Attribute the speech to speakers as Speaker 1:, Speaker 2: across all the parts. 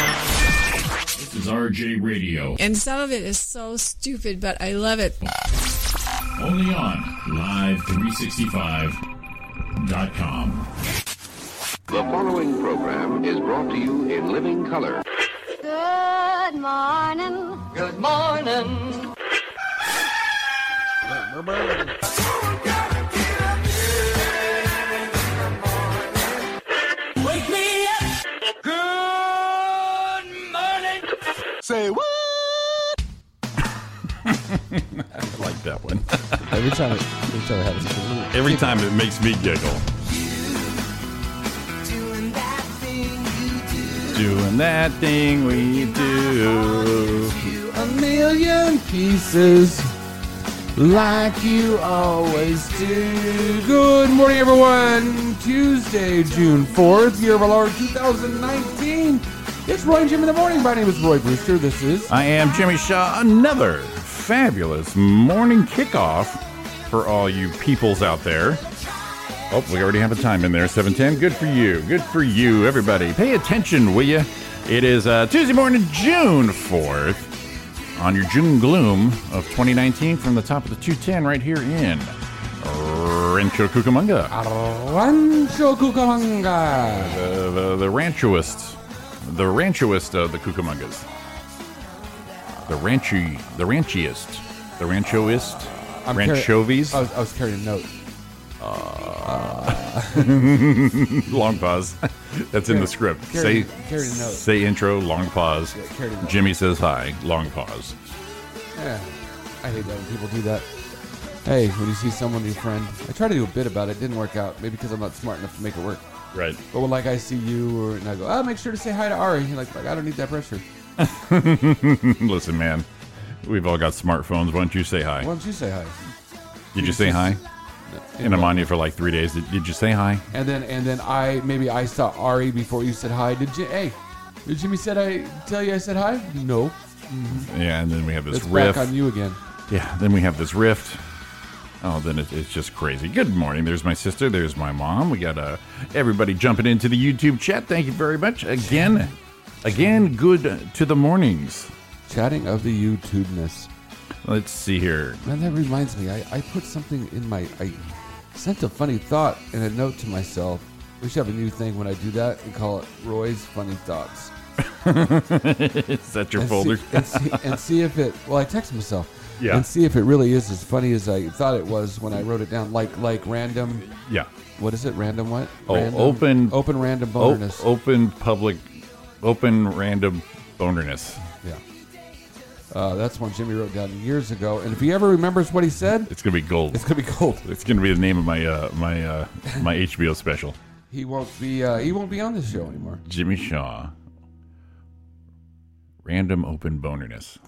Speaker 1: This is RJ Radio,
Speaker 2: And some of it is so stupid, but I love it.
Speaker 1: only on Live365.com.
Speaker 3: The following program is brought to you in living color.
Speaker 4: Good morning. Good morning.
Speaker 5: I like that one.
Speaker 6: Every time, it, every time it happens, it's a little-
Speaker 5: Every time it makes me giggle. Doing that thing we do.
Speaker 6: a million pieces, like you always do. Good morning, everyone. Tuesday, June fourth, year of our Lord, two thousand nineteen. It's Roy and Jim in the morning. My name is Roy Brewster. This is
Speaker 5: I am Jimmy Shaw. Another fabulous morning kickoff for all you peoples out there. Oh, we already have a time in there, 710. Good for you. Good for you, everybody. Pay attention, will you? It is uh, Tuesday morning, June 4th, on your June gloom of 2019 from the top of the 210 right here in Rancho Cucamonga.
Speaker 6: Rancho Cucamonga.
Speaker 5: Uh, the, the ranchoist, the ranchoist of the Cucamongas, the ranchy, the ranchiest, the ranchoist,
Speaker 6: I'm carry-
Speaker 5: ranchovies.
Speaker 6: I was, I was carrying a note.
Speaker 5: long pause. That's in the script.
Speaker 6: carry-
Speaker 5: say,
Speaker 6: carry the note.
Speaker 5: say intro. Long pause.
Speaker 6: carry the note.
Speaker 5: Jimmy says hi. Long pause.
Speaker 6: Yeah, I hate that when people do that. Hey, when you see someone, your friend. I tried to do a bit about it. Didn't work out. Maybe because I'm not smart enough to make it work.
Speaker 5: Right.
Speaker 6: But when, like I see you, or and I go, oh, make sure to say hi to Ari. You're like, like I don't need that pressure.
Speaker 5: Listen, man. We've all got smartphones. Why don't you say
Speaker 6: Why
Speaker 5: hi?
Speaker 6: don't you say hi?
Speaker 5: Did you say hi? And I'm
Speaker 6: what?
Speaker 5: on you for like three days. Did, did you say hi?
Speaker 6: And then and then I maybe I saw Ari before you said hi. Did you? Hey, did Jimmy said I tell you I said hi? No.
Speaker 5: Yeah. And then we have this
Speaker 6: It's
Speaker 5: riff.
Speaker 6: back on you again.
Speaker 5: Yeah, then we have this rift. Oh, then it, it's just crazy. Good morning. There's my sister. There's my mom. We got uh, everybody jumping into the YouTube chat. Thank you very much. Again, again, good to the mornings.
Speaker 6: Chatting of the YouTubeness.
Speaker 5: Let's see here.
Speaker 6: Man, that reminds me. I, I put something in my. I sent a funny thought and a note to myself. We should have a new thing when I do that and call it Roy's Funny Thoughts.
Speaker 5: Is that your
Speaker 6: and
Speaker 5: folder?
Speaker 6: See, and, see, and see if it. Well, I text myself.
Speaker 5: Yeah.
Speaker 6: And see if it really is as funny as I thought it was when I wrote it down. Like like random.
Speaker 5: yeah.
Speaker 6: What is it? Random what?
Speaker 5: Oh,
Speaker 6: Random-
Speaker 5: open- Oh,
Speaker 6: Open random
Speaker 5: O-
Speaker 6: bonerness.
Speaker 5: open public, open random bonerness.
Speaker 6: Yeah. Uh, that's one Jimmy wrote down years ago, and if he ever remembers what he said,
Speaker 5: It's gonna be gold.
Speaker 6: it's gonna be cold.
Speaker 5: It's gonna be the name of my uh, my uh, my HBO special.
Speaker 6: He won't be. Uh, he won't be on this show anymore.
Speaker 5: Jimmy Shaw. Random open bonerness.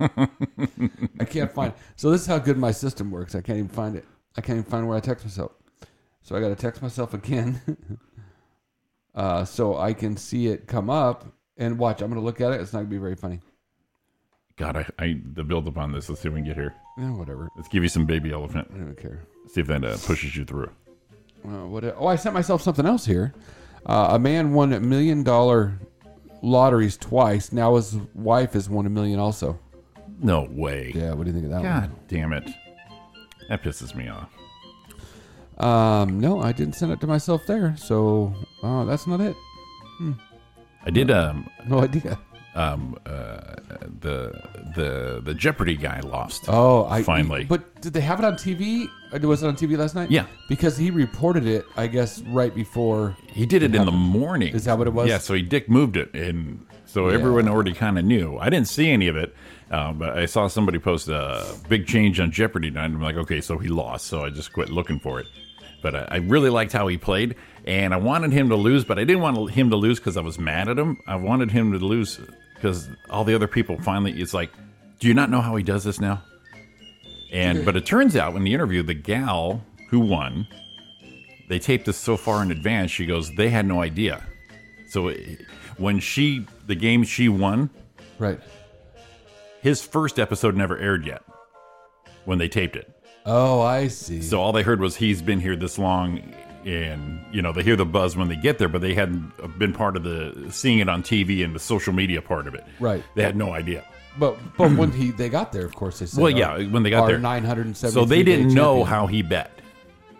Speaker 6: I can't find. So this is how good my system works. I can't even find it. I can't even find where I text myself. So I got to text myself again, uh, so I can see it come up and watch. I'm gonna look at it. It's not gonna be very funny.
Speaker 5: God, I, I the build up on this. Let's see if we can get here.
Speaker 6: Eh, whatever.
Speaker 5: Let's give you some baby elephant.
Speaker 6: I don't care.
Speaker 5: See if that uh, pushes you through.
Speaker 6: Uh, what? Oh, I sent myself something else here. Uh, a man won a million dollar lotteries twice. Now his wife has won a million also.
Speaker 5: No way.
Speaker 6: Yeah, what do you think of that
Speaker 5: God damn it. That pisses me off.
Speaker 6: one? Um, no, I didn't send it to myself there, so uh, that's not it.
Speaker 5: I did um
Speaker 6: No idea.
Speaker 5: um uh the the the Jeopardy guy lost.
Speaker 6: Oh, I
Speaker 5: Finally.
Speaker 6: But did they have it on TV? Or Was it on TV last night?
Speaker 5: Yeah.
Speaker 6: because he reported it, I guess, right before.
Speaker 5: he did it in the morning.
Speaker 6: Is that what it was?
Speaker 5: Yeah. So he dick moved it, and so everyone already kind of knew. I didn't see any of it, uh, but I saw somebody post a big change on Jeopardy night. And I'm like, okay, so he lost. So I just quit looking for it. But I, I really liked how he played, and I wanted him to lose, but I didn't want him to lose because I was mad at him. I wanted him to lose because all the other people finally. It's like, do you not know how he does this now? And but it turns out in the interview, the gal who won, they taped this so far in advance. She goes, they had no idea. So it- when she the game she won,
Speaker 6: Right.
Speaker 5: his first episode never aired yet when they taped it.
Speaker 6: Oh, I see.
Speaker 5: So all they heard was he's been here this long, and you know they hear the buzz when they get there, but they hadn't uh, been part of the seeing it on TV and the social media part of it.
Speaker 6: Right.
Speaker 5: They had no idea.
Speaker 6: but but when he they got there, of course they said.
Speaker 5: Well, yeah, when they got there,
Speaker 6: nine hundred and seventy.
Speaker 5: So they didn't know how he bet.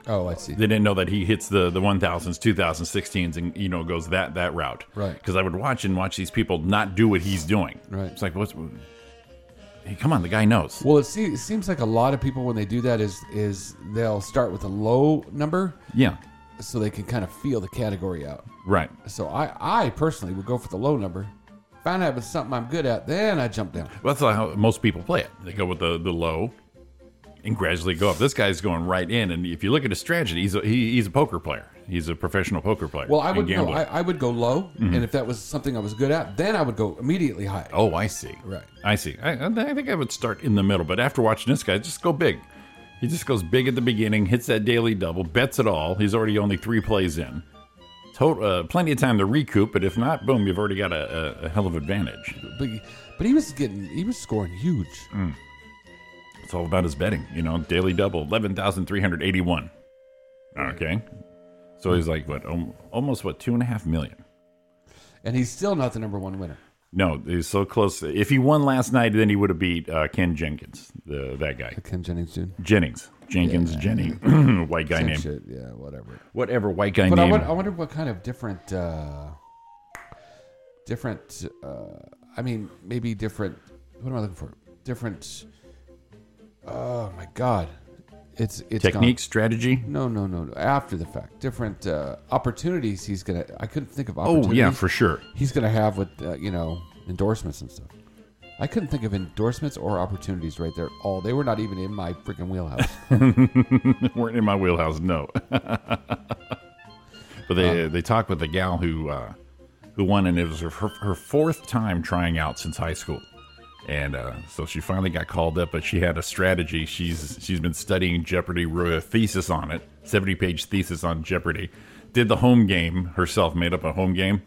Speaker 6: Oh, I see.
Speaker 5: They didn't know that he hits the the one thousands, two thousands, sixteens, and you know goes that that route.
Speaker 6: Right.
Speaker 5: Because I would watch and watch these people not do what he's doing.
Speaker 6: Right.
Speaker 5: It's like what's. Hey, come on, the guy knows.
Speaker 6: Well, it, see, it seems like a lot of people when they do that is is they'll start with a low number
Speaker 5: Yeah.
Speaker 6: so they can kind of feel the category out.
Speaker 5: Right.
Speaker 6: So I I personally would go for the low number. Found out if it's something I'm good at, then I jump down.
Speaker 5: Well, that's how most people play it. They go with the, the low and gradually go up. This guy's going right in. And if you look at his strategy, he's a, he, he's a poker player. He's a professional poker player.
Speaker 6: Well, I
Speaker 5: and
Speaker 6: would no,
Speaker 5: gambler.
Speaker 6: I, I would go low, and if that was something I was good at, then I would go immediately high.
Speaker 5: oh, I see.
Speaker 6: Right.
Speaker 5: I see. I, I think I would start in the middle. But after watching this guy, just go big. He just goes big at the beginning, hits that daily double, bets it all. He's already only three plays in. Tot uh, plenty of time to recoup, but if not, boom, you've already got a, a, a hell of advantage.
Speaker 6: But, but he was getting he was scoring huge.
Speaker 5: Mm. It's all about his betting, you know. Daily double, eleven thousand three hundred eighty-one. Okay, so he's like what, um, almost what, two and a half million?
Speaker 6: and he's still not the number one winner.
Speaker 5: No, he's so close. If he won last night, then he would have beat uh, Ken Jenkins, the that guy,
Speaker 6: Ken Jennings, dude.
Speaker 5: Jennings, Jenkins, Jenny, white guy
Speaker 6: Same
Speaker 5: name,
Speaker 6: shit, yeah, whatever.
Speaker 5: whatever white guy
Speaker 6: But I
Speaker 5: name.
Speaker 6: wonder, I wonder what kind of different, uh, different. Uh, I mean, maybe different. What am I looking for? Different. Oh my god, it's it's gone.
Speaker 5: Technique, strategy.
Speaker 6: No, no, no, no. After the fact, different uh, opportunities he's gonna. I couldn't think of opportunities.
Speaker 5: Oh yeah, for sure.
Speaker 6: He's gonna have with uh, you know endorsements and stuff. I couldn't think of endorsements or opportunities right there. All they were not even in my freaking wheelhouse.
Speaker 5: weren't in my wheelhouse. No, but they they talked with a gal who uh, who won, and it was her, her fourth time trying out since high school, and uh, so she finally got called up. But she had a strategy. She's she's been studying Jeopardy, wrote a thesis on it, seventy page thesis on Jeopardy. Did the home game herself, made up a home game,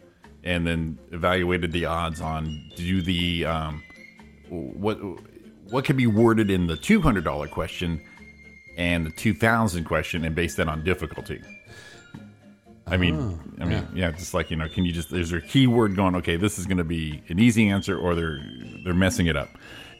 Speaker 5: and then evaluated the odds on do the um, what what could be worded in the two hundred dollar question and the 2000 question and base that on difficulty. I mean, I mean, yeah. just like you know, can you just there's a keyword going? Okay, this is going to be an easy answer, or they're they're messing it up,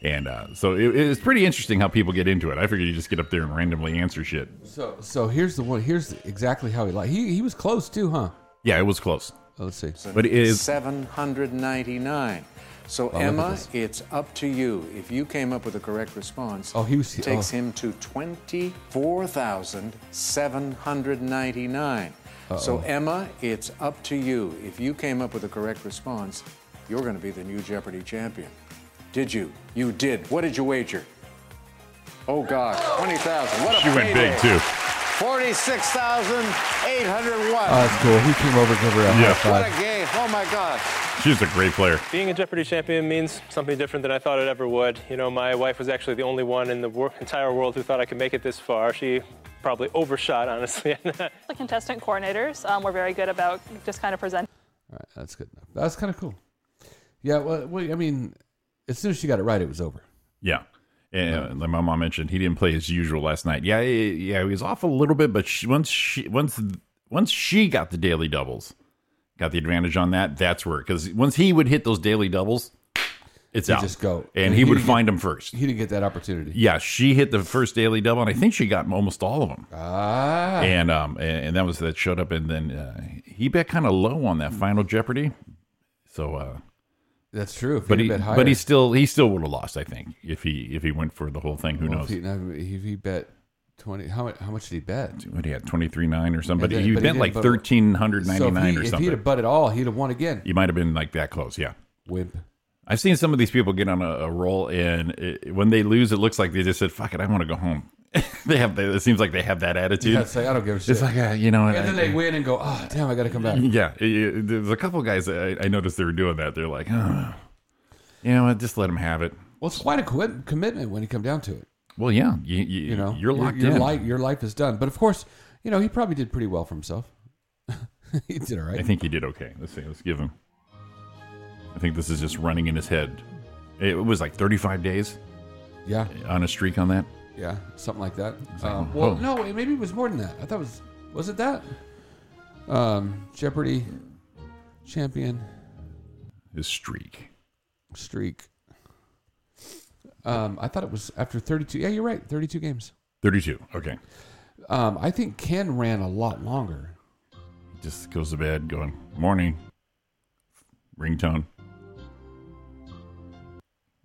Speaker 5: and uh, so it, it's pretty interesting how people get into it. I figure you just get up there and randomly answer shit.
Speaker 6: So, so here's the one. Here's exactly how he liked. He he was close too, huh?
Speaker 5: Yeah, it was close,
Speaker 6: Oh, let's see.
Speaker 5: but it is
Speaker 7: 799. So,
Speaker 6: Oh, look at
Speaker 7: Emma,
Speaker 6: this.
Speaker 7: it's up to you. If you came up with a correct response,
Speaker 6: Oh, he was-
Speaker 7: it takes
Speaker 6: oh.
Speaker 7: him to 24,799. So, Emma, it's up to you. If you came up with a correct response, you're going to be the new Jeopardy champion. Did you? You did. What did you wager? Oh, God, 20,000. What a
Speaker 5: she went
Speaker 7: payday.
Speaker 5: big too.
Speaker 7: 46,801.
Speaker 6: Oh, that's cool. He came over and gave her a
Speaker 5: Yeah.
Speaker 6: high
Speaker 7: what a
Speaker 6: five.
Speaker 7: game. Oh, my God.
Speaker 5: She's a great player.
Speaker 8: Being a Jeopardy champion means something different than I thought it ever would. You know, my wife was actually the only one in the wor- entire world who thought I could make it this far. She probably overshot, honestly.
Speaker 9: The contestant coordinators um, were very good about just kind of presenting
Speaker 6: All right, that's good enough. That's kind of cool. Yeah. Well, well, I mean, as soon as she got it right, it was over.
Speaker 5: Yeah. And like my mom mentioned, he didn't play his usual last night. Yeah, he- yeah, he was off a little bit, but she, once she once once she got the daily doubles, got the advantage on that. That's where because once he would hit those daily doubles, it's
Speaker 6: He'd
Speaker 5: out.
Speaker 6: just go.
Speaker 5: and he
Speaker 6: He-
Speaker 5: would find them first.
Speaker 6: He didn't get that opportunity.
Speaker 5: Yeah, she hit the first daily double, and I think she got almost all of them.
Speaker 6: Ah.
Speaker 5: And um, and, and that was that showed up, and then uh, he bet kind of low on that final Jeopardy. So, uh,
Speaker 6: That's true. If
Speaker 5: but
Speaker 6: he'd
Speaker 5: he
Speaker 6: bet higher,
Speaker 5: but he still he still would have lost, I think, if he if he went for the whole thing. Who
Speaker 6: Well,
Speaker 5: knows?
Speaker 6: If he, no, if he bet twenty, how much? How much did he bet?
Speaker 5: what he had 23.9 or something, but
Speaker 6: And then-
Speaker 5: he
Speaker 6: but he
Speaker 5: bet
Speaker 6: didn't
Speaker 5: like
Speaker 6: vote. So
Speaker 5: 1399
Speaker 6: if, he,
Speaker 5: or
Speaker 6: if he'd have
Speaker 5: something.
Speaker 6: bet at all, he'd have won again.
Speaker 5: You might have been like that close, yeah.
Speaker 6: Wimp.
Speaker 5: I've seen some of these people get on a, a roll, and it, when they lose, it looks like they just said, "Fuck it, I want to go home." they have, that- it seems like they have that attitude.
Speaker 6: Yeah, it's like, I don't give a shit.
Speaker 5: it's like, uh, you know,
Speaker 6: and then
Speaker 5: I-
Speaker 6: they win and go, oh damn, I got to come back.
Speaker 5: yeah. it- it- there's a couple guys that I, I noticed they were doing that. They're like, oh, you know what? Just let them have it.
Speaker 6: Well, it's quite a quit- commitment when you come down to it.
Speaker 5: Well, yeah, you, you,
Speaker 6: you know
Speaker 5: you're locked
Speaker 6: your, your
Speaker 5: in.
Speaker 6: life your life is done but of course you know he probably did pretty well for himself he did all right
Speaker 5: I think he did okay. Let's see. Let's give him. I think this is just running in his head. It was like 35 days
Speaker 6: yeah
Speaker 5: on a streak on that.
Speaker 6: Yeah, something like that. Um, well,
Speaker 5: oh.
Speaker 6: no, wait, maybe it was more than that. I thought it was was it that? Um, Jeopardy champion
Speaker 5: His streak.
Speaker 6: streak. Um, I thought it was after 32. Yeah, you're right. 32 games.
Speaker 5: 32. Okay.
Speaker 6: Um, I think Ken ran a lot longer.
Speaker 5: He just goes to bed going, morning. Ringtone.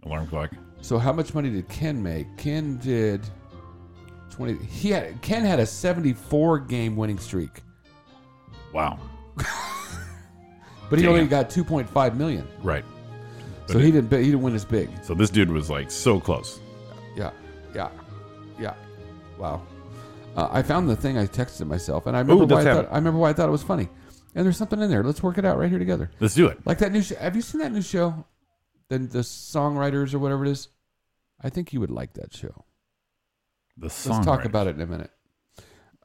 Speaker 5: Alarm clock.
Speaker 6: So how much money did Ken make? Ken did 20. He had Ken had a 74 game winning streak,
Speaker 5: Wow.
Speaker 6: but he
Speaker 5: Damn.
Speaker 6: only got 2.5 million.
Speaker 5: Right.
Speaker 6: So he didn't. bi- He didn't win as big.
Speaker 5: So this dude was like so close.
Speaker 6: Yeah, yeah, yeah. Wow. Uh, I found the thing I texted myself, and I remember why I
Speaker 5: let's have
Speaker 6: thought,
Speaker 5: it.
Speaker 6: I remember why I thought it was funny. And there's something in there. Let's work it out right here together.
Speaker 5: Let's do it.
Speaker 6: Like that new. Sh- have you seen that new show? The the songwriters or whatever it is. I think you would like that show.
Speaker 5: The song.
Speaker 6: Let's talk about it in a minute.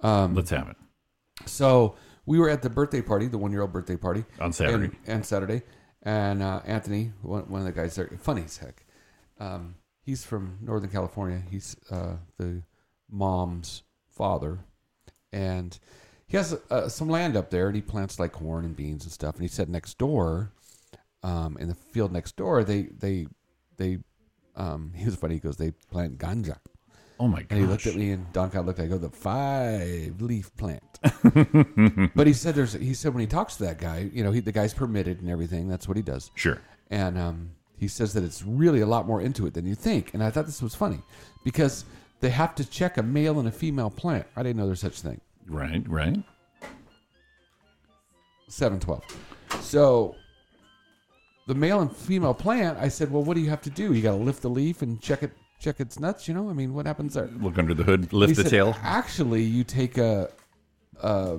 Speaker 6: Um,
Speaker 5: Let's have it.
Speaker 6: so we were at the birthday party, the one-year-old birthday party
Speaker 5: On Saturday.
Speaker 6: and, and Saturday, and uh, Anthony, one, one of the guys there, funny as heck. Um, he's from Northern California. He's uh, the mom's father, and he has uh, some land up there, and he plants like corn and beans and stuff. And he said next door, um, in the field next door, they they they. Um, he was funny. He goes, they plant ganja.
Speaker 5: Oh my gosh.
Speaker 6: And he looked at me, and Don Cott looked. at me, I go, the five leaf plant. but he said, "There's." He said when he talks to that guy, you know, he, the guy's permitted and everything. That's what he does.
Speaker 5: Sure.
Speaker 6: And um, he says that it's really a lot more into it than you think. And I thought this was funny because they have to check a male and a female plant. I didn't know there's such thing.
Speaker 5: Right, right.
Speaker 6: Seven twelve. So the male and female plant. I said, well, what do you have to do? You got to lift the leaf and check it. Check its nuts. You know, I mean, what happens there?
Speaker 5: Look under the hood, lift
Speaker 6: He
Speaker 5: the
Speaker 6: said, "Ah."
Speaker 5: tail.
Speaker 6: Actually, you take a, a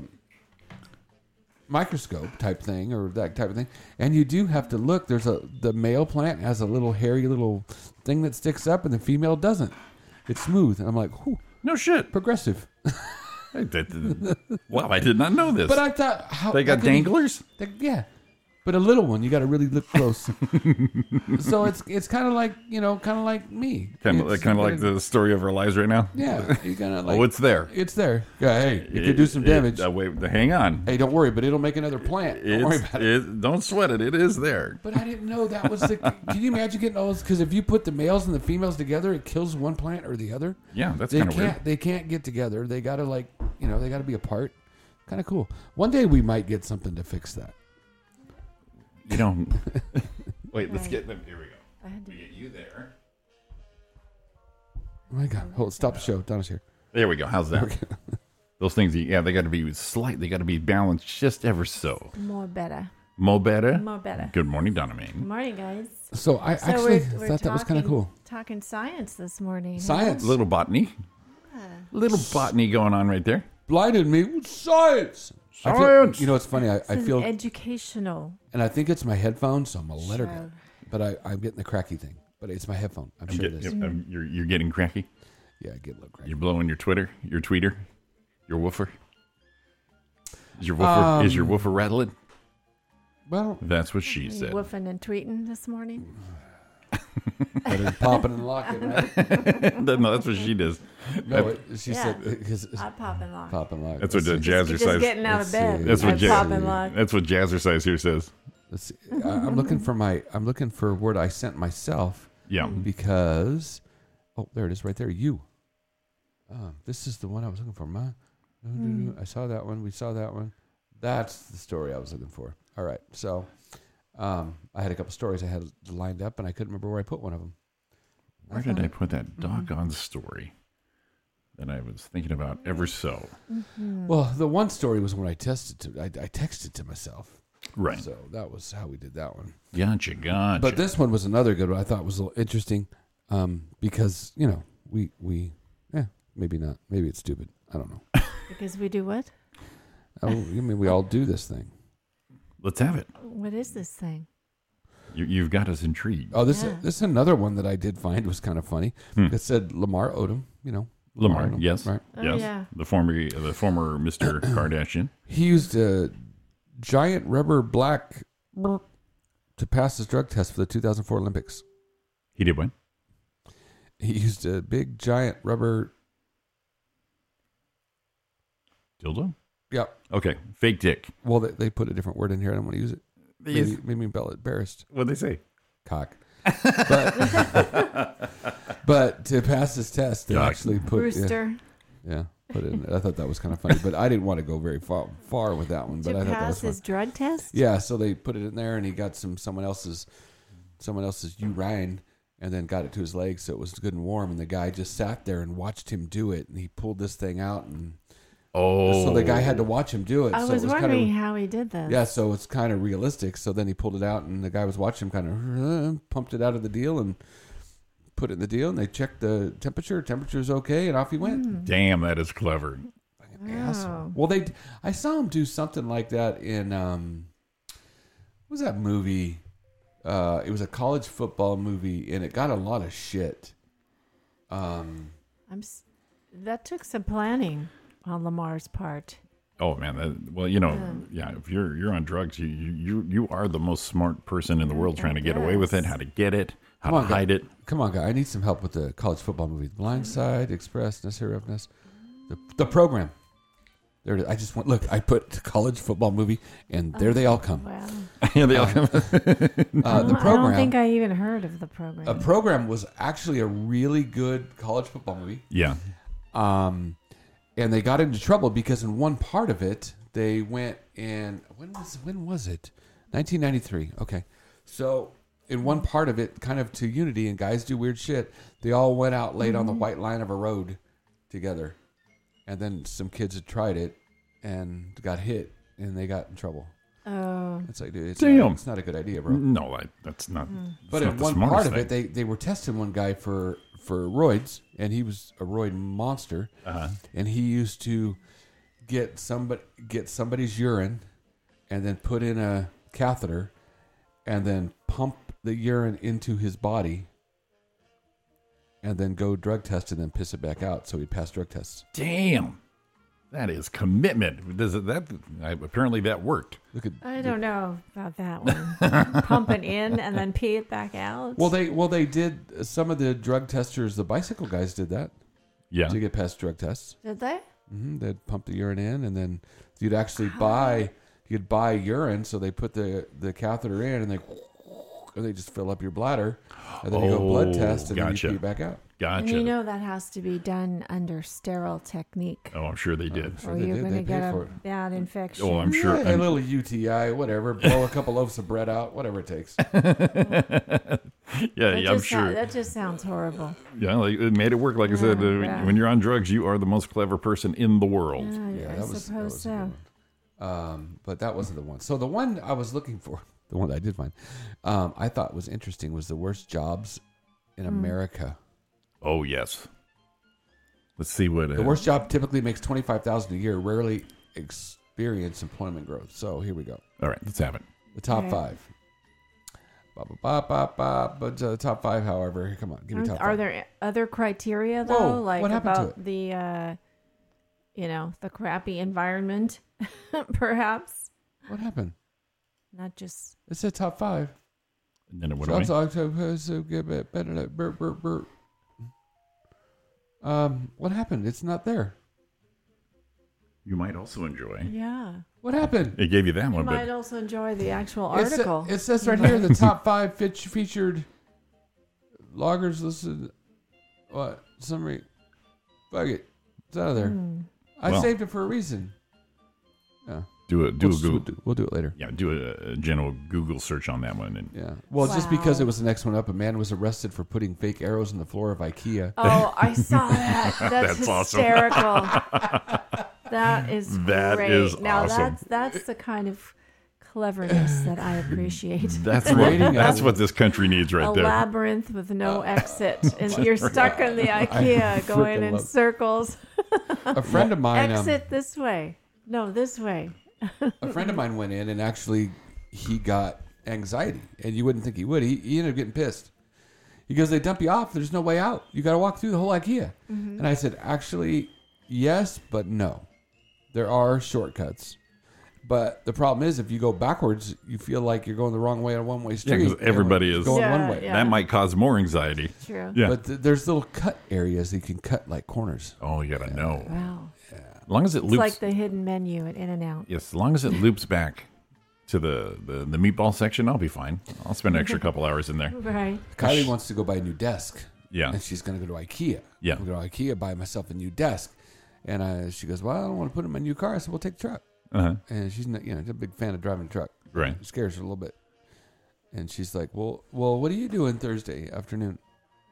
Speaker 6: microscope type thing or that type of thing, and you do have to look. There's a the male plant has a little hairy little thing that sticks up, and the female doesn't. It's smooth, and I'm like, whoo,
Speaker 5: No shit.
Speaker 6: progressive.
Speaker 5: I did- wow, I did not know this.
Speaker 6: But I thought how
Speaker 5: they got
Speaker 6: how can you-
Speaker 5: danglers?
Speaker 6: They- yeah, but a little one, you got to really look close. so it's it's kind of like you know, kind of like me,
Speaker 5: Kind of,
Speaker 6: It's
Speaker 5: kind of like
Speaker 6: kinda-
Speaker 5: the story of our lives right now.
Speaker 6: yeah. You're gonna like
Speaker 5: oh, it's there.
Speaker 6: it's there. Yeah, hey, you could do some
Speaker 5: It-
Speaker 6: damage.
Speaker 5: It, uh, wait, hang on.
Speaker 6: Hey, don't worry, but it'll make another plant. Don't worry
Speaker 5: It's,
Speaker 6: about it.
Speaker 5: it, don't sweat it. It is there.
Speaker 6: But I didn't know that was the. can you imagine getting all this? Because if you put the males and the females together, it kills one plant or the other.
Speaker 5: Yeah, that's
Speaker 6: they
Speaker 5: kind of
Speaker 6: can't.
Speaker 5: weird.
Speaker 6: They can't get together. They gotta like, you know, they gotta be apart. Kind of cool. One day we might get something to fix that.
Speaker 5: You don't. wait, let's get them. Here we go. We get you there.
Speaker 6: Oh my God! Hold, stop the show. Donna's here.
Speaker 5: There we go. How's that? Those things, yeah, they got to be slight. They got to be balanced just ever so.
Speaker 10: More better.
Speaker 5: Mo better.
Speaker 10: More better.
Speaker 5: Good morning, Donna Main.
Speaker 10: Good morning, guys.
Speaker 6: So I
Speaker 10: So
Speaker 6: actually
Speaker 10: we're, we're
Speaker 6: thought that was kind of
Speaker 10: talking-
Speaker 6: cool.
Speaker 10: Talking science this morning.
Speaker 6: Science
Speaker 5: Little botany. Little botany going on right there.
Speaker 6: blinded me. with Science. I feel-
Speaker 5: Science!
Speaker 6: you know, it's funny. I, I
Speaker 10: This is
Speaker 6: feel,
Speaker 10: educational.
Speaker 6: and I think it's my headphones, so I'm a litter.
Speaker 10: Show.
Speaker 6: But I, I'm getting the cracky thing. But it's my headphone. I'm
Speaker 5: I'm
Speaker 6: sure
Speaker 5: get-
Speaker 6: it is.
Speaker 5: I'm- you're, you're getting cracky.
Speaker 6: Yeah, I get a little cracky.
Speaker 5: You're blowing your Twitter, your tweeter, your woofer. Is your woofer is your
Speaker 6: Um,
Speaker 5: woofer rattling?
Speaker 6: Well,
Speaker 5: That's what she
Speaker 10: You
Speaker 5: said.
Speaker 10: woofing and tweeting this morning.
Speaker 6: better than popping and locking, right?
Speaker 5: no, that's what she does.
Speaker 6: No, it, she
Speaker 10: Yeah.
Speaker 6: said uh, because
Speaker 10: I pop and lock.
Speaker 6: Mm. pop and lock.
Speaker 5: That's what the
Speaker 6: Let's see.
Speaker 10: You're
Speaker 5: jazzercise.
Speaker 10: just getting out
Speaker 6: Let's
Speaker 10: of bed.
Speaker 6: see.
Speaker 5: That's what
Speaker 10: I
Speaker 5: Jazz-
Speaker 10: pop and lock.
Speaker 5: That's what jazzercise here says.
Speaker 6: Let's see. I- I'm looking for my. I'm looking for a word I sent myself
Speaker 5: Yeah.
Speaker 6: Mm-hmm. because. Oh, there it is, right there. You. Um, this is the one I was looking for. Ma. No, no, no. I saw that one. We saw that one. That's the story I was looking for. All right, so um, I had a couple stories I had lined up, and I couldn't remember where I put one of them.
Speaker 5: Where did I put that
Speaker 6: Mm-hmm.
Speaker 5: doggone story that I was thinking about ever so?
Speaker 6: Well, the one story was when I tested to. I, I texted to myself.
Speaker 5: Right.
Speaker 6: So that was how we did that one.
Speaker 5: Gotcha, gotcha.
Speaker 6: But this one was another good one. I thought was a little interesting um, because you know we we yeah maybe not maybe it's stupid I don't know.
Speaker 10: Because we do what?
Speaker 6: I, don't- I mean we all do this thing.
Speaker 5: Let's have it.
Speaker 10: What is this thing?
Speaker 5: You, you've got us intrigued.
Speaker 6: Oh, this
Speaker 10: Yeah.
Speaker 6: this is another one that I did find was kind of funny. It said Lamar Odom. You know
Speaker 5: Lamar,
Speaker 6: Odom,
Speaker 5: yes,
Speaker 6: right.
Speaker 10: Oh,
Speaker 5: yes,
Speaker 10: yeah.
Speaker 5: the former, the former Mister Kardashian.
Speaker 6: He used a giant rubber black to pass his drug test for the 2004 Olympics.
Speaker 5: He did one.
Speaker 6: He used a big giant rubber.
Speaker 5: Dildo?
Speaker 6: Yep.
Speaker 5: Okay. Fake dick.
Speaker 6: Well, they, they put a different word in here. I don't want to use it.
Speaker 5: Yes.
Speaker 6: Maybe, made me bell embarrassed.
Speaker 5: What'd they say?
Speaker 6: Cock. But, but to pass this test, they
Speaker 5: Cock.
Speaker 6: actually put yeah,
Speaker 10: Rooster.
Speaker 6: yeah put it in. I thought that was kind of funny, but I didn't want to go very far far with that one. But I
Speaker 10: To
Speaker 6: thought that
Speaker 10: pass
Speaker 6: was fun.
Speaker 10: his drug test?
Speaker 6: Yeah, so they put it in there, and he got some someone else's someone else's urine, and then got it to his leg, so it was good and warm. And the guy just sat there and watched him do it, and he pulled this thing out, and
Speaker 5: Oh.
Speaker 6: so the guy had to watch him do it.
Speaker 10: I
Speaker 6: so
Speaker 10: was,
Speaker 6: it was
Speaker 10: wondering
Speaker 6: kind of
Speaker 10: how he did this.
Speaker 6: yeah, so it's kind of realistic. So then he pulled it out, and the guy was watching him, kind of uh, pumped it out of the deal and put it in the deal, and they checked the temperature. Temperature's okay, and off he went.
Speaker 5: Damn, that is clever.
Speaker 6: Asshole. Well, they I saw him do something like that in um, what was that movie? Uh, it was a college football movie, and it got a lot of shit. Um,
Speaker 10: I'm s- that took some planning on Lamar's part.
Speaker 5: Oh man, that, well you know, yeah. If you're you're on drugs, you you you- you are the most smart person in the world trying to get away with it. How to get it? How
Speaker 6: Come on,
Speaker 5: to
Speaker 6: guy.
Speaker 5: hide it?
Speaker 6: come on, guy, I need some help with the college football movie, Blind Side, Express, Necessary Roughness, the the program. There it is. I just went look. I put the college football movie,
Speaker 10: Oh,
Speaker 6: and there they all come.
Speaker 10: Wow.
Speaker 5: yeah, they all come.
Speaker 6: Uh, the
Speaker 10: I
Speaker 6: program.
Speaker 10: don't think I even heard of the program.
Speaker 6: a program was actually a really good college football movie.
Speaker 5: yeah.
Speaker 6: um, and they got into trouble because in one part of it they went and when was when was it 1993 okay so in one part of it kind of to unity and guys do weird shit they all went out late on the white line of a road together and then some kids had tried it and got hit and they got in trouble
Speaker 10: oh,
Speaker 6: it's like dude it's, Not,
Speaker 5: Damn.
Speaker 6: it's not a good idea bro
Speaker 5: No, I, that's not.
Speaker 10: Hmm.
Speaker 5: That's
Speaker 6: but
Speaker 5: not
Speaker 6: in
Speaker 5: the
Speaker 6: one
Speaker 5: smartest
Speaker 6: part of
Speaker 5: thing.
Speaker 6: it, they, they were testing one guy for for roids, and he was a roid monster,
Speaker 5: Uh-huh.
Speaker 6: and he used to get somebody get somebody's urine, and then put in a catheter, and then pump the urine into his body, and then go drug test and then piss it back out, so he'd pass drug tests.
Speaker 5: Damn, that is commitment. Does it, that I, apparently that worked?
Speaker 6: Look at
Speaker 10: I don't know about that one. Pump it in and then pee it back out.
Speaker 6: well they well they did some of the drug testers the bicycle guys did that
Speaker 5: Yeah.
Speaker 6: to get past drug tests.
Speaker 10: did they?
Speaker 6: hmm They'd pump the urine in, and then you'd actually buy you'd buy urine. So they put the the catheter in, and they and they just fill up your bladder, and then you go blood
Speaker 5: Oh,
Speaker 6: test, and
Speaker 5: gotcha.
Speaker 6: then you pee back out.
Speaker 10: And
Speaker 5: Gotcha.
Speaker 10: you know that has to be done under sterile technique,
Speaker 5: oh, I'm sure they did.
Speaker 10: or
Speaker 6: they
Speaker 10: you're
Speaker 6: did.
Speaker 10: going
Speaker 6: They paid
Speaker 10: to get
Speaker 6: for
Speaker 10: a
Speaker 6: it.
Speaker 10: bad infection.
Speaker 5: Oh, I'm sure.
Speaker 6: Yeah, a little UTI, whatever. Blow a couple loaves of bread out, whatever it takes.
Speaker 5: yeah,
Speaker 10: That
Speaker 5: yeah, I'm
Speaker 10: just sou-
Speaker 5: sure.
Speaker 10: that just sounds horrible.
Speaker 5: yeah, like, it made it work. Like I said, uh,
Speaker 10: yeah.
Speaker 5: when you're on drugs, you are the most clever person in the world.
Speaker 10: Yeah, I
Speaker 6: that was- that
Speaker 10: suppose
Speaker 6: was a good
Speaker 10: so.
Speaker 6: one. Um, but that wasn't the one. So the one I was looking for, the one that I did find, um, I thought was interesting was the worst jobs
Speaker 10: Hmm.
Speaker 6: in America.
Speaker 5: Oh yes. Let's see what uh,
Speaker 6: The worst job typically makes twenty five thousand a year. Rarely experience employment growth. So here we go.
Speaker 5: All right, let's have it.
Speaker 6: The top
Speaker 10: Okay.
Speaker 6: five. Ba, ba, ba, ba, ba, but uh, top five, however, come on, give me
Speaker 10: Aren't-
Speaker 6: top
Speaker 10: Are
Speaker 6: five.
Speaker 10: there other criteria though,
Speaker 6: Whoa,
Speaker 10: like
Speaker 6: what happened to
Speaker 10: about
Speaker 6: it?
Speaker 10: the, uh, you know, the crappy environment, perhaps?
Speaker 6: What happened?
Speaker 10: Not just
Speaker 6: It said top five.
Speaker 5: And then it went away.
Speaker 6: Jobs are supposed to get it better than burp, burp, burp. Um, what happened? It's not there.
Speaker 5: You might also enjoy.
Speaker 10: yeah.
Speaker 6: What happened?
Speaker 5: It gave you that
Speaker 10: You
Speaker 5: one,
Speaker 10: might
Speaker 5: but
Speaker 10: also enjoy the actual
Speaker 6: It sa-
Speaker 10: article.
Speaker 6: It, says right here the top five fit- featured loggers listed. What summary? Fuck it, it's out of there.
Speaker 10: Hmm.
Speaker 6: I
Speaker 5: Well.
Speaker 6: saved it for a reason. Yeah,
Speaker 5: do a do a
Speaker 6: we'll, s- we'll
Speaker 5: Google.
Speaker 6: do, we'll do it later.
Speaker 5: Yeah, do a, a general Google search on that one, and
Speaker 6: Yeah. Well, just because
Speaker 10: Wow.
Speaker 6: it was the next one up, a man was arrested for putting fake arrows in the floor of IKEA.
Speaker 10: Oh, I saw that. That's,
Speaker 5: That's awesome.
Speaker 10: hysterical. that is
Speaker 5: That
Speaker 10: great.
Speaker 5: is
Speaker 10: now
Speaker 5: awesome.
Speaker 10: that's that's the kind of cleverness that I appreciate.
Speaker 5: that's what
Speaker 6: Creating a-
Speaker 5: that's what this country needs
Speaker 10: A
Speaker 5: right there.
Speaker 10: labyrinth with no exit, and you're stuck in the IKEA, going
Speaker 6: freaking
Speaker 10: in
Speaker 6: love-
Speaker 10: circles.
Speaker 6: A friend of mine, um,
Speaker 10: Exit this way. No, this way.
Speaker 6: a friend of mine went in and actually he got anxiety, and you wouldn't think he would. He, he ended up getting pissed. He goes, "They dump you off. There's no way out. You got to walk through the whole IKEA."
Speaker 10: Mm-hmm.
Speaker 6: And I said, "Actually, yes, but no. There are shortcuts." But the problem is, if you go backwards, you feel like you're going the wrong way on a one way street.
Speaker 5: 'cause everybody
Speaker 6: Everyone's
Speaker 5: is-
Speaker 6: going
Speaker 10: Yeah,
Speaker 6: one way.
Speaker 10: yeah.
Speaker 5: That might cause more anxiety.
Speaker 10: True.
Speaker 5: Yeah.
Speaker 6: But th- there's little cut areas that you can cut like corners.
Speaker 5: oh, you gotta know.
Speaker 10: Wow.
Speaker 5: As long as it
Speaker 10: It's
Speaker 5: loops,
Speaker 10: like the hidden menu at In and Out.
Speaker 5: yes, as long as it loops back to the, the the meatball section, I'll be fine. I'll spend an extra couple hours in there.
Speaker 10: Right.
Speaker 6: Kylie wants to go buy a new desk.
Speaker 5: Yeah.
Speaker 6: And she's going to go to IKEA.
Speaker 5: Yeah.
Speaker 6: I'm going to IKEA, buy myself a new desk. And I, she goes, Well, I don't want to put it in my new car. I said, Well, take the truck.
Speaker 5: Uh-huh.
Speaker 6: And she's not, you know, she's a big fan of driving a truck.
Speaker 5: Right.
Speaker 6: It scares her a little bit. And she's like, Well, well, what are you doing Thursday afternoon?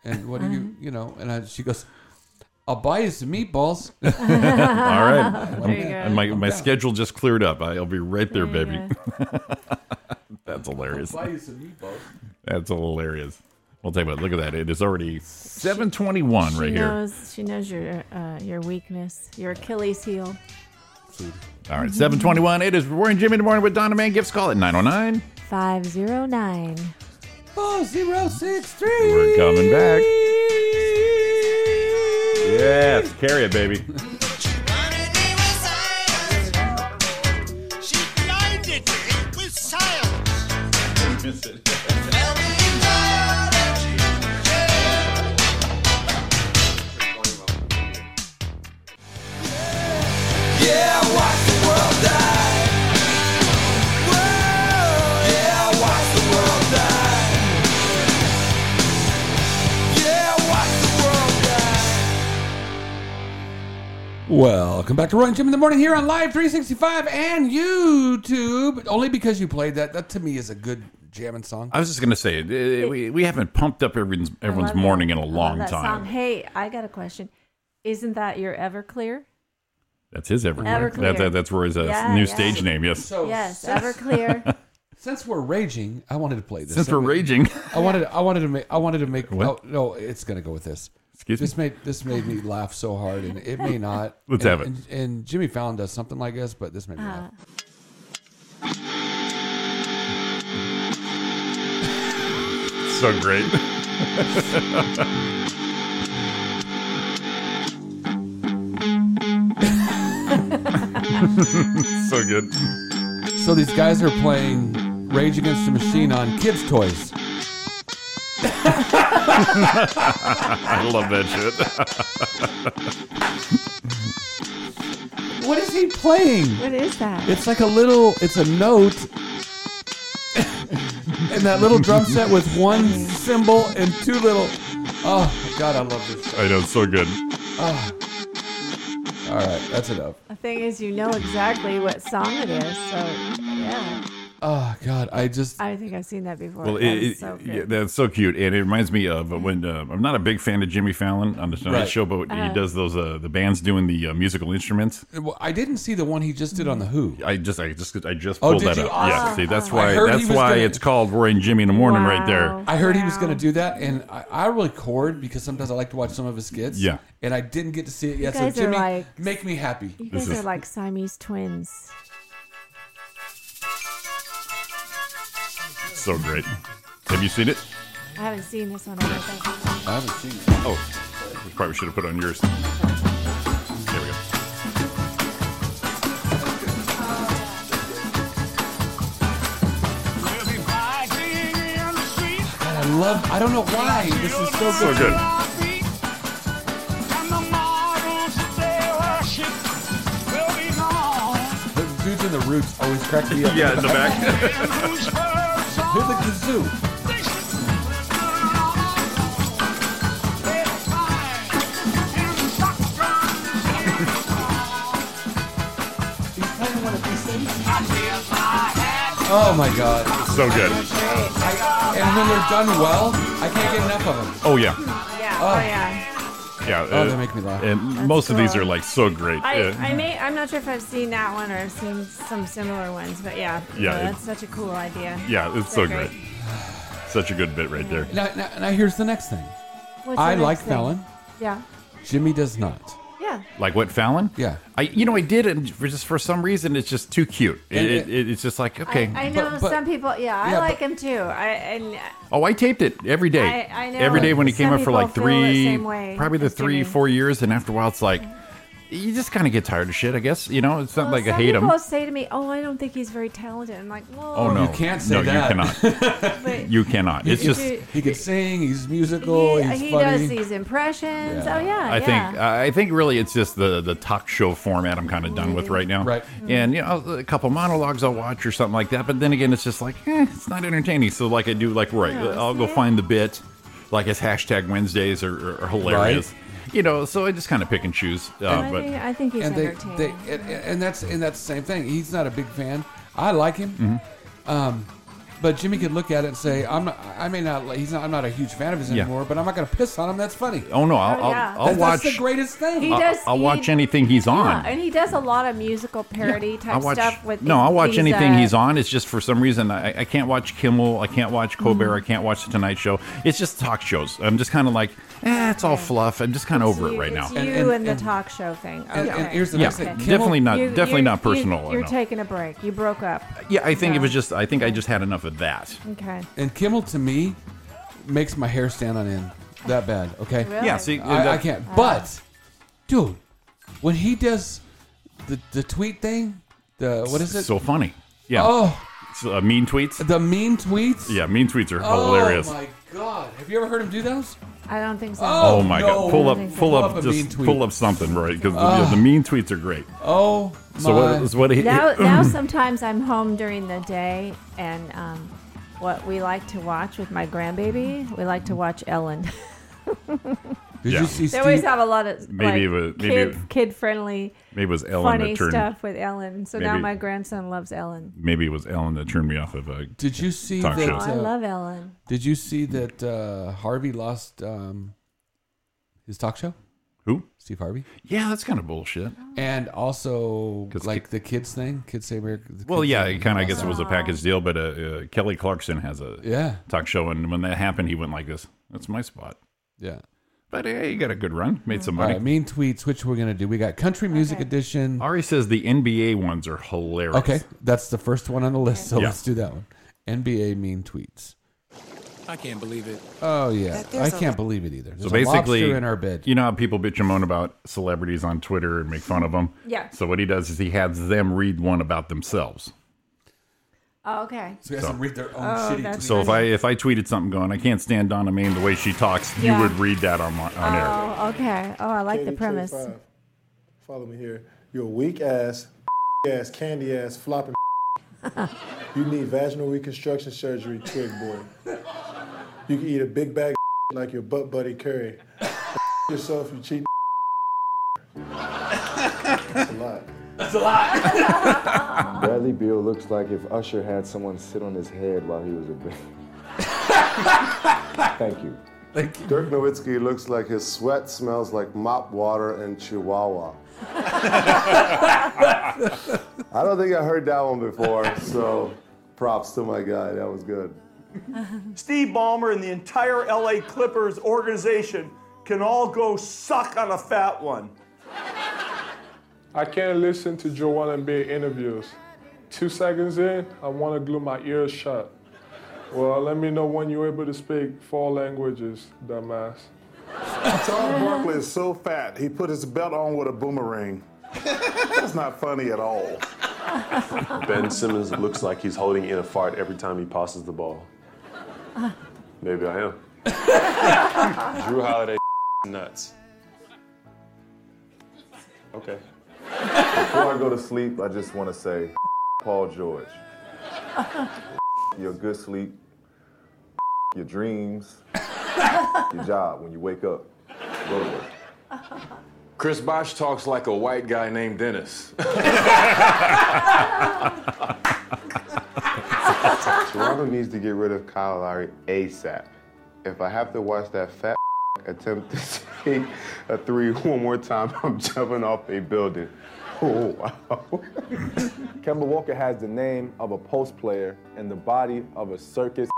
Speaker 6: And what are
Speaker 10: Uh-huh.
Speaker 6: you, you know? And I, she goes, I'll buy you some meatballs.
Speaker 5: All right.
Speaker 10: There you go.
Speaker 5: And my my
Speaker 6: down.
Speaker 5: schedule just cleared up. I'll be right there,
Speaker 10: There you
Speaker 5: baby.
Speaker 10: go.
Speaker 5: That's hilarious.
Speaker 6: buy you some meatballs.
Speaker 5: That's hilarious. We'll take a look at that. It is already 721 right here.
Speaker 10: she knows she knows your uh, your weakness, your Achilles heel.
Speaker 5: All right, 721. It is Roy and Jimmy in the morning with Donna Man. Gifts call oh at 909.
Speaker 10: Five zero nine.
Speaker 6: Four Oh, zero six three.
Speaker 5: We're coming back. Yes, carry it, baby.
Speaker 6: Welcome back to Roy and Jim in the morning here on Live 365 and YouTube. Only because you played that. That to me is a good jamming song.
Speaker 5: I was just going to say, eh, we, we haven't pumped up everyone's, everyone's
Speaker 10: love that.
Speaker 5: morning in
Speaker 10: I
Speaker 5: a
Speaker 10: love
Speaker 5: long
Speaker 10: that Song.
Speaker 5: time.
Speaker 10: Hey, I got a question. Isn't that your Everclear?
Speaker 5: That's his Everclear.
Speaker 10: Everclear.
Speaker 5: That, that, that's Roy's uh,
Speaker 10: Yeah,
Speaker 5: new
Speaker 10: yeah.
Speaker 5: stage name, yes.
Speaker 6: So
Speaker 10: Yes,
Speaker 6: since,
Speaker 10: Everclear.
Speaker 6: since we're raging, I wanted to play this.
Speaker 5: Since we're
Speaker 6: I-
Speaker 5: raging.
Speaker 6: I wanted, I wanted to make, I wanted to make.
Speaker 5: What?
Speaker 6: Oh, no, it's gonna go with this.
Speaker 5: Excuse
Speaker 6: This
Speaker 5: me.
Speaker 6: made this made me laugh so hard, and it may not.
Speaker 5: Let's
Speaker 6: and,
Speaker 5: have it.
Speaker 6: And, and Jimmy Fallon does something like this, but this made me laugh.
Speaker 5: So great. so good.
Speaker 6: So these guys are playing Rage Against the Machine on kids' toys.
Speaker 5: I love that shit.
Speaker 6: What is he playing?
Speaker 10: what is that?
Speaker 6: It's like a little. It's a note. and that little drum set with one cymbal and two little. Oh God, I love this.
Speaker 5: I know, it's so good.
Speaker 6: All right, that's enough.
Speaker 10: The thing is, you know exactly what song it is. So yeah,
Speaker 6: Oh God, I just.
Speaker 10: I think I've seen that before.
Speaker 5: Well,
Speaker 10: That
Speaker 5: it,
Speaker 10: is
Speaker 5: it-
Speaker 10: so
Speaker 5: yeah,
Speaker 10: good.
Speaker 5: that's so cute, and it reminds me of when uh, I'm not a big fan of Jimmy Fallon on the Tonight
Speaker 6: Right.
Speaker 5: Show, but
Speaker 10: Uh-huh.
Speaker 5: he does those uh, the bands doing the uh, musical instruments.
Speaker 6: Well, I didn't see the one he just did on the Who.
Speaker 5: I just, I just, I just
Speaker 6: Oh,
Speaker 5: pulled
Speaker 6: did
Speaker 5: that
Speaker 6: you?
Speaker 5: up.
Speaker 6: Ah.
Speaker 5: yeah, see, that's
Speaker 6: I
Speaker 5: why,
Speaker 6: heard he
Speaker 5: that's
Speaker 6: was
Speaker 5: why
Speaker 6: gonna-
Speaker 5: it's called Roy and Jimmy in the morning right there.
Speaker 10: Wow.
Speaker 6: I heard he was
Speaker 10: Wow.
Speaker 6: going to do that, and I, I record because sometimes I like to watch some of his skits.
Speaker 5: Yeah.
Speaker 6: and I didn't get to see it yet. So
Speaker 10: guys are
Speaker 6: Jimmy,
Speaker 10: like-
Speaker 6: make me happy.
Speaker 10: You
Speaker 5: This
Speaker 10: guys are
Speaker 5: is-
Speaker 10: like Siamese twins.
Speaker 5: So great. Have you seen it?
Speaker 10: I haven't seen this one. I don't think.
Speaker 6: I haven't seen it.
Speaker 5: Oh, we probably should have put on yours. There we go.
Speaker 6: God, I love. I don't know why this is so
Speaker 5: So
Speaker 6: good.
Speaker 5: good.
Speaker 6: The dudes in the roots always crack me up.
Speaker 5: Yeah, in the back.
Speaker 6: Here's the kazoo. He's playing one of these things. Oh my god!
Speaker 5: so good.
Speaker 6: I, and when they're done well, I can't get enough of them.
Speaker 5: Oh yeah,
Speaker 10: Yeah.
Speaker 6: Oh.
Speaker 10: Oh, yeah.
Speaker 5: yeah.
Speaker 6: Oh,
Speaker 5: uh,
Speaker 6: they make me laugh.
Speaker 5: and most of these
Speaker 10: cool.
Speaker 5: are like so great.
Speaker 10: I,
Speaker 5: Uh,
Speaker 10: I may I'm not sure if I've seen that one or I've seen some similar ones, but yeah.
Speaker 5: Yeah,
Speaker 10: no, that's
Speaker 5: it-
Speaker 10: such a cool idea.
Speaker 5: yeah, it's so great. Such a good bit right there.
Speaker 6: Now, now, now here's the next thing.
Speaker 10: What's the
Speaker 6: I
Speaker 10: next
Speaker 6: like
Speaker 10: thing?
Speaker 6: Fallon.
Speaker 10: Yeah.
Speaker 6: Jimmy does not.
Speaker 10: Yeah.
Speaker 5: Like what Fallon?
Speaker 6: Yeah.
Speaker 5: I you know I did and for just for some reason it's just too cute. It, it, it, it's just like okay.
Speaker 10: I, I know
Speaker 6: But- but-
Speaker 10: some people. Yeah, I
Speaker 6: yeah,
Speaker 10: like
Speaker 6: but-
Speaker 10: him too. I and uh,
Speaker 5: oh, I taped it every day.
Speaker 10: I- I know
Speaker 5: Every day when he
Speaker 10: some
Speaker 5: came up for
Speaker 10: people
Speaker 5: like
Speaker 10: feel the
Speaker 5: three,
Speaker 10: same way
Speaker 5: probably the
Speaker 10: as
Speaker 5: three
Speaker 10: Jimmy.
Speaker 5: four years, and after a while it's like you just kind of get tired of shit, I guess. You know, it's not
Speaker 10: Well,
Speaker 5: like I
Speaker 10: some
Speaker 5: hate him.
Speaker 10: people say to me, "Oh, I don't think he's very talented." I'm like, "Well,
Speaker 5: Oh no,
Speaker 6: You can't say
Speaker 5: no,
Speaker 6: that.
Speaker 5: You cannot.
Speaker 10: but
Speaker 5: You cannot. It's
Speaker 10: you
Speaker 5: just.
Speaker 10: do-
Speaker 6: He could sing. He's musical.
Speaker 10: he,
Speaker 6: he's
Speaker 10: he
Speaker 6: funny.
Speaker 10: does these impressions.
Speaker 6: Yeah.
Speaker 10: Oh yeah,
Speaker 5: I
Speaker 10: yeah.
Speaker 5: think I think really it's just the the talk show format I'm kind of done
Speaker 10: Mm-hmm.
Speaker 5: with right now.
Speaker 6: Right.
Speaker 5: And you know a couple monologues I'll watch or something like that. But then again, it's just like eh, it's not entertaining. So like I do like right,
Speaker 10: Yeah,
Speaker 5: I'll go
Speaker 10: see?
Speaker 5: find the bit. Like his hashtag Wednesdays are, are, are hilarious. You know, so I just kind of pick and choose. Uh,
Speaker 10: I
Speaker 5: but
Speaker 10: think, I think he's
Speaker 6: and they,
Speaker 10: entertaining.
Speaker 6: they and, and that's and that's the same thing. He's not a big fan. I like him,
Speaker 5: Mm-hmm.
Speaker 6: um, but Jimmy could look at it and say, "I'm not. I may not. li- He's not. I'm not a huge fan of his
Speaker 5: Yeah.
Speaker 6: anymore, but I'm not going to piss on him. That's funny.
Speaker 5: oh no, I'll,
Speaker 10: Oh, yeah.
Speaker 5: I'll, I'll
Speaker 6: That-
Speaker 5: watch.
Speaker 6: That's the greatest thing.
Speaker 10: He
Speaker 5: I'll-
Speaker 10: does.
Speaker 5: I'll
Speaker 10: he-
Speaker 5: watch anything he's on.
Speaker 10: Yeah, and he does a lot of musical parody
Speaker 5: I
Speaker 10: type
Speaker 5: watch,
Speaker 10: stuff with.
Speaker 5: no, I'll watch
Speaker 10: these,
Speaker 5: anything
Speaker 10: uh,
Speaker 5: he's on. It's just for some reason I, I can't watch Kimmel, I can't watch
Speaker 6: Mm-hmm.
Speaker 5: Colbert, I can't watch The Tonight Show. It's just talk shows. I'm just kind of like, eh, it's all fluff. I'm just kind of
Speaker 10: it's
Speaker 5: over it
Speaker 10: you-
Speaker 5: right now.
Speaker 10: it's
Speaker 6: And-
Speaker 10: you
Speaker 6: and-
Speaker 10: and, the
Speaker 6: and-
Speaker 10: talk show thing.
Speaker 6: and-
Speaker 10: Okay.
Speaker 6: and here's the
Speaker 5: Yeah,
Speaker 6: next thing. Kimmel-
Speaker 5: definitely not,
Speaker 10: You-
Speaker 5: definitely
Speaker 10: you-
Speaker 5: not
Speaker 10: you-
Speaker 5: personal.
Speaker 10: You're
Speaker 5: no.
Speaker 10: taking a break. You broke up.
Speaker 5: yeah, I think it
Speaker 10: Yeah.
Speaker 5: was just. I think I just had enough of that.
Speaker 10: Okay.
Speaker 6: And Kimmel to me makes my hair stand on end. That bad. Okay.
Speaker 10: Really?
Speaker 5: Yeah, see,
Speaker 6: I, I
Speaker 5: that-
Speaker 6: can't. But, dude, when he does the the tweet thing, the what is it?
Speaker 5: So funny. Yeah.
Speaker 6: oh,
Speaker 5: It's, uh, mean tweets.
Speaker 6: the mean tweets.
Speaker 5: Yeah, mean tweets are hilarious.
Speaker 6: Oh my god! Have you ever heard him do those?
Speaker 10: I don't think so.
Speaker 6: Oh.
Speaker 5: Oh my
Speaker 6: no.
Speaker 5: god! Pull
Speaker 10: Amazing.
Speaker 5: up, pull
Speaker 6: Pull
Speaker 5: up,
Speaker 6: up a mean
Speaker 5: just
Speaker 6: tweet.
Speaker 5: pull up something, right? Because the mean tweets are great.
Speaker 6: Oh my!
Speaker 5: So what is what? He,
Speaker 10: Now, now sometimes I'm home during the day, and um, what we like to watch with my grandbaby, we like to watch Ellen.
Speaker 6: Did
Speaker 5: Yeah.
Speaker 6: you see
Speaker 10: they always
Speaker 6: Steve?
Speaker 10: have a lot of
Speaker 5: Maybe
Speaker 10: like,
Speaker 5: it was- maybe it-
Speaker 10: kid, kid-friendly,
Speaker 5: maybe it was Ellen
Speaker 10: funny
Speaker 5: that turned.
Speaker 10: stuff with Ellen. So now
Speaker 5: Maybe-
Speaker 10: my grandson loves Ellen.
Speaker 5: Maybe it was Ellen that turned me off of uh, a
Speaker 6: Did you see
Speaker 5: Talk
Speaker 6: that?
Speaker 10: Oh,
Speaker 5: shows.
Speaker 10: I
Speaker 6: uh,
Speaker 10: love Ellen.
Speaker 6: Did you see that uh, Harvey lost um, his talk show?
Speaker 5: who?
Speaker 6: Steve Harvey,
Speaker 5: Yeah, that's kind of bullshit.
Speaker 6: and also
Speaker 5: 'Cause
Speaker 6: like
Speaker 5: ki-
Speaker 6: the kids thing, kids say America. the
Speaker 5: Well,
Speaker 6: kids
Speaker 5: yeah,
Speaker 6: thing.
Speaker 5: it kind of I guess it was a package deal, but uh, uh, Kelly Clarkson has a
Speaker 6: Yeah,
Speaker 5: talk show, and when that happened, he went like this: "That's my spot."
Speaker 6: yeah.
Speaker 5: But hey, you got a good run, made some
Speaker 6: All
Speaker 5: money.
Speaker 6: right, mean tweets. Which we're gonna do? We got country music edition.
Speaker 5: Ari says the NBA ones are hilarious.
Speaker 6: Okay, that's the first one on the list, so
Speaker 5: Yeah.
Speaker 6: let's do that one. NBA mean tweets.
Speaker 7: I can't believe it.
Speaker 6: Oh yeah, I can't believe it either. There's
Speaker 5: So
Speaker 6: a lobster
Speaker 5: basically,
Speaker 6: in our bed.
Speaker 5: you know how people bitch and moan about celebrities on Twitter and make fun of them.
Speaker 10: Yeah.
Speaker 5: So what he does is he has them read one about themselves.
Speaker 10: Oh, okay.
Speaker 6: So you guys
Speaker 5: So-
Speaker 6: can read their own
Speaker 10: Oh,
Speaker 6: shitty.
Speaker 10: that's
Speaker 5: So if I if I tweeted something going, I can't stand Donna Main the way she talks,
Speaker 10: Yeah.
Speaker 5: you would read that on on air.
Speaker 10: Oh, okay. Oh, I like the premise.
Speaker 11: Follow me here. You're a weak ass, ass, candy ass, flopping. you need vaginal reconstruction surgery, twig boy. You can eat a big bag of like your butt buddy Curry. yourself, you cheat. That's a lot. That's a lot. Bradley Beal looks like if Usher had someone sit on his head while he was a baby. Thank you.
Speaker 6: Thank you.
Speaker 11: Dirk Nowitzki looks like his sweat smells like mop water and chihuahua. I don't think I heard that one before, so props to my guy. That was good.
Speaker 12: Steve Ballmer and the entire LA Clippers organization can all go suck on a fat one.
Speaker 11: I can't listen to Joel Embiid interviews. Two seconds in, I want to glue my ears shut. Well, let me know when you're able to speak four languages, dumbass. Tom Barkley is so fat, he put his belt on with a boomerang. That's not funny at all. Ben Simmons looks like he's holding in a fart every time he passes the ball. Maybe I am. Drew Holiday nuts. Okay. Before I go to sleep, I just want to say, Paul George. your good sleep, your dreams, your job when you wake up. Go to work.
Speaker 7: Chris Bosch talks like a white guy named Dennis.
Speaker 11: Toronto needs to get rid of Kyle Lowry ASAP. If I have to watch that fat attempt to take a three one more time, I'm jumping off a building. Oh, wow. Kemba Walker has the name of a post player and the body of a circus.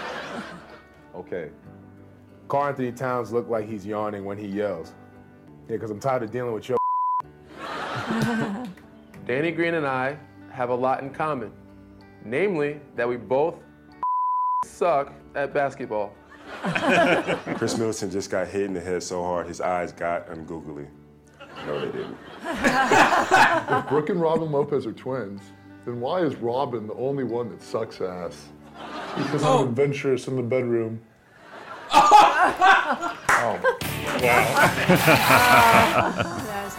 Speaker 11: okay. Carl Anthony Towns look like he's yawning when he yells. Yeah, because I'm tired of dealing with your.
Speaker 7: Danny Green and I have a lot in common, namely that we both suck at basketball.
Speaker 11: Chris Middleton just got hit in the head so hard his eyes got ungoogly.
Speaker 13: No, they didn't. if Brooke and Robin Lopez are twins, then why is Robin the only one that sucks ass?
Speaker 11: Because
Speaker 6: Oh,
Speaker 11: I'm adventurous in the bedroom.
Speaker 13: Oh.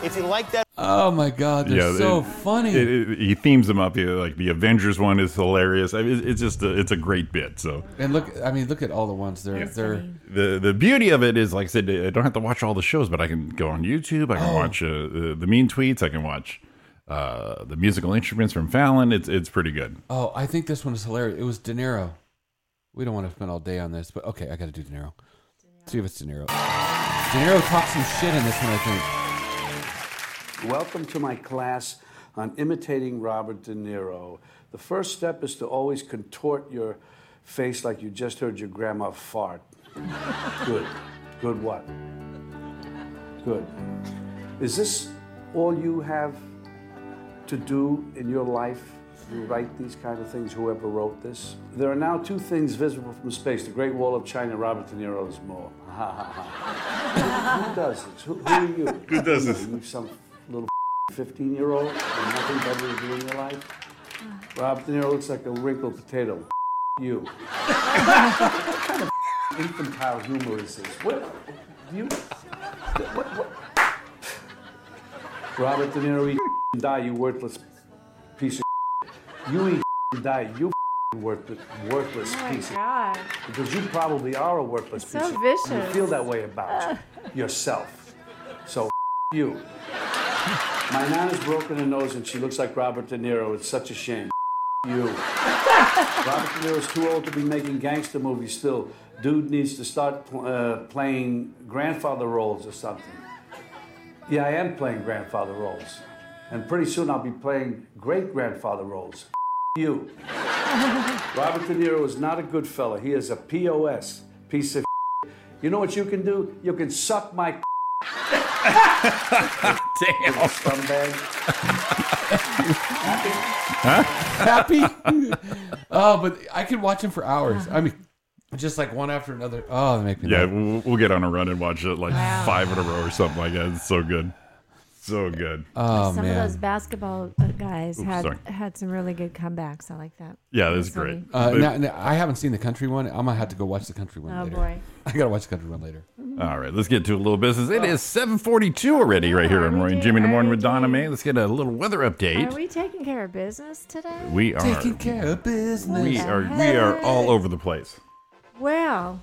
Speaker 14: If you like that.
Speaker 6: Oh my God, they're so
Speaker 5: it-
Speaker 6: funny.
Speaker 5: it- it- he themes them up. He, like the Avengers one is hilarious. I mean, it- it's just a, it's a great bit. So
Speaker 6: and look, I mean, look at all the ones. They're they're
Speaker 5: the the beauty of it is, like I said, I don't have to watch all the shows, but I can go on YouTube. I can
Speaker 6: Oh.
Speaker 5: watch uh, the, the mean tweets. I can watch uh, the musical instruments from Fallon. It's it's pretty good.
Speaker 6: Oh, I think this one is hilarious. It was De Niro. We don't want to spend all day on this, but okay, I got to do De Niro. See if it's De Niro. De Niro talks some shit in this one, I think.
Speaker 15: Welcome to my class on imitating Robert De Niro. The first step is to always contort your face like you just heard your grandma fart. Good. Good what? Good. Is this all you have to do in your life? You write these kind of things, whoever wrote this. There are now two things visible from space the Great Wall of China, Robert De Niro's mall. Ha ha ha. Who does this? Who, who are you? Who does this? You some little 15 year old and nothing better to do in your life? Rob De Niro looks like a wrinkled potato. You. what kind of infantile humor is this? What? Do you. Robert De Niro, eat and die, you worthless piece of You eat and die, you worthless, worthless
Speaker 10: Oh my
Speaker 15: piece of
Speaker 10: god.
Speaker 15: Because you probably are a worthless
Speaker 10: It's
Speaker 15: piece
Speaker 10: so
Speaker 15: of You
Speaker 10: vicious.
Speaker 15: feel that way about yourself. So you. My nana's broken her nose and she looks like Robert De Niro. It's such a shame. You. Robert De Niro's too old to be making gangster movies still. Dude needs to start pl- uh, playing grandfather roles or something. Yeah, I am playing grandfather roles. And pretty soon I'll be playing great grandfather roles. You. Robert De Niro is not a good fella. He is a POS piece of. You know what you can do? You can suck my. Damn.
Speaker 6: Huh? Happy? oh, but I could watch him for hours. I mean, just like one after another. Oh, they make me.
Speaker 5: Yeah, we'll, we'll get on a run and watch it like five in a row or something like that. It's so good, so good.
Speaker 6: Oh
Speaker 10: Some of those basketball uh, guys
Speaker 5: Oops,
Speaker 10: had
Speaker 5: sorry.
Speaker 10: had some really good comebacks. I like that.
Speaker 5: Yeah, that's great.
Speaker 6: Uh,
Speaker 5: But-
Speaker 6: now, now, I haven't seen the country one. I'm gonna have to go watch the country one
Speaker 10: Oh,
Speaker 6: later.
Speaker 10: boy.
Speaker 6: I gotta watch the country one later.
Speaker 5: All right, let's get to a little business. It is 7:42 already, right here on Roy and Jimmy in the morning with Donna May. Let's get a little weather update.
Speaker 10: Are we taking care of business today?
Speaker 5: We are. Taking
Speaker 6: care of business.
Speaker 5: We are we are all over the place.
Speaker 10: Well,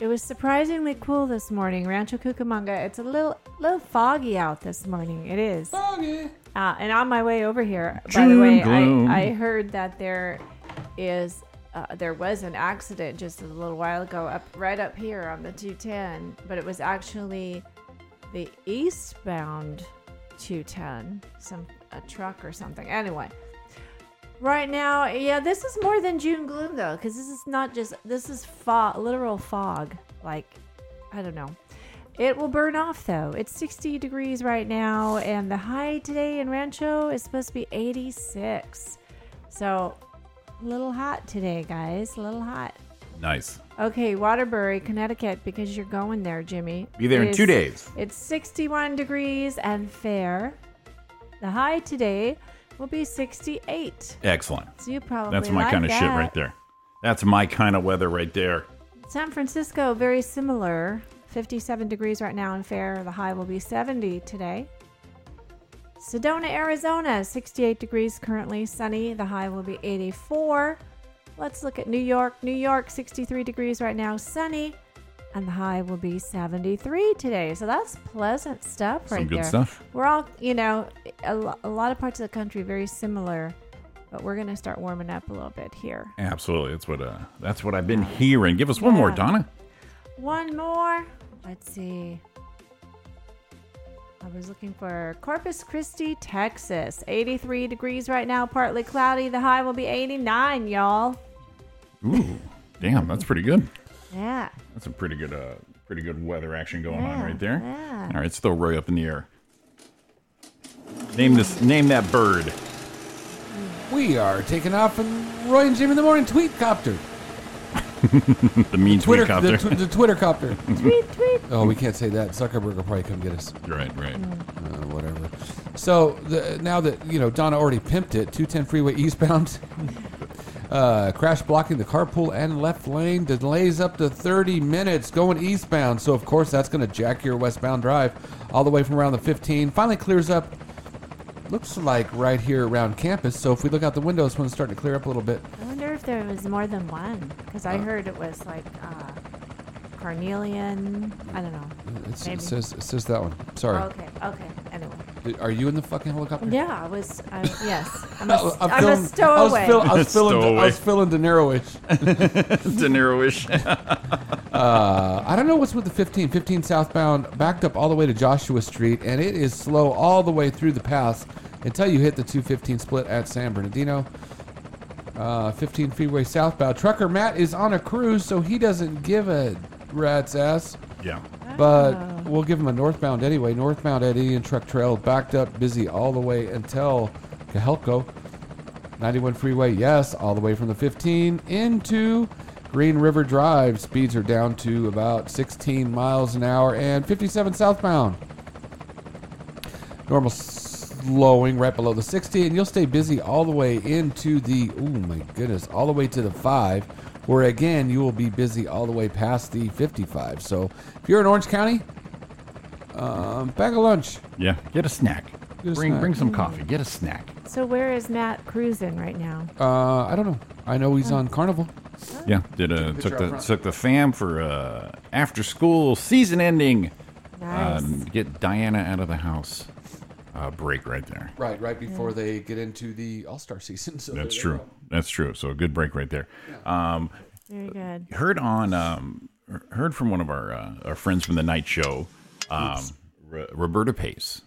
Speaker 10: it was surprisingly cool this morning, Rancho Cucamonga. It's a little little foggy out this morning. It is
Speaker 6: foggy.
Speaker 10: Uh, and on my way over here, by the way,
Speaker 16: June gloom.
Speaker 10: I, I heard that there is uh, there was an accident just a little while ago up right up here on the 210, but it was actually the eastbound 210, some a truck or something. Anyway. Right now, yeah, this is more than June gloom though, because this is not just this is fog, literal fog. Like, I don't know. It will burn off though. It's 60 degrees right now, and the high today in Rancho is supposed to be 86. So, a little hot today, guys. A little hot.
Speaker 5: Nice.
Speaker 10: Okay, Waterbury, Connecticut, because you're going there, Jimmy.
Speaker 5: Be there in
Speaker 10: It
Speaker 5: two
Speaker 10: is-
Speaker 5: days.
Speaker 10: It's 61 degrees and fair. The high today will be 68.
Speaker 5: Excellent.
Speaker 10: So you probably
Speaker 5: That's my
Speaker 10: like
Speaker 5: kind of shit
Speaker 10: that.
Speaker 5: right there. That's my kind of weather right there.
Speaker 10: San Francisco, very similar. 57 degrees right now in fair. The high will be 70 today. Sedona, Arizona, 68 degrees currently, sunny. The high will be 84. Let's look at New York. New York, 63 degrees right now, sunny. And the high will be 73 today. So that's pleasant stuff
Speaker 5: Some
Speaker 10: right
Speaker 5: good
Speaker 10: there.
Speaker 5: stuff.
Speaker 10: We're all, you know, a, lo- a lot of parts of the country very similar, but we're going to start warming up a little bit here.
Speaker 5: Absolutely. That's what uh that's what I've been hearing. Give us one more,
Speaker 10: Yeah.
Speaker 5: Donna.
Speaker 10: One more. Let's see. I was looking for Corpus Christi, Texas. 83 degrees right now, partly cloudy. The high will be 89, y'all.
Speaker 5: Ooh. Damn, that's pretty good.
Speaker 10: Yeah.
Speaker 5: That's a pretty good uh pretty good weather action going on
Speaker 10: Yeah,
Speaker 5: right there.
Speaker 10: yeah.
Speaker 5: All right, let's throw Roy up in the air. Name this name that bird.
Speaker 6: We are taking off from Roy and Jimmy in the morning tweet copter.
Speaker 5: the mean
Speaker 6: Twitter,
Speaker 5: tweet copter.
Speaker 6: the, tw- the Twitter copter.
Speaker 10: tweet, tweet.
Speaker 6: Oh, we can't say that. Zuckerberg will probably come get us.
Speaker 5: Right, right.
Speaker 6: Uh, whatever. So the, now that you know Donna already pimped it, 210 freeway eastbound, uh, crash blocking the carpool and left lane, delays up to 30 minutes going eastbound. So of course that's going to jack your westbound drive all the way from around the 15. Finally clears up. Looks like right here around campus. So if we look out the window, this one's starting to clear up a little bit.
Speaker 10: I wonder if there was more than one. Because I
Speaker 6: Uh.
Speaker 10: heard it was like uh, Carnelian. I don't know.
Speaker 6: It's,
Speaker 10: Maybe.
Speaker 6: it says it says that one. Sorry.
Speaker 10: Okay, okay. Anyway.
Speaker 6: Did- Are you in the fucking helicopter?
Speaker 10: Yeah, I was. I, yes. I'm
Speaker 6: I-
Speaker 10: a,
Speaker 6: I'm
Speaker 10: I'm a
Speaker 6: feeling- I was
Speaker 10: stowaway.
Speaker 6: feel- I was feeling, I
Speaker 5: Stowaway.
Speaker 6: was feeling De Niro-ish.
Speaker 5: De Niro-ish.
Speaker 6: uh, I don't know what's with the 15. 15 southbound, backed up all the way to Joshua Street, and it is slow all the way through the pass until you hit the 215 split at San Bernardino. Uh, 15 freeway southbound. Trucker Matt is on a cruise, so he doesn't give a rat's ass.
Speaker 5: Yeah.
Speaker 6: But we'll give him a northbound anyway. Northbound at Indian Truck Trail, backed up, busy all the way until Cahelco. 91 freeway, yes, all the way from the 15 into Green River Drive. Speeds are down to about 16 miles an hour and 57 southbound. Normal slowing right below the 60, and you'll stay busy all the way into the, oh my goodness, all the way to the 5, where again, you will be busy all the way past the 55. So if you're in Orange County, um, bag of lunch.
Speaker 5: Yeah, get a snack.
Speaker 6: Get
Speaker 5: bring
Speaker 6: a snack. Mm.
Speaker 5: bring some coffee. Get a snack.
Speaker 10: So where is Matt cruising right now?
Speaker 6: Uh, I don't know. I know he's on Carnival.
Speaker 5: Yeah, did uh,
Speaker 10: Picture
Speaker 5: took
Speaker 10: up
Speaker 5: the
Speaker 10: front.
Speaker 5: took the fam for uh, after school season ending.
Speaker 10: Nice.
Speaker 5: Um, get Diana out of the house. Uh, break right there.
Speaker 6: Right, right before they get into the All Star season. So
Speaker 5: That's true. That's true. So a good break right there. Um,
Speaker 10: Very good.
Speaker 5: heard on um, heard from one of our uh, our friends from the night show, um, Ro- Roberta Pace.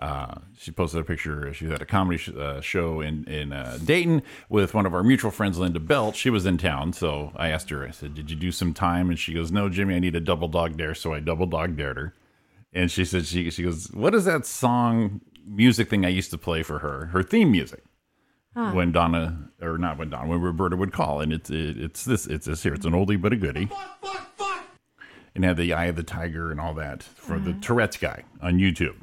Speaker 5: Uh, she posted a picture. She was at a comedy sh- uh, show in in uh, Dayton with one of our mutual friends, Linda Belt. She was in town, so I asked her. I said, "Did you do some time?" And she goes, "No, Jimmy. I need a double dog dare." So I double dog dared her, and she said, "She she goes, what is that song music thing I used to play for her? Her theme music."
Speaker 1: Huh.
Speaker 5: When Donna, or not when Donna, when Roberta would call, and it's it, it's this it's this here. It's an oldie but a goodie and had the Eye of the Tiger and all that from the Tourette's guy on YouTube.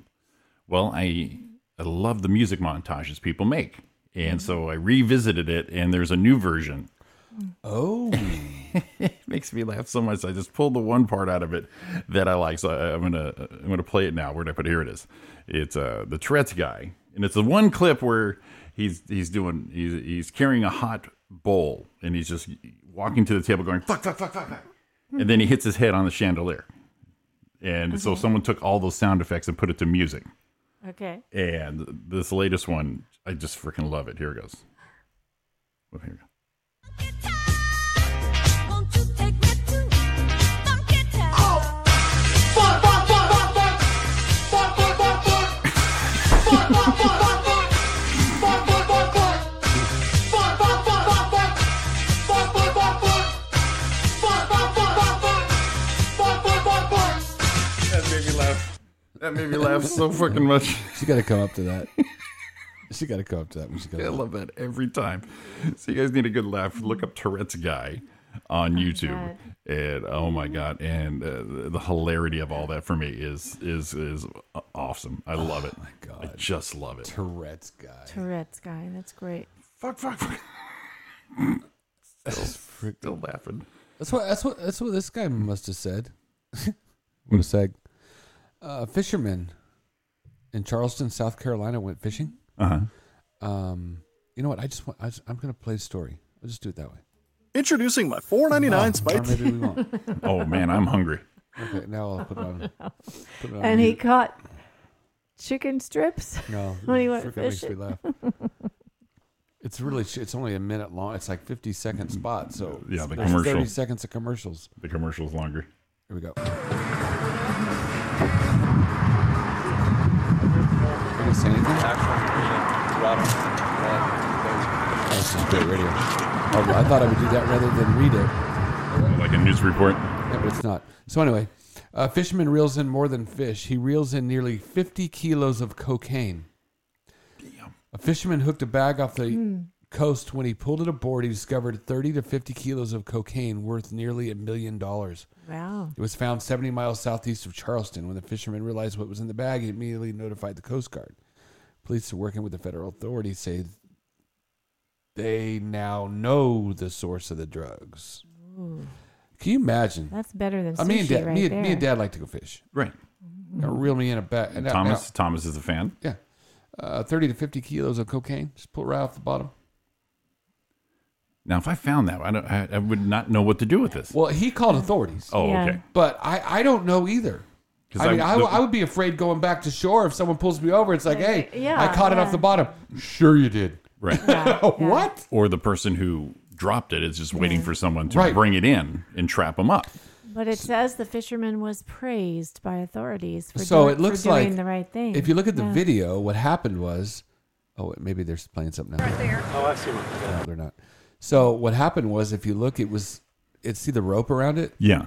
Speaker 5: Well, I, I love the music montages people make. And so I revisited it, and there's a new version.
Speaker 6: Oh.
Speaker 5: it makes me laugh so much. I just pulled the one part out of it that I like. So I, I'm gonna I'm gonna play it now. Where did I put it? Here it is. It's uh, the Tourette's guy, and it's the one clip where he's he's doing he's he's carrying a hot bowl, and he's just walking to the table, going fuck fuck fuck fuck, fuck. and then he hits his head on the chandelier. And so someone took all those sound effects and put it to music.
Speaker 10: Okay.
Speaker 5: And this latest one, I just freaking love it. Here it goes. Well, here we go. That made me laugh. That made me laugh so fucking much.
Speaker 6: She got to come up to that. she got to come up to that. when She gotta,
Speaker 5: I love that every time. So you guys need a good laugh. Look up Tourette's guy on YouTube, and oh my god, and uh, the- the hilarity of all that for me is is is awesome. I love it. I just love it.
Speaker 6: Tourette's guy.
Speaker 10: Tourette's guy. That's great.
Speaker 5: Fuck, fuck, fuck. Still, still laughing.
Speaker 6: That's what that's what that's what this guy must have said. what a seg. Uh, fisherman in Charleston, South Carolina, went fishing.
Speaker 5: Uh-huh.
Speaker 6: Um, you know what? I just want. I just, I'm going to play the story. I'll just do it that way.
Speaker 16: Introducing my 499
Speaker 6: or
Speaker 16: spiked.
Speaker 6: maybe we won't.
Speaker 5: Oh man, I'm hungry.
Speaker 6: Okay, now I'll put it on. Put it on
Speaker 10: and he
Speaker 6: mute.
Speaker 10: caught chicken strips.
Speaker 6: No,
Speaker 10: when he went
Speaker 6: frickin' makes me
Speaker 10: fishing.
Speaker 6: laugh. It's really. sh- It's only a minute long. It's like 50 second spot. So
Speaker 5: Yeah, the
Speaker 6: there's
Speaker 5: commercial.
Speaker 6: 30 seconds of commercials.
Speaker 5: The commercial's longer.
Speaker 6: Here we go. This is great radio. Oh, I thought I would do that rather than read it.
Speaker 5: Like a news report.
Speaker 6: Yeah, but it's not. So anyway, uh, fisherman reels in more than fish. He reels in nearly 50 kilos of cocaine. A fisherman hooked a bag off the coast when he pulled it aboard. He discovered 30 to 50 kilos of cocaine worth nearly a million dollars.
Speaker 10: Wow.
Speaker 6: It was found 70 miles southeast of Charleston. When the fishermen realized what was in the bag, he immediately notified the Coast Guard. Police are working with the federal authorities say they now know the source of the drugs.
Speaker 10: Ooh,
Speaker 6: Can you imagine?
Speaker 10: that's better than sushi
Speaker 6: I mean, Dad,
Speaker 10: right
Speaker 6: Uh, me,
Speaker 10: there. Mm.
Speaker 6: and- me and Dad like to go fish.
Speaker 5: Right.
Speaker 6: Now, reel me in a bag. now-
Speaker 5: Thomas. Thomas is a fan.
Speaker 6: now- yeah. Uh, 30 to 50 kilos of cocaine. Just pull it right off the bottom.
Speaker 5: Now, if I found that, I don't. I, I would not know what to do with this.
Speaker 6: Well, he
Speaker 10: Mm.
Speaker 6: called authorities.
Speaker 5: Oh, Yeah. okay.
Speaker 6: But I, I don't know either.
Speaker 5: 'Cause
Speaker 6: I mean,
Speaker 5: I-
Speaker 6: I, w-
Speaker 5: the-
Speaker 6: I would be afraid going back to shore if someone pulls me over. It's like, hey,
Speaker 10: yeah,
Speaker 6: I caught it
Speaker 10: yeah.
Speaker 6: off the bottom. Sure, you did.
Speaker 5: Right.
Speaker 6: what?
Speaker 5: Or the person who dropped it is just waiting for someone to
Speaker 6: Right.
Speaker 5: bring it in and trap them up.
Speaker 10: But it says the fisherman was praised by authorities for,
Speaker 6: so
Speaker 10: doing,
Speaker 6: it looks
Speaker 10: for doing
Speaker 6: like
Speaker 10: the right thing.
Speaker 6: If you look at the
Speaker 10: Yeah.
Speaker 6: video, what happened was, oh, wait, maybe they're playing something else. Right there.
Speaker 8: Oh, I see one.
Speaker 6: No, they're not. So what happened was, if you look, it was, it see the rope around it.
Speaker 5: Yeah.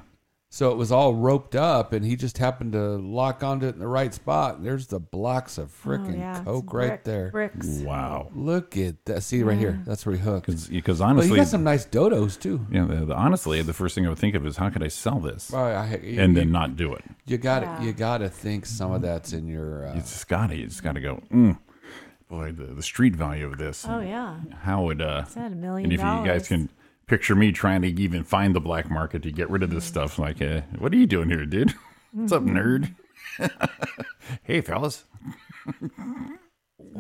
Speaker 6: So it was all roped up, and he just happened to lock onto it in the right spot. And there's the blocks of frickin'
Speaker 10: Oh, yeah, it's
Speaker 6: coke right
Speaker 10: brick-
Speaker 6: there.
Speaker 10: bricks.
Speaker 5: Wow.
Speaker 6: Look at that. See right here. That's where he hooked.
Speaker 5: Because
Speaker 6: but
Speaker 5: honestly,
Speaker 6: he got some nice dodos too.
Speaker 5: Yeah, the, the, honestly, the first thing I would think of is how could I sell this
Speaker 6: Oh, I- you-
Speaker 5: and then
Speaker 6: you-
Speaker 5: not do it?
Speaker 6: You got
Speaker 10: Yeah.
Speaker 6: to You got to think some of that's in your. Uh,
Speaker 5: It's just got to. It's got to go. Mm, boy, the, the street value of this.
Speaker 10: Oh, yeah.
Speaker 5: How would uh?
Speaker 10: It's at a
Speaker 5: And
Speaker 10: million
Speaker 5: if you guys
Speaker 10: dollars.
Speaker 5: can picture me trying to even find the black market to get rid of this
Speaker 10: Mm.
Speaker 5: stuff, like, uh, what are you doing here, dude? What's up,
Speaker 10: Mm-hmm.
Speaker 5: nerd? hey, fellas.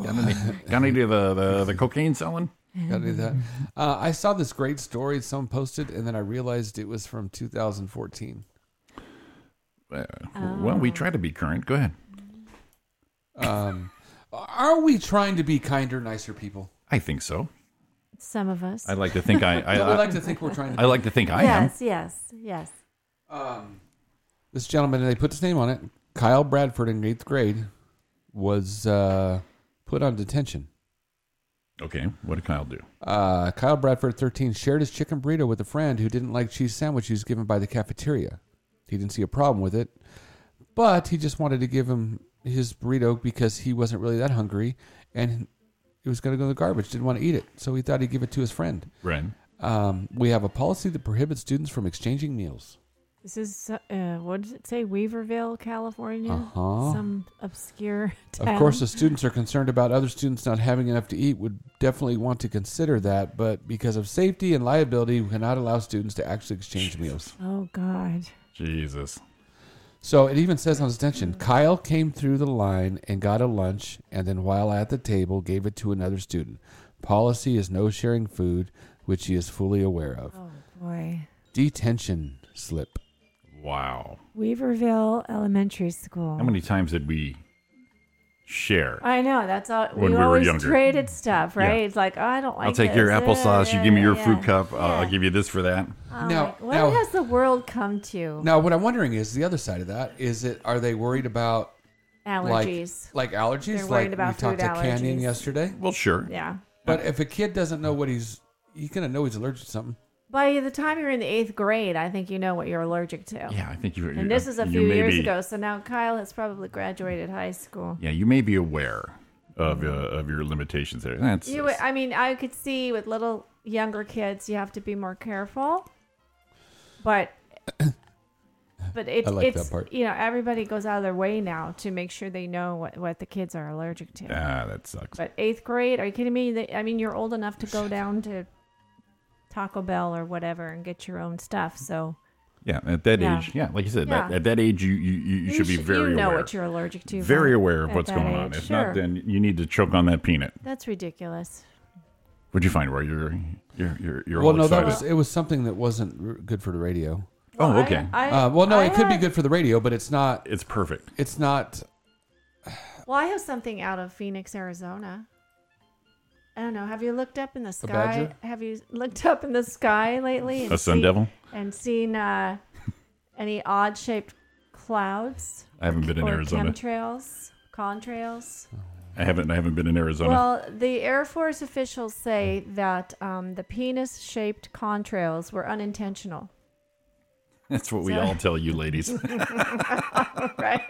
Speaker 5: got any, got any of the, the the cocaine selling?
Speaker 6: Gotta do that. Uh, I saw this great story someone posted, and then I realized it was from 2014.
Speaker 5: Uh, Well,
Speaker 10: Um.
Speaker 5: we try to be current. Go ahead.
Speaker 6: Um, are we trying to be kinder, nicer people?
Speaker 5: I think so.
Speaker 10: Some of us.
Speaker 5: I like to think I. I
Speaker 6: I would like to think we're trying to.
Speaker 5: I like to think I am.
Speaker 10: yes, yes, yes.
Speaker 6: Um, this gentleman, and they put his name on it. Kyle Bradford in eighth grade was uh, put on detention.
Speaker 5: Okay, what did Kyle do?
Speaker 6: Uh, Kyle Bradford, 13, shared his chicken burrito with a friend who didn't like cheese sandwiches given by the cafeteria. He didn't see a problem with it, but he just wanted to give him his burrito because he wasn't really that hungry and it was going to go in the garbage, didn't want to eat it. So he thought he'd give it to his friend.
Speaker 5: Right.
Speaker 6: Um, we have a policy that prohibits students from exchanging meals.
Speaker 10: This is, uh, what did it say? Weaverville, California?
Speaker 6: Uh-huh.
Speaker 10: Some obscure town.
Speaker 6: Of course, if students are concerned about other students not having enough to eat, would definitely want to consider that, but because of safety and liability, we cannot allow students to actually exchange meals.
Speaker 10: Oh, God.
Speaker 5: Jesus.
Speaker 6: So it even says on his detention, Kyle came through the line and got a lunch, and then while at the table, gave it to another student. Policy is no sharing food, which he is fully aware of.
Speaker 10: Oh, boy.
Speaker 6: Detention slip.
Speaker 5: Wow.
Speaker 10: Weaverville Elementary School.
Speaker 5: How many times did we share?
Speaker 10: I know. That's all.
Speaker 5: When we
Speaker 10: we
Speaker 5: were
Speaker 10: always
Speaker 5: younger.
Speaker 10: traded stuff,
Speaker 5: Yeah.
Speaker 10: right? It's like, oh, I don't like
Speaker 5: I'll take your
Speaker 10: this.
Speaker 5: applesauce. You give me your
Speaker 10: Yeah,
Speaker 5: fruit
Speaker 10: yeah.
Speaker 5: cup. Uh, I'll give you this for that.
Speaker 10: Oh,
Speaker 6: Now-
Speaker 10: my- what
Speaker 6: now-
Speaker 10: has the world come to?
Speaker 6: Now, what I'm wondering is the other side of that is it are they worried about like-
Speaker 10: Allergies.
Speaker 6: Like, allergies?
Speaker 10: They're worried
Speaker 6: like
Speaker 10: about
Speaker 6: we talked
Speaker 10: food
Speaker 6: to Canyon
Speaker 10: allergies.
Speaker 6: yesterday.
Speaker 5: Well, sure.
Speaker 10: yeah.
Speaker 6: But if a kid doesn't know what he's, he's gonna know he's allergic to something.
Speaker 10: By the time you're in the eighth grade, I think you know what you're allergic to.
Speaker 5: Yeah, I think you.
Speaker 10: And this is a
Speaker 5: you
Speaker 10: few
Speaker 5: may
Speaker 10: years
Speaker 5: be-
Speaker 10: ago, so now Kyle has probably graduated high school.
Speaker 5: Yeah, you may be aware of uh, of your limitations there. That's
Speaker 10: You, I mean, I could see with little younger kids, you have to be more careful. But, but it's
Speaker 6: I like
Speaker 10: it's
Speaker 6: that part.
Speaker 10: you know everybody goes out of their way now to make sure they know what, what the kids are allergic to.
Speaker 5: ah, that sucks.
Speaker 10: But eighth grade, are you kidding me? They- I mean, you're old enough to go down to Taco Bell or whatever and get your own stuff. So
Speaker 5: Yeah, at that
Speaker 10: Yeah.
Speaker 5: age. Yeah, like you said, that,
Speaker 10: Yeah.
Speaker 5: at that age, you you, you, you should be
Speaker 10: sh-
Speaker 5: very
Speaker 10: you know
Speaker 5: aware.
Speaker 10: what you're allergic to.
Speaker 5: very
Speaker 10: right?
Speaker 5: aware of
Speaker 10: At
Speaker 5: what's
Speaker 10: that
Speaker 5: going on.
Speaker 10: age,
Speaker 5: If
Speaker 10: sure.
Speaker 5: not, then you need to choke on that peanut.
Speaker 10: that's ridiculous.
Speaker 5: What'd you find? Where you're you're you're, you're
Speaker 6: well,
Speaker 5: all
Speaker 6: no,
Speaker 5: excited.
Speaker 6: that was it was something that wasn't r- good for the radio.
Speaker 5: Oh, Well, I- okay.
Speaker 10: I-
Speaker 6: uh, well, no,
Speaker 10: I
Speaker 6: it could be
Speaker 10: had-
Speaker 6: good for the radio, but it's not.
Speaker 5: It's perfect.
Speaker 6: It's not.
Speaker 10: Well, I have something out of Phoenix, Arizona. I don't know. Have you looked up in the sky?
Speaker 6: badger?
Speaker 10: Have you looked up in the sky lately?
Speaker 5: A sun devil?
Speaker 10: And seen uh, any odd shaped clouds?
Speaker 5: I haven't been in
Speaker 10: or
Speaker 5: Arizona.
Speaker 10: Chemtrails, contrails.
Speaker 5: I haven't I haven't been in Arizona.
Speaker 10: Well, the Air Force officials say
Speaker 5: Hmm.
Speaker 10: that um, the penis shaped contrails were unintentional.
Speaker 5: That's what we
Speaker 10: So-
Speaker 5: all tell you ladies.
Speaker 10: right?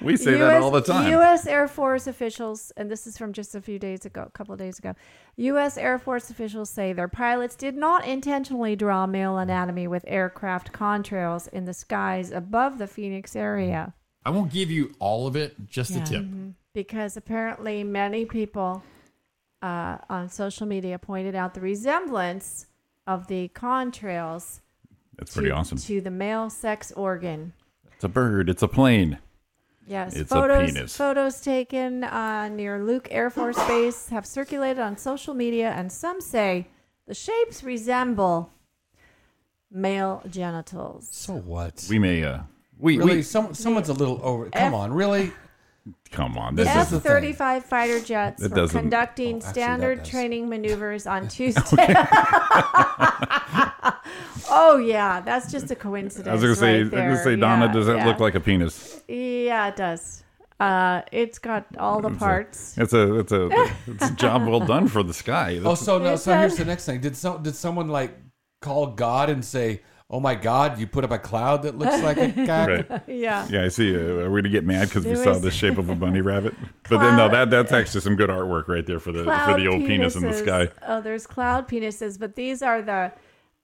Speaker 5: we say that all the time.
Speaker 10: U.S. Air Force officials, and this is from just a few days ago, a couple of days ago, U.S. Air Force officials say their pilots did not intentionally draw male anatomy with aircraft contrails in the skies above the Phoenix area
Speaker 17: I won't give you all of it, just
Speaker 10: Yeah.
Speaker 17: a tip.
Speaker 10: Mhm. because apparently many people uh, on social media pointed out the resemblance of the contrails.
Speaker 5: That's pretty
Speaker 10: to-
Speaker 5: awesome.
Speaker 10: To the male sex organ.
Speaker 5: It's a bird. It's a plane.
Speaker 10: Yes,
Speaker 5: It's a
Speaker 10: photos
Speaker 5: penis.
Speaker 10: photos taken uh, near Luke Air Force Base have circulated on social media, and some say the shapes resemble male genitals.
Speaker 17: So what?
Speaker 5: We may. uh We
Speaker 6: really,
Speaker 5: we
Speaker 6: some, someone's a little over. Come
Speaker 10: F-
Speaker 6: on, really?
Speaker 5: come on.
Speaker 10: The
Speaker 5: This
Speaker 10: F
Speaker 5: is
Speaker 10: thirty five fighter jets
Speaker 5: That
Speaker 10: were
Speaker 5: doesn't- Oh,
Speaker 10: conducting
Speaker 5: actually, that
Speaker 10: standard
Speaker 5: does.
Speaker 10: training maneuvers on Tuesday. oh yeah, that's just a coincidence.
Speaker 5: I was gonna say. I
Speaker 10: right
Speaker 5: was gonna
Speaker 10: there.
Speaker 5: say, Donna,
Speaker 10: Yeah,
Speaker 5: does that
Speaker 10: yeah.
Speaker 5: look like a penis?
Speaker 10: Yeah, it does. Uh, it's got all the parts.
Speaker 5: It's a it's a it's a job well done for the sky.
Speaker 6: Oh,
Speaker 5: That's-
Speaker 6: so no,
Speaker 10: It
Speaker 6: so here's
Speaker 10: does-
Speaker 6: the next thing. Did some did someone like call God and say, "Oh my God, you put up a cloud that looks like a cock"?
Speaker 5: Right.
Speaker 10: Yeah.
Speaker 5: Yeah, I see. Uh, are we to get mad because we
Speaker 10: There
Speaker 5: saw
Speaker 10: was-
Speaker 5: the shape of a bunny rabbit? But then no, that
Speaker 10: Cloud-
Speaker 5: that's actually some good artwork right there for the for the old penis in the sky.
Speaker 10: penises. Oh, there's cloud penises, but these are the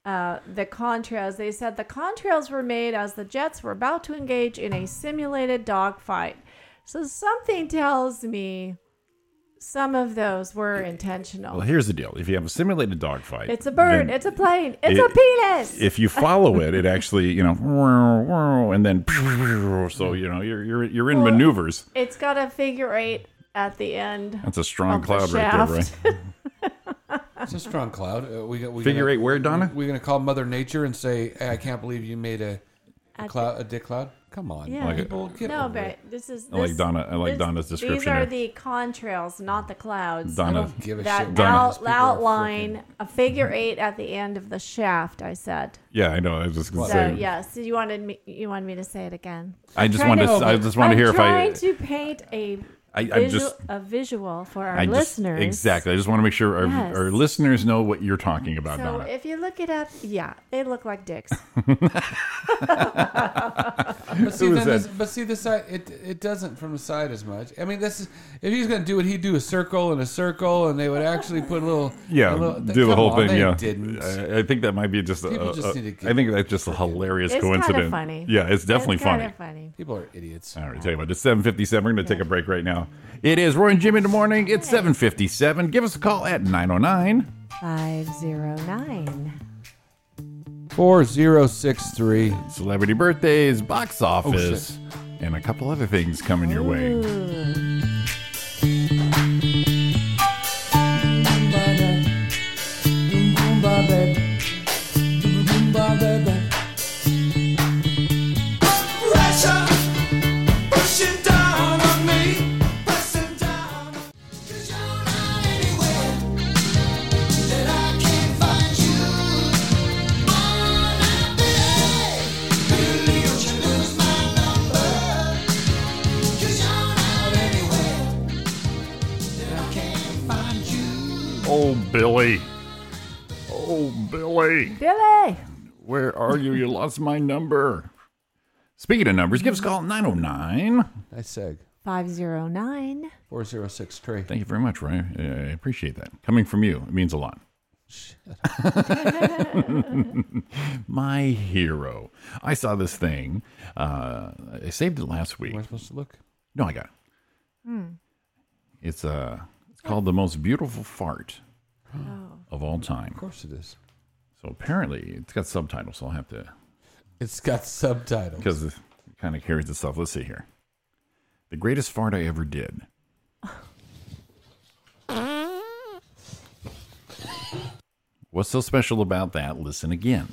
Speaker 10: uh, the contrails. They said the contrails were made as the jets were about to engage in a simulated dogfight. So something tells me some of those were intentional.
Speaker 5: Well, here's the deal: if you have a simulated dogfight,
Speaker 10: it's a bird.
Speaker 5: then
Speaker 10: It's a plane. It's a
Speaker 5: it-
Speaker 10: penis.
Speaker 5: If you follow it, it actually you know, whirr, whirr, and then so you know you're you're you're in
Speaker 10: Well-
Speaker 5: maneuvers.
Speaker 10: it's got a figure eight at the end.
Speaker 5: That's a strong
Speaker 10: of the
Speaker 5: cloud right there,
Speaker 10: shaft.
Speaker 6: It's a strong cloud. Uh, we, we
Speaker 5: Figure
Speaker 6: gonna,
Speaker 5: eight where, Donna?
Speaker 6: We're gonna call Mother Nature and say, hey, "I can't believe you made a, a
Speaker 10: A
Speaker 6: cloud, a dick cloud." Come on,
Speaker 10: Yeah.
Speaker 6: people, get
Speaker 10: no,
Speaker 6: over
Speaker 10: but
Speaker 6: it.
Speaker 10: this is. This,
Speaker 5: I like Donna- I like
Speaker 10: this-
Speaker 5: Donna's
Speaker 10: These
Speaker 5: description
Speaker 10: are
Speaker 5: there.
Speaker 10: the contrails, not the clouds.
Speaker 5: Donna- I don't give a
Speaker 10: that
Speaker 5: shit what Donna-
Speaker 10: out-
Speaker 5: these people are
Speaker 10: outline a figure eight at the end of the shaft. I said.
Speaker 5: Yeah, I know. I was just gonna
Speaker 10: So
Speaker 5: say.
Speaker 10: yes, you wanted me. You wanted me to say it again.
Speaker 5: I just
Speaker 10: trying
Speaker 5: wanted to- I just wanted to
Speaker 10: I'm
Speaker 5: hear if I-
Speaker 10: trying to paint a
Speaker 5: I- I
Speaker 10: visual,
Speaker 5: just-
Speaker 10: a visual for our
Speaker 5: I just-
Speaker 10: listeners.
Speaker 5: exactly. I just want to make sure our,
Speaker 10: Yes.
Speaker 5: our listeners know what you're talking about,
Speaker 10: So
Speaker 5: Donna.
Speaker 10: if you look it up, yeah, they look like dicks.
Speaker 6: But see,
Speaker 5: Who
Speaker 6: then
Speaker 5: is that?
Speaker 6: this, but see the side, it it doesn't from the side as much. I mean, this is if he's gonna do it, he'd do a circle and a circle, and they would actually put a little,
Speaker 5: Yeah,
Speaker 6: a little,
Speaker 5: do the
Speaker 6: come
Speaker 5: whole
Speaker 6: on,
Speaker 5: thing.
Speaker 6: they
Speaker 5: Yeah,
Speaker 6: Didn't.
Speaker 5: I, I think that might be just. A,
Speaker 6: People
Speaker 5: a-
Speaker 6: just
Speaker 5: a-
Speaker 6: need to get-
Speaker 5: I think that's just a hilarious
Speaker 10: It's kinda
Speaker 5: coincidence.
Speaker 10: funny.
Speaker 5: Yeah, it's definitely
Speaker 10: It's
Speaker 5: funny.
Speaker 10: kinda funny.
Speaker 6: People are idiots.
Speaker 5: All right, tell you what, it's seven fifty seven. We're gonna take a break right now. It is Roy and Jimmy in the morning. It's seven fifty seven. Give us a call at 909
Speaker 10: Five zero nine.
Speaker 6: 4063.
Speaker 5: Celebrity birthdays, box office, and a couple other things coming your way. Oh, Billy. Oh, Billy.
Speaker 10: Billy.
Speaker 5: Where are you? You lost my number. Speaking of numbers, give us a call at 909.
Speaker 6: Nice seg.
Speaker 10: 509.
Speaker 6: 406 Trey.
Speaker 5: Thank you very much, Ray. I I appreciate that. Coming from you, it means a lot. my hero. I saw this thing. Uh, I saved it last week. Am I
Speaker 6: supposed to look?
Speaker 5: No, I got it. It's, uh, it's called The Most Beautiful Fart of All Time. Of
Speaker 6: course it is.
Speaker 5: So apparently, it's got subtitles, so I'll have to
Speaker 6: It's got subtitles.
Speaker 5: because it kind of carries itself. Let's see here. The greatest fart I ever did. What's so special about that? Listen again.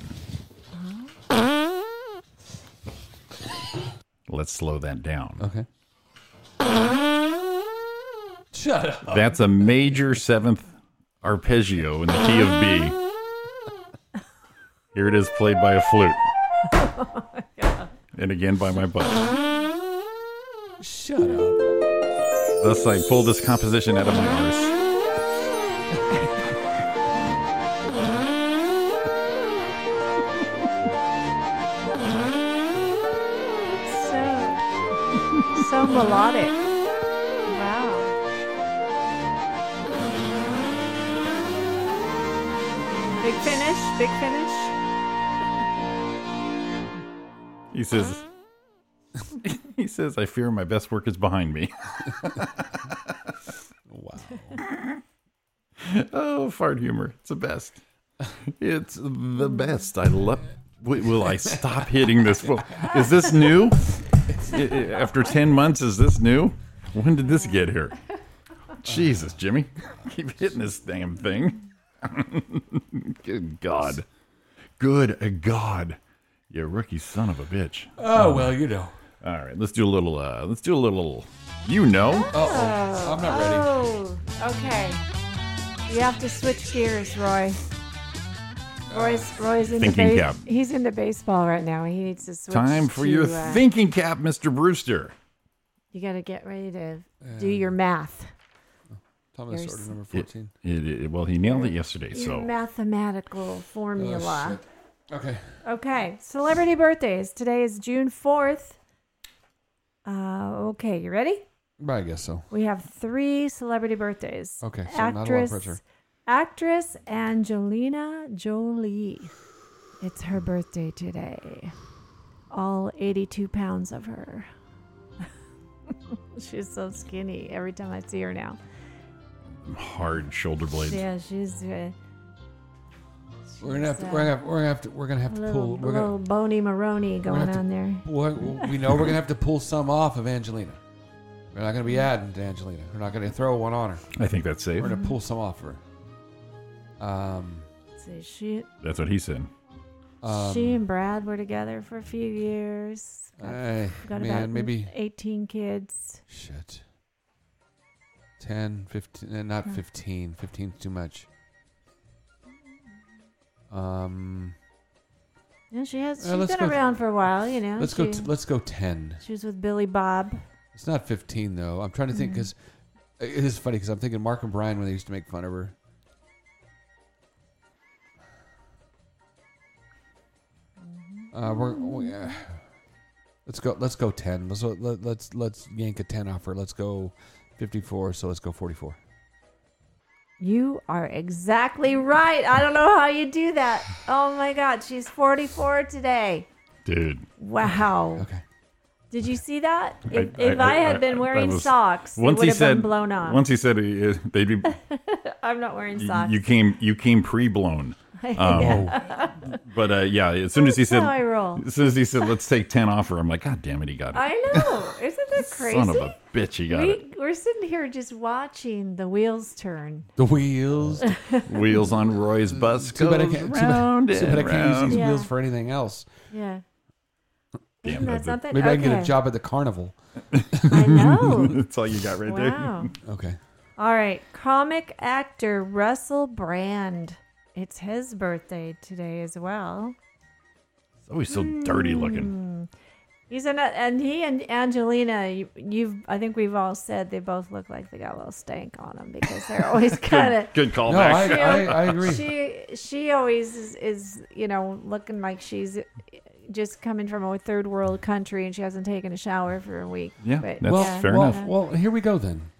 Speaker 5: Let's slow that down.
Speaker 6: Okay. Shut up.
Speaker 5: That's a major seventh arpeggio in the key of B. Here it is played by a flute. And again by my butt.
Speaker 6: Shut up.
Speaker 5: Thus, I pull this composition out of my arse.
Speaker 10: So, so so melodic. Wow. Big finish, big finish.
Speaker 5: He says, he says, I fear my best work is behind me. wow. oh, fart humor. It's the best. It's the best. I love. Wait, will I stop hitting this? Well, is this new? I- I- After 10 months, is this new? When did this get here? Jesus, Jimmy. Keep hitting this damn thing. Good God. Good God. You rookie son of a bitch.
Speaker 6: Oh, well, you know.
Speaker 5: All right, let's do a little, uh, let's do a little, you know.
Speaker 6: Uh-oh. I'm not ready.
Speaker 10: Oh, okay. You have to switch gears, Roy. Roy's, Roy's in
Speaker 5: Thinking
Speaker 10: the
Speaker 5: cap.
Speaker 10: He's into baseball right now. He needs to switch.
Speaker 5: Time for
Speaker 10: to,
Speaker 5: your
Speaker 10: uh,
Speaker 5: thinking cap, Mr. Brewster.
Speaker 10: You got to get ready to do your math.
Speaker 6: Thomas
Speaker 10: There's-
Speaker 6: order number 14.
Speaker 5: It, it- well, he nailed it yesterday,
Speaker 10: Your
Speaker 5: so.
Speaker 10: mathematical formula.
Speaker 6: Okay.
Speaker 10: okay, celebrity birthdays. Today is June 4th. Uh, okay, you ready?
Speaker 6: But I guess so.
Speaker 10: We have three celebrity birthdays.
Speaker 6: Okay, so not a lot of
Speaker 10: actress,
Speaker 6: pressure.
Speaker 10: actress Angelina Jolie. It's her birthday today. All 82 pounds of her. She's so skinny every time I see her now.
Speaker 5: Hard shoulder blades.
Speaker 10: Yeah, she's. Uh,
Speaker 6: We're gonna have to.
Speaker 10: she's,
Speaker 6: We're gonna
Speaker 10: uh,
Speaker 6: have. We're gonna have to. We're gonna have to
Speaker 10: little,
Speaker 6: pull. We're
Speaker 10: little
Speaker 6: gonna.
Speaker 10: bony Maroney
Speaker 6: we're gonna
Speaker 10: going
Speaker 6: have to-
Speaker 10: on there.
Speaker 6: What, we know we're gonna have to pull some off of Angelina. We're not gonna
Speaker 10: Mm-hmm.
Speaker 6: be adding to Angelina. We're not gonna throw one on her.
Speaker 5: I think that's safe.
Speaker 6: We're gonna pull some off her. Um.
Speaker 10: So she,
Speaker 5: That's what he said.
Speaker 6: um
Speaker 10: she and Brad were together for a few years. Got,
Speaker 6: Hey,
Speaker 10: got about
Speaker 6: Uh, eh, man, maybe-
Speaker 10: 18 kids.
Speaker 6: Shit. 10, 15, eh, not
Speaker 10: Yeah.
Speaker 6: 15. 15 's too much. Um,
Speaker 10: Yeah, she has.
Speaker 6: Uh,
Speaker 10: She's
Speaker 6: let's
Speaker 10: been
Speaker 6: go-
Speaker 10: around for a while, you know.
Speaker 6: let's
Speaker 10: she,
Speaker 6: go. T- let's go 10.
Speaker 10: She was with Billy Bob.
Speaker 6: It's not 15 though. I'm trying to think
Speaker 5: Mm-hmm.
Speaker 10: Mhm.
Speaker 6: because it is funny because I'm thinking Mark and Brian when they used to make fun of her.
Speaker 5: Mm-hmm.
Speaker 6: Uh, we're we, uh, let's go. Let's go 10. Let's let, let's let's yank a 10 off her. Let's go 54. So let's go 44.
Speaker 10: You are exactly right. I don't know how you do that. Oh my God, she's 44 today.
Speaker 5: Dude.
Speaker 10: Wow.
Speaker 6: Okay.
Speaker 10: Did you see that?
Speaker 5: I-
Speaker 10: If, if I, had been
Speaker 5: I
Speaker 10: wearing
Speaker 5: was-
Speaker 10: socks, it would have been blown off.
Speaker 5: Once he said he- uh, they'd be,
Speaker 10: I'm not wearing
Speaker 5: y-
Speaker 10: socks.
Speaker 5: you came, you came pre-blown. Um,
Speaker 10: Yeah.
Speaker 5: But uh, yeah, as soon as he
Speaker 10: That's
Speaker 5: said,
Speaker 10: how I roll.
Speaker 5: as soon as he said, let's take ten off her, I'm like, God damn it, he got it.
Speaker 10: I know. Isn't that crazy?
Speaker 5: Son of a bitch, he got
Speaker 10: we,
Speaker 5: it.
Speaker 10: We're sitting here just watching the wheels turn.
Speaker 6: The wheels.
Speaker 5: Wheels on Roy's bus
Speaker 6: Too
Speaker 5: goes
Speaker 6: bad I can't, too bad-
Speaker 5: round
Speaker 6: too bad I
Speaker 5: and
Speaker 6: can't use
Speaker 5: round.
Speaker 6: these wheels
Speaker 10: Yeah.
Speaker 6: for anything else.
Speaker 10: Yeah.
Speaker 5: Damn,
Speaker 10: Isn't that something?
Speaker 6: Maybe I can get
Speaker 10: Okay.
Speaker 6: a job at the carnival.
Speaker 10: I know.
Speaker 5: That's all you got right
Speaker 10: Wow.
Speaker 6: there. Okay.
Speaker 10: All right. Comic actor Russell Brand. It's his birthday today as well.
Speaker 5: It's always so dirty looking.
Speaker 10: Hmm. He's an, and he and Angelina, you, you've I think we've all said they both look like they got a little stank on them because they're always
Speaker 5: Good-
Speaker 10: kind of
Speaker 5: good callback. No, I-
Speaker 10: She-
Speaker 5: I- I agree.
Speaker 10: She she always is, is you know looking like she's just coming from a third world country and she hasn't taken a shower for a week. but,
Speaker 6: well,
Speaker 10: yeah.
Speaker 6: well, Well, here we go then,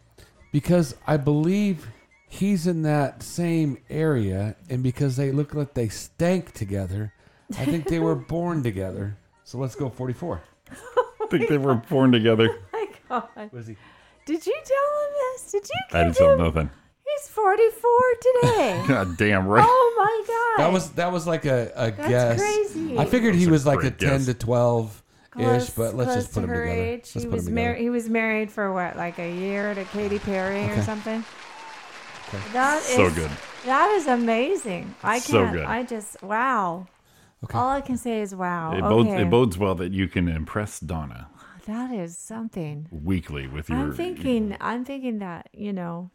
Speaker 6: because I believe he's in that same area, and because they look like they stank together, I think they were born together. So let's go forty-four.
Speaker 5: I think they were born together.
Speaker 10: Oh my God.
Speaker 6: What is he?
Speaker 10: Did you tell him this? Did you?
Speaker 5: I didn't tell nothing.
Speaker 10: He's 44 today.
Speaker 5: God damn right.
Speaker 10: Oh my God.
Speaker 6: That was that was like a, a
Speaker 10: That's
Speaker 6: guess.
Speaker 10: crazy.
Speaker 6: I figured he
Speaker 5: That's a
Speaker 6: was like a
Speaker 5: great
Speaker 6: ten
Speaker 5: guess.
Speaker 6: to twelve
Speaker 10: Close-
Speaker 6: ish, but let's just
Speaker 10: close to
Speaker 6: put him
Speaker 10: her
Speaker 6: together.
Speaker 10: age.
Speaker 6: Let's
Speaker 10: he
Speaker 6: put
Speaker 10: was
Speaker 6: him together.
Speaker 10: married. He was married for what, like a year to Katy Perry
Speaker 6: Okay.
Speaker 10: or something.
Speaker 6: Okay.
Speaker 10: That is
Speaker 6: So good.
Speaker 10: That is amazing. I
Speaker 5: So
Speaker 10: can't.
Speaker 5: good.
Speaker 10: I just wow. All I can say is wow.
Speaker 5: It, bodes,
Speaker 10: okay.
Speaker 5: it bodes well that you can impress Donna
Speaker 10: that is something.
Speaker 5: weekly with your.
Speaker 10: I'm thinking. I'm thinking that you know,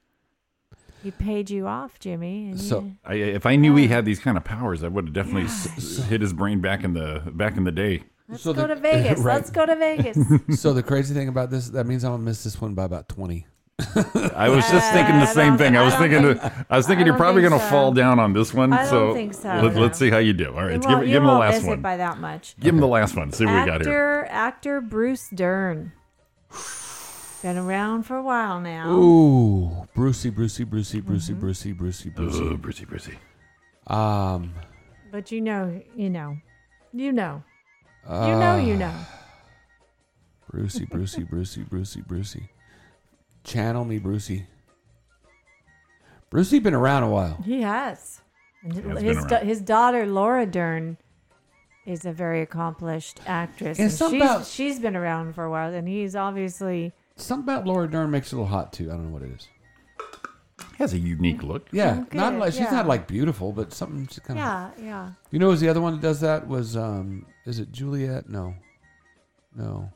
Speaker 10: he paid you off, Jimmy. And
Speaker 5: So
Speaker 10: you-
Speaker 5: I, if I knew he had these kind of powers, I would have definitely s- hit his brain back in the back in the day.
Speaker 10: let's
Speaker 6: so
Speaker 10: go
Speaker 6: the-
Speaker 10: to Vegas.
Speaker 6: right.
Speaker 10: Let's go to Vegas.
Speaker 6: so the crazy thing about this, that means I'm gonna miss this one by about twenty.
Speaker 5: I was just thinking the same thing. I was thinking that- I was thinking you're
Speaker 10: don't
Speaker 5: probably
Speaker 10: think
Speaker 5: going to
Speaker 10: so.
Speaker 5: fall down on this one.
Speaker 10: I don't
Speaker 5: so
Speaker 10: think so,
Speaker 5: Let,
Speaker 10: no.
Speaker 5: us see how you do. All right,
Speaker 10: You
Speaker 5: give,
Speaker 10: won't-
Speaker 5: give
Speaker 10: you
Speaker 5: him the
Speaker 10: won't
Speaker 5: last
Speaker 10: miss it
Speaker 5: one.
Speaker 10: by that much.
Speaker 5: Give him the last one. See what we got here.
Speaker 10: actor, actor Bruce Dern. Been around for a while now.
Speaker 6: Ooh, Brucey, Brucey, Brucey, Brucey,
Speaker 10: Mm-hmm.
Speaker 6: Brucey, Brucey, Brucey,
Speaker 5: Ooh, Brucey, Brucey.
Speaker 6: Um,
Speaker 10: But you know, you know, you know, you know, you
Speaker 6: Ah.
Speaker 10: know.
Speaker 6: Brucey, Brucey, Brucey, Brucey, Brucey. Channel me, Brucey. Brucey been around a while.
Speaker 10: He has. And
Speaker 6: has been
Speaker 10: his, da-
Speaker 6: around.
Speaker 10: his daughter Laura Dern is a very accomplished actress.
Speaker 6: And
Speaker 10: and
Speaker 6: something
Speaker 10: she's,
Speaker 6: about-
Speaker 10: she's been around for a while, and he's obviously
Speaker 6: Something about Laura Dern makes it a little hot too. I don't know what it is.
Speaker 5: Has a unique look.
Speaker 6: Yeah,
Speaker 10: Okay,
Speaker 6: not like she's
Speaker 10: yeah.
Speaker 6: not like beautiful, but something she's kind of.
Speaker 10: yeah, yeah.
Speaker 6: You know, who's the other one that does that? Was um, is it Juliet? No, no,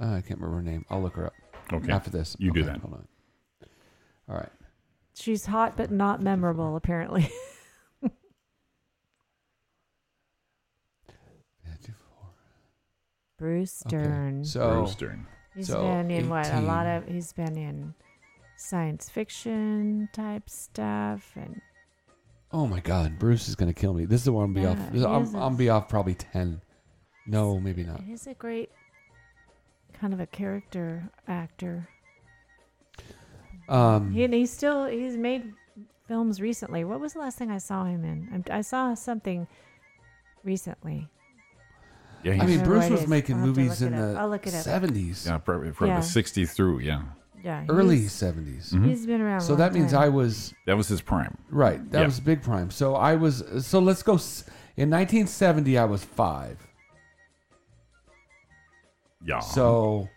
Speaker 6: uh, I can't remember her name. I'll look her up.
Speaker 5: Okay.
Speaker 6: After this,
Speaker 5: You do
Speaker 6: Okay,
Speaker 5: that.
Speaker 6: Hold on. All right.
Speaker 10: She's hot but not memorable, apparently. Bruce
Speaker 6: Okay,
Speaker 10: Dern.
Speaker 6: so-
Speaker 5: Bruce Dern.
Speaker 10: He's
Speaker 6: so
Speaker 10: been in what a lot
Speaker 6: 18.
Speaker 10: of. He's been in science fiction type stuff and
Speaker 6: Oh my God, Bruce is gonna kill me. This is the one I'm be
Speaker 10: Yeah,
Speaker 6: off. This,
Speaker 10: he
Speaker 6: I'm,
Speaker 10: is a-
Speaker 6: I'm be off probably ten. No, Oh, maybe not.
Speaker 10: He's a great kind of a character actor.
Speaker 6: Um,
Speaker 10: He, and he's still he's made films recently. What was the last thing I saw him in? I, I saw something recently.
Speaker 5: Yeah,
Speaker 6: I mean,
Speaker 10: Or
Speaker 6: Bruce
Speaker 10: it
Speaker 6: was
Speaker 10: is.
Speaker 6: making
Speaker 10: I'll have to
Speaker 6: movies
Speaker 10: look
Speaker 6: in
Speaker 10: it up.
Speaker 6: the
Speaker 10: I'll look it up.
Speaker 6: 70s.
Speaker 5: Yeah, probably from
Speaker 10: Yeah.
Speaker 5: the 60s through, yeah.
Speaker 10: Yeah,
Speaker 6: early
Speaker 10: he's-
Speaker 6: 70s.
Speaker 5: Mm-hmm.
Speaker 10: he's been around a
Speaker 6: So
Speaker 10: long
Speaker 6: that means
Speaker 10: time.
Speaker 6: I was
Speaker 5: That was his prime.
Speaker 6: right. That
Speaker 5: Yeah.
Speaker 6: was big prime. So I was. So let's go. s- In 1970, I was five.
Speaker 5: Yeah.
Speaker 6: So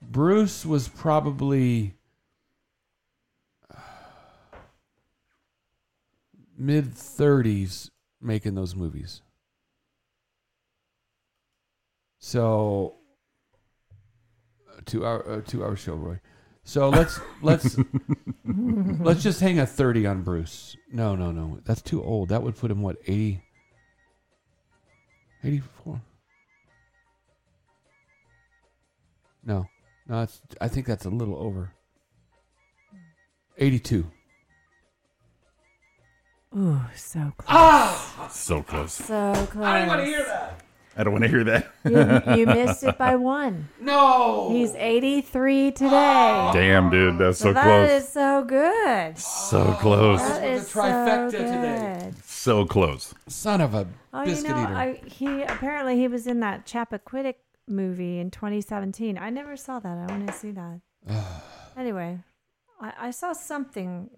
Speaker 6: Bruce was probably mid 30s making those movies. So a two hour a two hour show, Roy. So let's let's let's just hang a 30 on Bruce. No, no, no. That's too old. That would put him what 80 84. No, no, it's, I think that's a little over. Eighty-two.
Speaker 10: Ooh, so close.
Speaker 6: Ah!
Speaker 5: So close.
Speaker 10: So close. I didn't want to hear that.
Speaker 5: I don't want to hear that.
Speaker 10: You, you missed it by one.
Speaker 6: No. Ah!
Speaker 10: He's 83 today.
Speaker 5: Damn, dude. That's so
Speaker 10: That
Speaker 5: close.
Speaker 10: is so good.
Speaker 5: So close.
Speaker 10: That
Speaker 6: This
Speaker 10: is
Speaker 6: was a trifecta
Speaker 10: so
Speaker 6: today.
Speaker 10: good.
Speaker 5: So close.
Speaker 6: Son of a
Speaker 10: Oh,
Speaker 6: biscuit
Speaker 10: you know,
Speaker 6: eater.
Speaker 10: I, he apparently he was in that Chappaquiddick movie in 2017. I never saw that. I want to see that. anyway, I, I saw something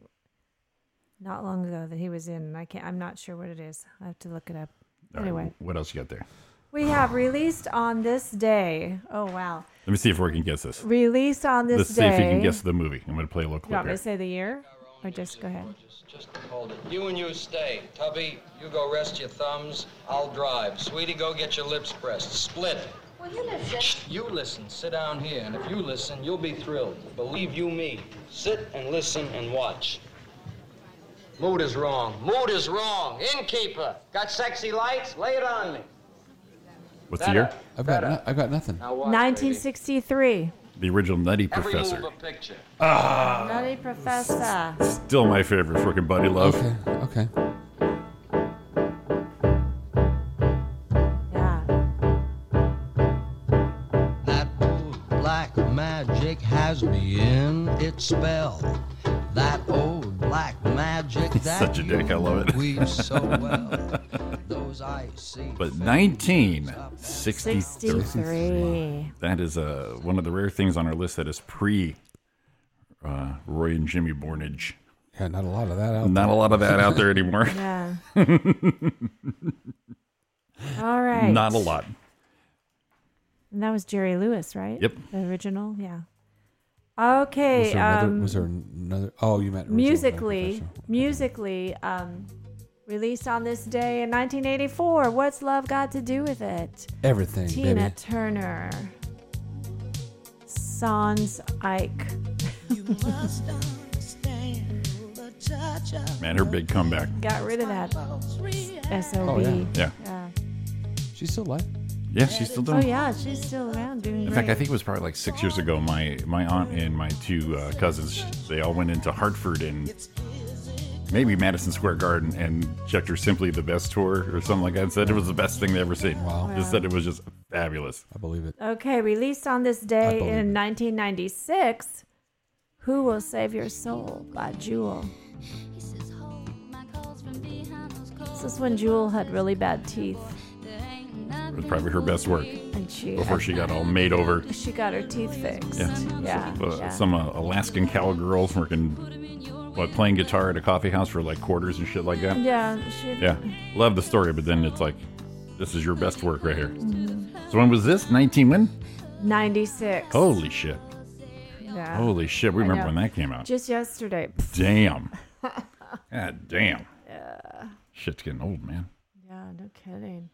Speaker 10: not long ago that he was in. and I can't. I'm not sure what it is. I have to look it up.
Speaker 5: All right,
Speaker 10: anyway,
Speaker 5: what else you got there?
Speaker 10: we have released on this day. Oh wow,
Speaker 5: Let me see if we can guess this.
Speaker 10: released on this
Speaker 5: Let's
Speaker 10: day.
Speaker 5: see if you can guess the movie. I'm going to play a little
Speaker 10: You
Speaker 5: clip
Speaker 10: want me
Speaker 5: here.
Speaker 10: to say the year, or just go ahead?
Speaker 18: Hold it. You and you stay. Tubby, you go rest your thumbs. I'll drive. Sweetie, go get your lips pressed. Split.
Speaker 19: Will you listen?
Speaker 18: You listen. Sit down here, and if you listen, you'll be thrilled. Believe you me. Sit and listen and watch. Mood is wrong. Mood is wrong. Innkeeper, got sexy lights? Lay it on me.
Speaker 5: What's the year?
Speaker 6: I've got no, I've got nothing.
Speaker 18: Now watch.
Speaker 10: 1963.
Speaker 5: The original Nutty
Speaker 18: Every
Speaker 5: Professor.
Speaker 18: move a picture.
Speaker 5: Ah,
Speaker 10: Nutty Professor.
Speaker 5: still my favorite freaking Buddy Love.
Speaker 6: Okay.
Speaker 18: Black magic has me in its spell. That old black magic
Speaker 5: He's
Speaker 18: that
Speaker 5: such a dick. I love it.
Speaker 18: weaves so well. Those I see.
Speaker 5: But 1963.
Speaker 10: 63.
Speaker 5: That is uh, one of the rare things on our list that is pre uh, Roy and Jimmy Bornage.
Speaker 6: Yeah, not a lot of that out
Speaker 5: Not a
Speaker 6: there.
Speaker 5: lot of that out there anymore.
Speaker 10: Yeah. All right.
Speaker 5: Not a lot.
Speaker 10: And that was Jerry Lewis, right?
Speaker 5: Yep.
Speaker 10: The original, yeah.
Speaker 6: was,
Speaker 10: Okay.
Speaker 6: there another,
Speaker 10: um,
Speaker 6: was there another? Oh, you meant original
Speaker 10: musically,
Speaker 6: Nutty
Speaker 10: musically, um, released on this day in 1984. What's love got to do with it?
Speaker 6: Everything,
Speaker 10: Tina
Speaker 6: baby.
Speaker 10: Turner. Sans Ike.
Speaker 5: Man, her big comeback.
Speaker 10: Got rid of that SOB.
Speaker 5: Oh, yeah.
Speaker 10: Yeah.
Speaker 6: Professor. She's still alive.
Speaker 5: Yeah, she's still doing
Speaker 10: Oh, yeah, she's still around doing
Speaker 5: In
Speaker 10: great.
Speaker 5: fact, I think it was probably like six years ago. My my aunt and my two uh, cousins they all went into Hartford and maybe Madison Square Garden and checked her simply the best tour or something like that. And said it was the best thing they ever seen. Wow! Just said it was just fabulous.
Speaker 6: I believe it.
Speaker 10: Okay, released on this day
Speaker 5: believe
Speaker 10: in 1996, Who Will Save Your Soul by Jewel. This is when Jewel had really bad teeth.
Speaker 5: It was probably her best work
Speaker 10: And she,
Speaker 5: before she got all made over.
Speaker 10: she got her teeth fixed.
Speaker 5: Yeah.
Speaker 10: Yeah.
Speaker 5: Uh,
Speaker 10: yeah.
Speaker 5: Some uh, Alaskan cowgirls working, what, playing guitar at a coffee house for like quarters and shit like that.
Speaker 10: Yeah, she-
Speaker 5: Yeah. Love the story, but then it's like, this is your best work right here.
Speaker 10: Mhm.
Speaker 5: So when was this? 19 when?
Speaker 10: 96.
Speaker 5: Holy shit.
Speaker 10: Yeah.
Speaker 5: Holy shit. We
Speaker 10: I
Speaker 5: remember
Speaker 10: know.
Speaker 5: when that came out.
Speaker 10: Just yesterday.
Speaker 5: Damn. God damn.
Speaker 10: Yeah.
Speaker 5: Shit's getting old, man.
Speaker 10: Yeah, no kidding.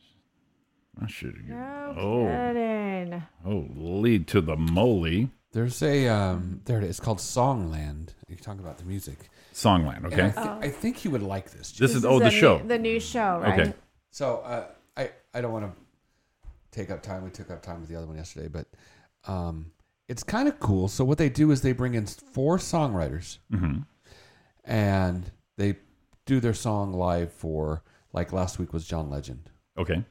Speaker 5: That shit.
Speaker 10: No
Speaker 5: Oh.
Speaker 10: kidding.
Speaker 5: Oh, lead to the moly.
Speaker 6: There's a um, there it is. It's called Songland. You're talking about the music.
Speaker 5: Songland.
Speaker 6: And
Speaker 5: Okay.
Speaker 6: I, thi-
Speaker 10: Oh.
Speaker 6: I think you would like
Speaker 5: This
Speaker 6: this.
Speaker 5: is- This is oh, the the new- show.
Speaker 10: the new show, right?
Speaker 5: Okay.
Speaker 6: So uh, I I don't want to take up time. We took up time with the other one yesterday, but um, it's kind of cool. So what they do is they bring in four songwriters,
Speaker 5: Mhm.
Speaker 6: and they do their song live for like last week was John Legend.
Speaker 5: Okay.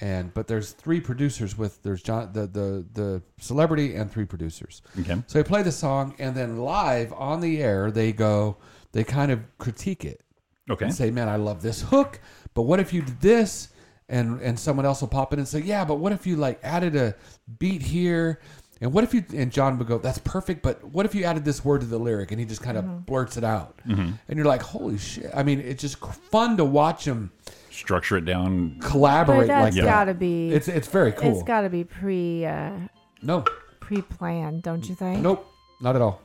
Speaker 6: And but there's three producers with there's John the the the celebrity and three producers.
Speaker 5: Okay.
Speaker 6: So they play the song, and then live on the air, they go, they kind of critique it.
Speaker 5: Okay.
Speaker 6: And say, man, I love this hook, but what if you did this? And and someone else will pop in and say, yeah, but what if you like added a beat here? And what if you? And John would go, that's perfect, but what if you added this word to the lyric? And he just kind
Speaker 10: Mm-hmm.
Speaker 6: of
Speaker 5: Mhm.
Speaker 6: blurts it out,
Speaker 5: Mhm.
Speaker 6: and you're like, holy shit! I mean, it's just fun to watch him
Speaker 5: Structure it down.
Speaker 6: collaborate
Speaker 10: But that's
Speaker 6: like that.
Speaker 10: gotta be.
Speaker 6: It's it's very cool.
Speaker 10: It's gotta be pre. Uh,
Speaker 6: no,
Speaker 10: pre-planned, don't you think?
Speaker 6: nope, not at all.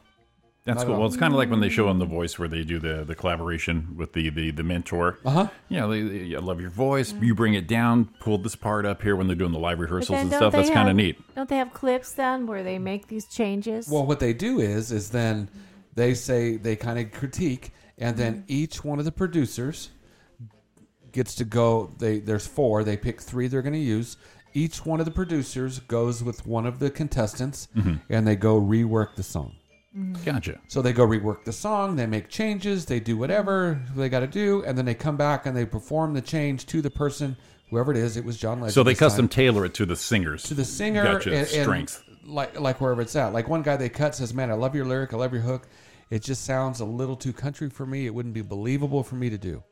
Speaker 5: That's
Speaker 6: Not at
Speaker 5: cool.
Speaker 6: all.
Speaker 5: Well, it's kind of like when they show on The Voice where they do the, the collaboration with the the, the mentor.
Speaker 6: Uh huh.
Speaker 5: You know, they, they- I love your voice. You bring it down. Pull this part up here when they're doing the live
Speaker 10: But
Speaker 5: rehearsals
Speaker 10: then
Speaker 5: and
Speaker 10: don't
Speaker 5: stuff.
Speaker 10: they
Speaker 5: That's kind of
Speaker 10: have-
Speaker 5: neat.
Speaker 10: Don't they have clips then where they make these changes?
Speaker 6: Well, what they do is, is then they say they kind of critique, and then each one of the producers gets to go. They there's four. They pick three they're going to use. Each one of the producers goes with one of the contestants,
Speaker 5: Mhm.
Speaker 6: and they go rework the song.
Speaker 5: Mhm. Gotcha.
Speaker 6: So they go rework the song. They make changes. They do whatever they got to do, and then they come back and they perform the change to the person, whoever it is. It was John Legend.
Speaker 5: So they
Speaker 6: this time
Speaker 5: custom tailor it to the singers.
Speaker 6: to the singer
Speaker 5: Gotcha.
Speaker 6: and, and
Speaker 5: Strength.
Speaker 6: like like wherever it's at. Like one guy they cut says, "Man, I love your lyric, I love your hook. It just sounds a little too country for me. It wouldn't be believable for me to do."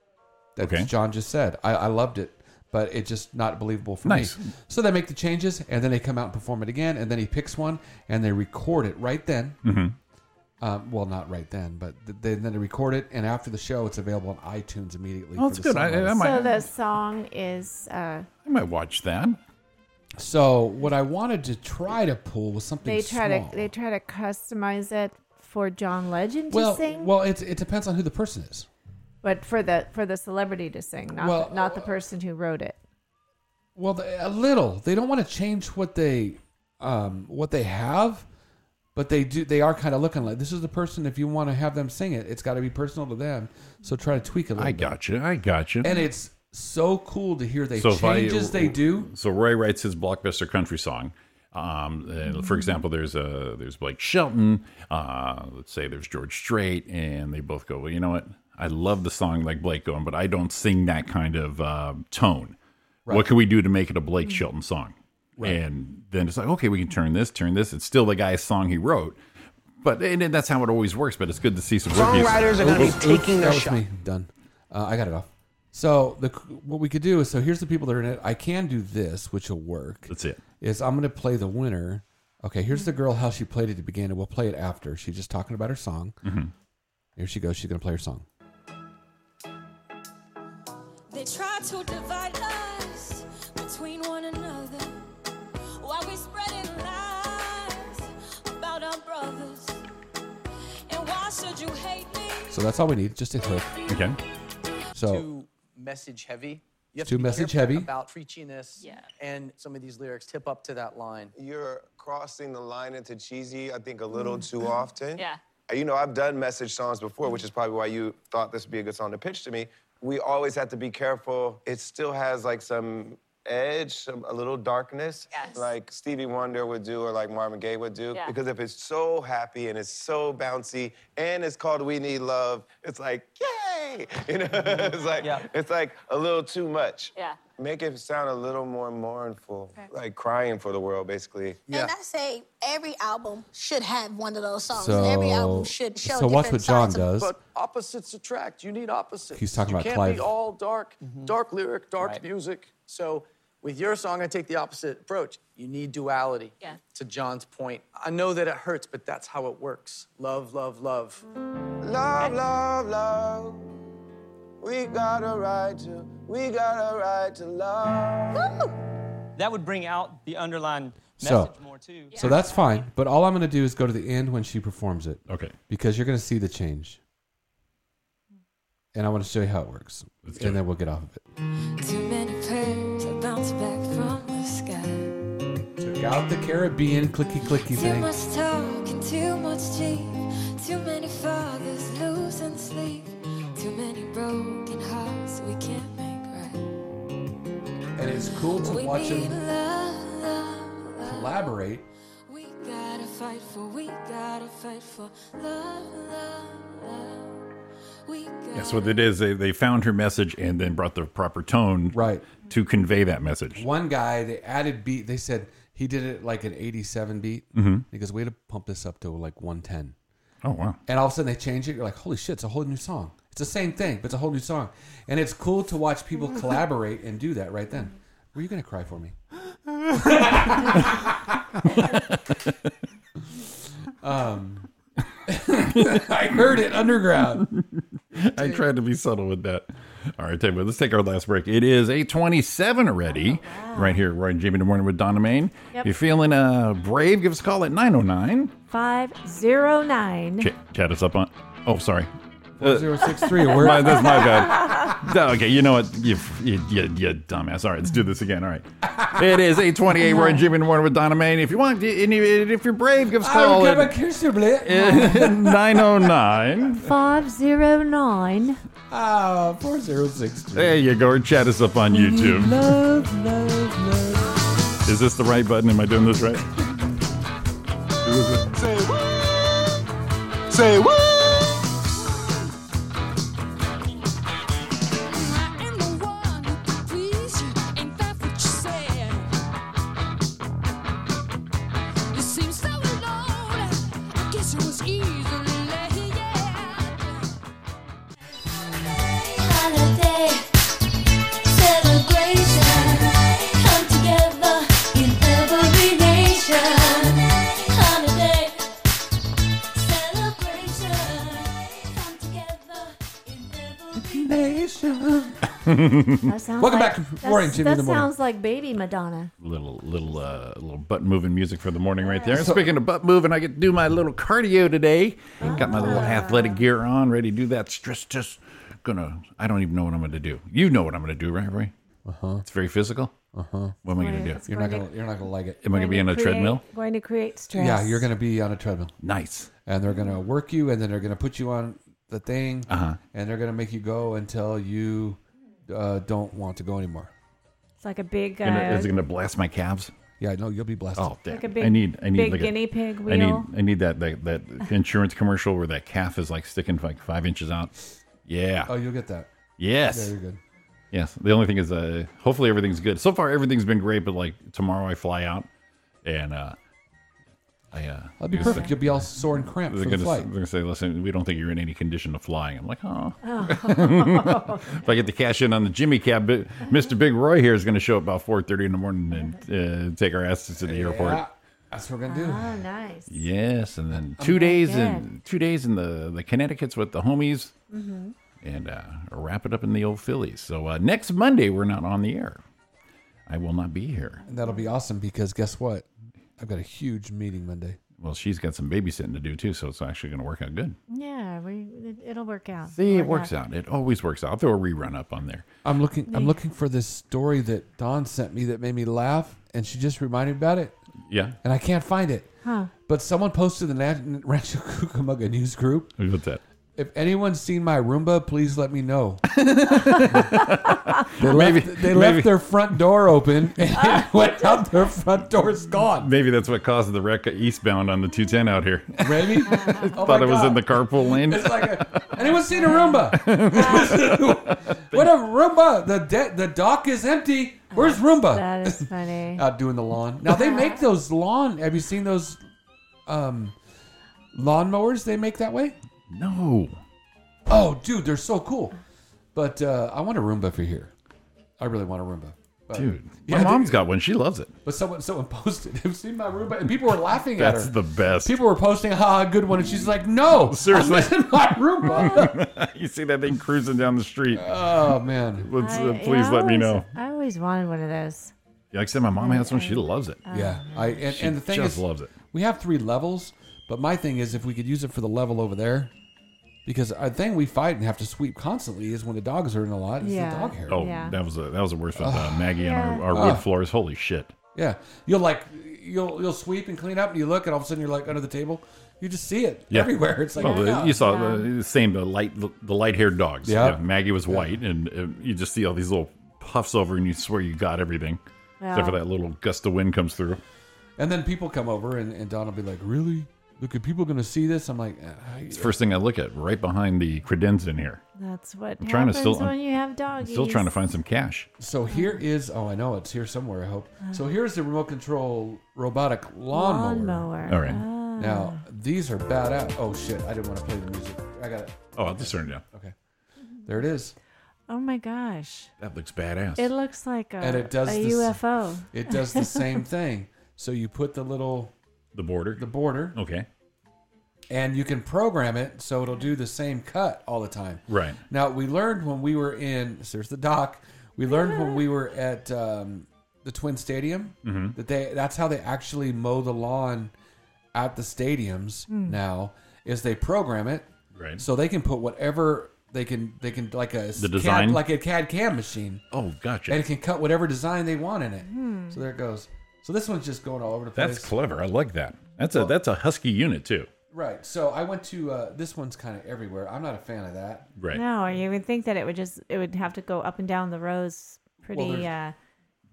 Speaker 6: That's
Speaker 5: Okay.
Speaker 6: what John just said. I, I loved it, but it's just not believable for
Speaker 5: Nice.
Speaker 6: me. So they make the changes, and then they come out and perform it again, and then he picks one, and they record it right then.
Speaker 5: Mhm.
Speaker 6: Um, well, not right then, but th- they, then they record it, and after the show, it's available on iTunes immediately.
Speaker 5: Oh,
Speaker 6: for
Speaker 5: that's
Speaker 6: the
Speaker 5: good. I- I
Speaker 6: songwriters.
Speaker 10: so the song is. Uh,
Speaker 5: I might watch that.
Speaker 6: So what I wanted to try to pull was something.
Speaker 10: they try
Speaker 6: small.
Speaker 10: to they try to customize it for John Legend to
Speaker 6: well,
Speaker 10: sing,
Speaker 6: well, it it depends on who the person is.
Speaker 10: but for the for the celebrity to sing, not
Speaker 6: Well,
Speaker 10: the, not the person who wrote it.
Speaker 6: Well, they, a little. They don't want to change what they um what they have, but they do. They are kind of looking like this is the person. If you want to have them sing it, it's got to be personal to them. So try to tweak it. a little
Speaker 5: I
Speaker 6: bit.
Speaker 5: gotcha. I gotcha.
Speaker 6: And it's so cool to hear the
Speaker 5: So if I-
Speaker 6: changes they do.
Speaker 5: So Roy writes his blockbuster country song. Um, uh, for example, there's a there's Blake Shelton. Uh, let's say there's George Strait, and they both go, well, you know what? I love the song like Blake going, but I don't sing that kind of uh, tone. What
Speaker 20: Right.
Speaker 5: can we do to make it a Blake
Speaker 21: Mm-hmm.
Speaker 5: Shelton song? And then it's like, okay, we can turn this, turn this. It's still the guy's song he wrote, but and, and that's how it always works. But it's good to see some rookies.
Speaker 21: Songwriters are gonna be
Speaker 6: Oops,
Speaker 21: taking their
Speaker 6: that was
Speaker 21: shot.
Speaker 6: me. Done. Uh, I got it off. So the what we could do is so here's the people that are in it. I can do this, which will work.
Speaker 5: That's it.
Speaker 6: Is I'm going to play the winner. Okay, here's the girl how she played it to begin, and we'll play it after. She's just talking about her song.
Speaker 5: Mhm.
Speaker 6: Here she goes. She's going to play her song.
Speaker 22: They try to divide us between one another while we spreading lies about our brothers. And why should you hate me?
Speaker 6: So that's all we need. Just a hook.
Speaker 5: Okay.
Speaker 6: So
Speaker 21: too message heavy. You have
Speaker 6: Too
Speaker 21: to be
Speaker 6: message
Speaker 21: careful
Speaker 6: heavy.
Speaker 21: about preachiness and some of these lyrics tip up to that line.
Speaker 20: You're crossing the line into cheesy, I think, a little too often.
Speaker 21: Yeah.
Speaker 20: You know, I've done message songs before, which is probably why you thought this would be a good song to pitch to me. We always have to be careful. It still has like some edge, some, a little darkness, like Stevie Wonder would do or like Marvin Gaye would do.
Speaker 16: Yeah.
Speaker 20: Because if it's so happy and it's so bouncy and it's called We Need Love, it's like, yay! You know, it's like it's like a little too much.
Speaker 16: Mm-hmm. Yeah.
Speaker 20: make it sound a little more mournful, like crying for the world, basically.
Speaker 23: And I say every album should have one of those songs. and every album should show
Speaker 6: so watch
Speaker 23: different
Speaker 6: what John
Speaker 23: sides of-
Speaker 6: does.
Speaker 21: But opposites attract. You need opposites.
Speaker 6: He's talking
Speaker 21: you
Speaker 6: about
Speaker 21: can't
Speaker 6: Clive.
Speaker 21: be all dark, dark lyric, dark music. So with your song, I take the opposite approach. You need duality.
Speaker 23: Yeah.
Speaker 21: To John's point, I know that it hurts, but that's how it works. Love, love, love.
Speaker 20: Love, love, love. We got a right to, we got a right to love.
Speaker 24: That would bring out the underlying
Speaker 6: So,
Speaker 24: message more too.
Speaker 6: so that's fine. But all I'm going to do is go to the end when she performs it.
Speaker 5: Okay.
Speaker 6: Because you're going to see the change. And I want to show you how it works. and then we'll get off of it.
Speaker 22: Too many pairs I bounce back from the sky.
Speaker 6: Check out the Caribbean clicky clicky
Speaker 22: Too
Speaker 6: thing.
Speaker 22: much talk and too much cheap. Too many fathers losing sleep. Too many broken hearts we can't make right.
Speaker 6: And it's cool to
Speaker 22: we
Speaker 6: watch
Speaker 22: need
Speaker 6: them
Speaker 22: love, love, love.
Speaker 6: collaborate.
Speaker 22: We gotta fight for, we gotta fight for love, love, love. We gotta
Speaker 5: That's what it is. They, they found her message and then brought the proper tone
Speaker 6: right.
Speaker 5: to convey that message.
Speaker 6: One guy, they added beat. They said he did it like an 87 beat.
Speaker 5: Mhm.
Speaker 6: He goes, we had to pump this up to like 110.
Speaker 5: Oh, wow.
Speaker 6: And all of a sudden they change it. You're like, holy shit, it's a whole new song. It's the same thing, but it's a whole new song. And it's cool to watch people collaborate and do that right then. Were you going to cry for me? um, I heard it underground.
Speaker 5: I tried to be subtle with that. All right, tell you what, let's take our last break. It is 827 already, right here, right Jamie in the morning with Donna Main.
Speaker 10: Yep.
Speaker 5: If you're feeling uh, brave, give us a call at 909.
Speaker 10: 509.
Speaker 5: Ch- chat us up on. Oh, sorry.
Speaker 6: Uh, 4063, where-
Speaker 5: my, That's my bad. No, okay, you know what? You, you, you, you dumbass. All right, let's do this again. All right. It is 828. We're in Jimmy in the morning with Donna Main. If you want, and if you're brave, give us a
Speaker 6: I'm
Speaker 5: call
Speaker 6: going
Speaker 5: at
Speaker 6: to kiss you, Blake.
Speaker 5: 909.
Speaker 10: 509.
Speaker 6: Ah, 4063.
Speaker 5: There you go. Or chat us up on YouTube.
Speaker 6: Love, love, love.
Speaker 5: Is this the right button? Am I doing this right?
Speaker 13: Say what? Say what?
Speaker 22: please you. Ain't that what you said? You seem so alone. I guess it was easily led.
Speaker 19: Holiday celebration. Come together in every nation. Holiday celebration. Come together in every
Speaker 6: nation.
Speaker 10: That sounds
Speaker 5: Welcome
Speaker 10: like-
Speaker 5: back. Good
Speaker 10: that's-
Speaker 5: morning, Jimmy in
Speaker 10: That
Speaker 5: the morning.
Speaker 10: sounds like baby Madonna.
Speaker 5: Little little uh, little butt moving music for the morning right there. And Speaking of butt moving, I get to do my little cardio today. Got my
Speaker 13: Ah.
Speaker 5: little athletic gear on, ready to do that stress test. Gonna I don't even know what I'm gonna do. You know what I'm gonna do, right, Roy? Uh huh. It's very physical. Uh huh. What am I gonna do?
Speaker 6: It's You're not going to you're not gonna like it.
Speaker 5: Am I gonna be on a
Speaker 10: Create-
Speaker 5: treadmill?
Speaker 10: Going to create stress.
Speaker 6: Yeah, you're going to be on a treadmill.
Speaker 5: Nice.
Speaker 6: And they're going to work you, and then they're going to put you on the thing,
Speaker 5: Uh-huh.
Speaker 6: and they're going to make you go until you uh, don't want to go anymore.
Speaker 10: It's like a big. Uh,
Speaker 5: Gonna- is it gonna blast my calves?
Speaker 6: Yeah, no, you'll be blasted.
Speaker 5: Oh, damn.
Speaker 10: Like a big-
Speaker 5: I need, I need
Speaker 10: big
Speaker 5: like a-
Speaker 10: guinea pig
Speaker 5: I need,
Speaker 10: wheel.
Speaker 5: I need that, that that insurance commercial where that calf is like sticking like five inches out. Yeah.
Speaker 6: Oh, you'll get that.
Speaker 5: Yes.
Speaker 6: Yeah, you're good.
Speaker 5: Yes. The only thing is, uh, hopefully everything's good. So far, everything's been great. But like tomorrow, I fly out, and uh, I. Uh,
Speaker 6: That'll be
Speaker 5: they-
Speaker 6: perfect. You'll be all sore and cramped
Speaker 5: They're
Speaker 6: for the
Speaker 5: gonna,
Speaker 6: flight.
Speaker 5: They're gonna say, "Listen, we don't think you're in any condition of flying." I'm like, "Oh."
Speaker 6: Oh.
Speaker 5: if I get to cash in on the Jimmy cab, but Mr. Big Roy here is going to show up about 4:30 in the morning and uh, take our asses to the airport.
Speaker 6: Yeah, that's what we're gonna do.
Speaker 10: Oh, nice.
Speaker 5: Yes, and then
Speaker 6: Oh
Speaker 5: two
Speaker 6: my
Speaker 5: days
Speaker 6: God. Mm-hmm.
Speaker 5: in two days in the the Connecticut's with the homies,
Speaker 10: Mhm.
Speaker 5: and uh, wrap it up in the old Phillies. So uh, next Monday we're not on the air. I will not be here.
Speaker 6: And that'll be awesome because guess what? I've got a huge meeting Monday.
Speaker 5: Well, she's got some babysitting to do too, so it's actually going to work out good.
Speaker 6: Oh
Speaker 10: Yeah, we, it, it'll work out.
Speaker 5: See, it
Speaker 10: Work
Speaker 5: works out. It always works out. I'll throw a rerun up on there.
Speaker 6: I'm looking. I'm
Speaker 10: Yeah.
Speaker 6: looking for this story that Dawn sent me that made me laugh, and she just reminded me about it.
Speaker 5: Yeah.
Speaker 6: and I can't find it.
Speaker 10: Huh.
Speaker 6: But someone posted the Nat- Rancho Cucamonga news group.
Speaker 5: What's that?
Speaker 6: If anyone's seen my Roomba, please let me know. they left,
Speaker 5: Maybe-
Speaker 6: they
Speaker 5: maybe-
Speaker 6: left their front door open and it went out their front door's gone.
Speaker 5: Maybe that's what caused the wreck eastbound on the 210 out here.
Speaker 6: Maybe? Oh
Speaker 5: Thought it was in the carpool lane.
Speaker 6: Anyone seen a Roomba? what a Roomba! The de- the dock is empty. Where's Roomba?
Speaker 10: That is funny.
Speaker 6: Out doing the lawn. Now they make those lawn. Have you seen those um, lawnmowers they make that way?
Speaker 5: No.
Speaker 6: Oh, dude, they're so cool. But uh, I want a Roomba for here. I really want a Roomba. But-
Speaker 5: Dude, my
Speaker 6: Yeah, dude.
Speaker 5: mom's got one. She loves it.
Speaker 6: But someone someone posted, "Have you seen my Roomba?" And people were laughing at her.
Speaker 5: That's the best.
Speaker 6: People were posting, "Ha, good one!" And she's like, "No,
Speaker 5: Seriously.
Speaker 6: I'm missing my Roomba."
Speaker 5: you see that thing cruising down the street.
Speaker 6: Oh man!
Speaker 5: Let's,
Speaker 10: I-
Speaker 5: uh,
Speaker 10: yeah,
Speaker 5: please
Speaker 10: I
Speaker 5: let me
Speaker 10: always-
Speaker 5: know.
Speaker 10: I always wanted one of those.
Speaker 5: Yeah, like I said, my mom has one. She loves it.
Speaker 6: Yeah, I and,
Speaker 5: She
Speaker 6: and the thing
Speaker 5: just
Speaker 6: is,
Speaker 5: loves it.
Speaker 6: We have three levels, but my thing is, if we could use it for the level over there, because a thing we fight and have to sweep constantly is when the dogs are in a lot. Is
Speaker 10: Yeah.
Speaker 6: the dog hair?
Speaker 5: Oh, that was a, that was the worst with uh, Maggie and our, our wood
Speaker 6: Ah.
Speaker 5: floors. Holy shit!
Speaker 6: Yeah, you'll like you'll you'll sweep and clean up, and you look, and all of a sudden you're like under the table. You just see it
Speaker 5: Yeah.
Speaker 6: everywhere. It's like
Speaker 5: Well, Oh, the-
Speaker 6: yeah.
Speaker 5: you saw the, the same the light the, light haired dogs.
Speaker 6: Yeah.
Speaker 5: Maggie was
Speaker 6: Yeah.
Speaker 5: white, and uh, you just see all these little puffs over, and you swear you got everything, except
Speaker 6: Yeah.
Speaker 5: for that little gust of wind comes through.
Speaker 6: and then people come over, and, and Don will be like, "Really? Look, are people going to see this?" I'm like, "Ah,
Speaker 5: It's the first thing I look at right behind the credenza in here.
Speaker 10: That's what
Speaker 5: I'm
Speaker 10: happens
Speaker 5: trying to still-
Speaker 10: when
Speaker 5: I'm-
Speaker 10: you have
Speaker 5: I'm
Speaker 10: doggies.
Speaker 5: still trying to find some cash.
Speaker 6: So here is oh I know it's here somewhere I hope.
Speaker 5: Uh-huh.
Speaker 6: So here's the remote control robotic lawnmower.
Speaker 10: Lawnmower.
Speaker 5: All right.
Speaker 6: Now these are badass. Oh shit! I didn't want to play the music. I got it.
Speaker 5: Oh, I'll just turn it down.
Speaker 6: Okay. There it is.
Speaker 10: Oh my gosh.
Speaker 5: That looks badass.
Speaker 10: It looks like a,
Speaker 6: and it does
Speaker 10: a
Speaker 6: the s-
Speaker 10: UFO.
Speaker 6: It does the same thing. So you put the little
Speaker 5: the border,
Speaker 6: the border,
Speaker 5: Okay.
Speaker 6: and you can program it so it'll do the same cut all the time.
Speaker 5: Right.
Speaker 6: Now we learned when we were in. so There's the dock. We learned when we were at um, the Twin Stadium
Speaker 5: Mhm.
Speaker 6: that they that's how they actually mow the lawn at the stadiums
Speaker 5: Hmm.
Speaker 6: now is they program it
Speaker 5: Right.
Speaker 6: so they can put whatever they can they can like a
Speaker 5: The design?
Speaker 6: CAD, like a CAD CAM machine.
Speaker 5: Oh, gotcha.
Speaker 6: And it can cut whatever design they want in it.
Speaker 10: Hmm.
Speaker 6: So there it goes. So this one's just going all over the place.
Speaker 5: That's clever. I like that. That's a that's a husky unit too.
Speaker 6: Right. So I went to uh, this one's kind of everywhere. I'm not a fan of that.
Speaker 5: Right.
Speaker 10: No, you would think that it would just it would have to go up and down the rows pretty
Speaker 6: there's-
Speaker 10: uh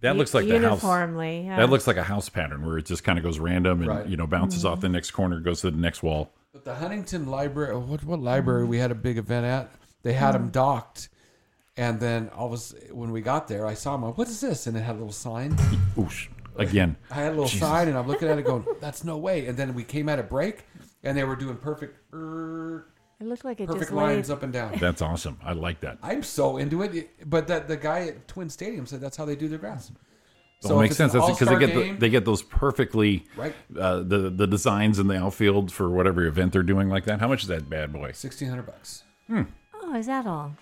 Speaker 5: That
Speaker 10: u-
Speaker 5: looks like the house.
Speaker 10: uniformly. yeah.
Speaker 5: That looks like a house pattern where it just kind of goes random and
Speaker 6: Right.
Speaker 5: you know bounces off the next corner, goes to the next wall.
Speaker 6: But the Huntington Library, what what library we had a big event at? They had
Speaker 5: Mm-hmm.
Speaker 6: them docked, and then I was when we got there, I saw them. What is this? And it had a little sign.
Speaker 5: Oosh. Again.
Speaker 6: I had a little
Speaker 5: Jesus.
Speaker 6: sign, and I'm looking at it going, "That's no way." And then we came at a break, and they were doing perfect, er,
Speaker 10: It looked like it
Speaker 6: perfect
Speaker 10: just
Speaker 6: lines
Speaker 10: laid-
Speaker 6: up and down.
Speaker 5: That's awesome. I like that.
Speaker 6: I'm so into it. But that the guy at Twin Stadium said that's how they do their grass.
Speaker 5: It
Speaker 6: if
Speaker 5: makes
Speaker 6: it's an
Speaker 5: sense. That's because they
Speaker 6: all-star
Speaker 5: get the,
Speaker 6: game-
Speaker 5: they get those perfectly
Speaker 6: Right.
Speaker 5: uh, the the designs in the outfield for whatever event they're doing like that. How much is that bad boy?
Speaker 6: Sixteen hundred bucks.
Speaker 10: Oh, is that all?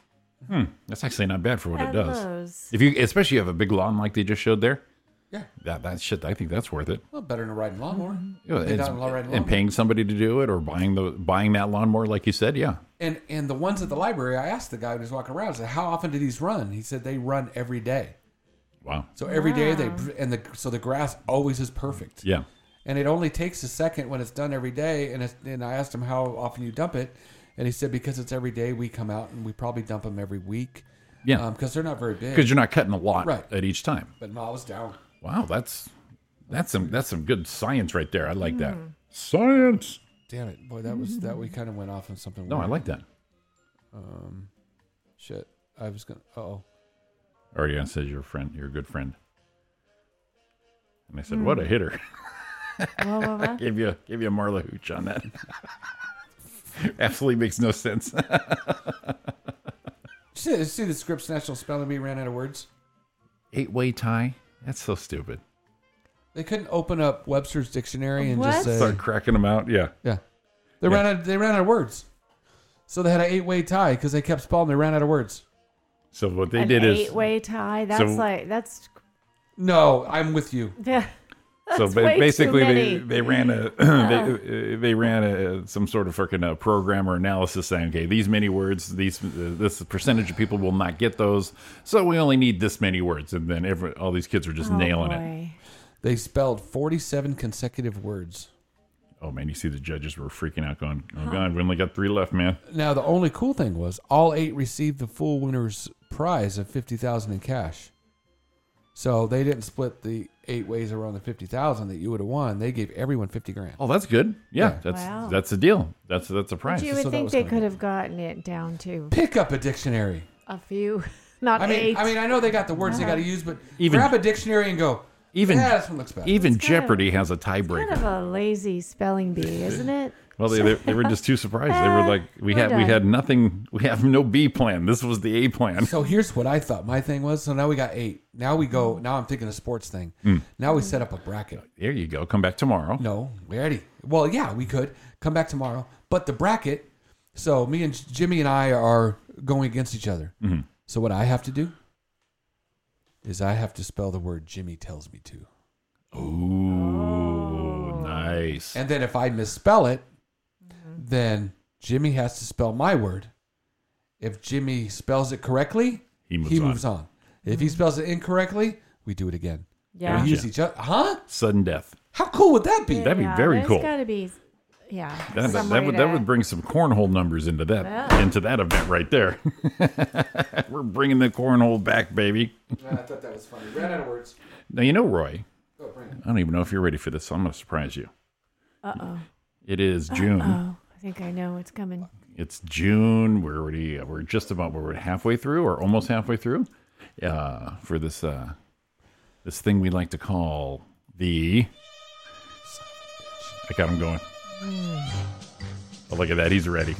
Speaker 5: Hmm. That's actually not bad for what it
Speaker 10: Add
Speaker 5: does.
Speaker 10: those.
Speaker 5: If you especially you have a big lawn like they just showed there.
Speaker 6: Yeah.
Speaker 5: That that shit. I think that's worth it.
Speaker 6: Well, better than a riding lawnmower.
Speaker 5: Yeah,
Speaker 6: Than
Speaker 5: it's-
Speaker 6: not a riding
Speaker 5: and
Speaker 6: lawnmower.
Speaker 5: paying somebody to do it or buying the buying that lawnmower like you said yeah
Speaker 6: And and the ones at the library, I asked the guy who was walking around, I said, "How often do these run?" He said, "They run every day."
Speaker 5: Wow.
Speaker 6: So every day
Speaker 10: Wow.
Speaker 6: they and the so the grass always is perfect.
Speaker 5: Yeah.
Speaker 6: And it only takes a second when it's done every day. And it's, and I asked him how often you dump it, and he said because it's every day we come out and we probably dump them every week.
Speaker 5: Yeah.
Speaker 6: because they're not very big.
Speaker 5: because you're not cutting a lot
Speaker 6: Um, Right.
Speaker 5: at each time
Speaker 6: But no, I was down.
Speaker 5: wow that's that's some that's some good science right there i like that
Speaker 10: Hmm.
Speaker 5: science
Speaker 6: Damn it, boy, that was that we kind of went off on something.
Speaker 5: no i
Speaker 6: weird.
Speaker 5: like that
Speaker 6: Um, shit, I was gonna. Oh,
Speaker 5: ariana says you're a friend you're a good friend and i said what a
Speaker 10: Hmm.
Speaker 5: hitter
Speaker 10: Whoa, whoa, whoa.
Speaker 5: give you give you a marla hooch on that absolutely makes no sense
Speaker 6: see, see the scripts national spelling bee ran out of words.
Speaker 5: eight way tie that's so stupid
Speaker 6: They couldn't open up Webster's dictionary and just say
Speaker 5: start cracking them out yeah
Speaker 6: yeah They ran out. They ran out of words, so they had an eight-way tie because they kept spelling. They ran out of words.
Speaker 5: so what they
Speaker 10: An
Speaker 5: did is
Speaker 10: eight-way tie. That's
Speaker 5: So-
Speaker 10: like that's
Speaker 6: No, I'm with you.
Speaker 10: yeah.
Speaker 5: so
Speaker 10: That's
Speaker 5: ba-
Speaker 10: way too
Speaker 5: basically they,
Speaker 10: many.
Speaker 5: they ran a they, uh, they ran a some sort of freaking uh, program or analysis saying okay these many words these uh, this percentage of people will not get those so we only need this many words and then every,
Speaker 10: Oh,
Speaker 5: all these kids are just nailing it
Speaker 6: They spelled 47 consecutive words.
Speaker 5: Oh man, you see the judges were freaking out, going, "Oh god, we only got three left, man."
Speaker 6: Now, the only cool thing was all eight received the full winner's prize of fifty thousand in cash. So they didn't split the eight ways around the fifty thousand that you would have won. They gave everyone fifty grand.
Speaker 5: Oh, that's good. Yeah,
Speaker 6: Yeah.
Speaker 5: that's
Speaker 10: Wow.
Speaker 5: that's a deal. That's that's a prize.
Speaker 10: But you would think they could have gotten it down to
Speaker 6: Pick up a dictionary.
Speaker 10: a few, not
Speaker 6: I mean,
Speaker 10: eight.
Speaker 6: I mean, I know they got the words they
Speaker 10: Uh-huh.
Speaker 6: got to use, but
Speaker 5: Even-
Speaker 6: grab a dictionary and go.
Speaker 5: Even
Speaker 6: yeah, this one looks better.
Speaker 5: even
Speaker 10: kind of-
Speaker 5: Jeopardy has a tiebreaker.
Speaker 10: Kind of a lazy spelling bee, isn't it?
Speaker 5: Well, they, they, they were just too surprised. They were like, "We
Speaker 10: We're
Speaker 5: had we
Speaker 10: done.
Speaker 5: had nothing. We have no B plan. This was the A plan."
Speaker 6: So here's what I thought my thing was. So now we got eight. Now we go. Now I'm thinking a sports thing.
Speaker 5: Mm.
Speaker 6: Now we set up a bracket.
Speaker 5: There you go. Come back tomorrow.
Speaker 6: No, we already. Well, yeah, we could come back tomorrow. But the bracket. So me and Jimmy and I are going against each other.
Speaker 5: Mhm.
Speaker 6: So what I have to do is I have to spell the word Jimmy tells me to.
Speaker 5: Ooh,
Speaker 10: Oh.
Speaker 5: nice.
Speaker 6: And then if I misspell it, then Jimmy has to spell my word. If Jimmy spells it correctly,
Speaker 5: He moves on.
Speaker 6: on. If he spells it incorrectly, we do it again.
Speaker 10: Yeah.
Speaker 6: We use each other. Huh?
Speaker 5: Sudden death.
Speaker 6: How cool would that be?
Speaker 5: That'd be very
Speaker 10: there's
Speaker 5: cool.
Speaker 10: gotta be, yeah.
Speaker 5: That,
Speaker 10: some
Speaker 5: that,
Speaker 10: way
Speaker 5: would
Speaker 10: to-
Speaker 5: that would bring some cornhole numbers into that
Speaker 10: Yeah.
Speaker 5: into that event right there. We're bringing the cornhole back, baby.
Speaker 6: I thought that was funny. Ran out of words.
Speaker 5: Now you know, Roy.
Speaker 6: Go, Brandon.
Speaker 5: I don't even know if you're ready for this. So I'm going to surprise you.
Speaker 10: Uh-oh.
Speaker 5: It is June.
Speaker 10: Oh, I think I know what's coming.
Speaker 5: It's June. We're already we're just about we're halfway through or almost halfway through uh, for this uh, this thing we like to call the. I got him going.
Speaker 10: Hmm.
Speaker 5: Oh, look at that. He's ready.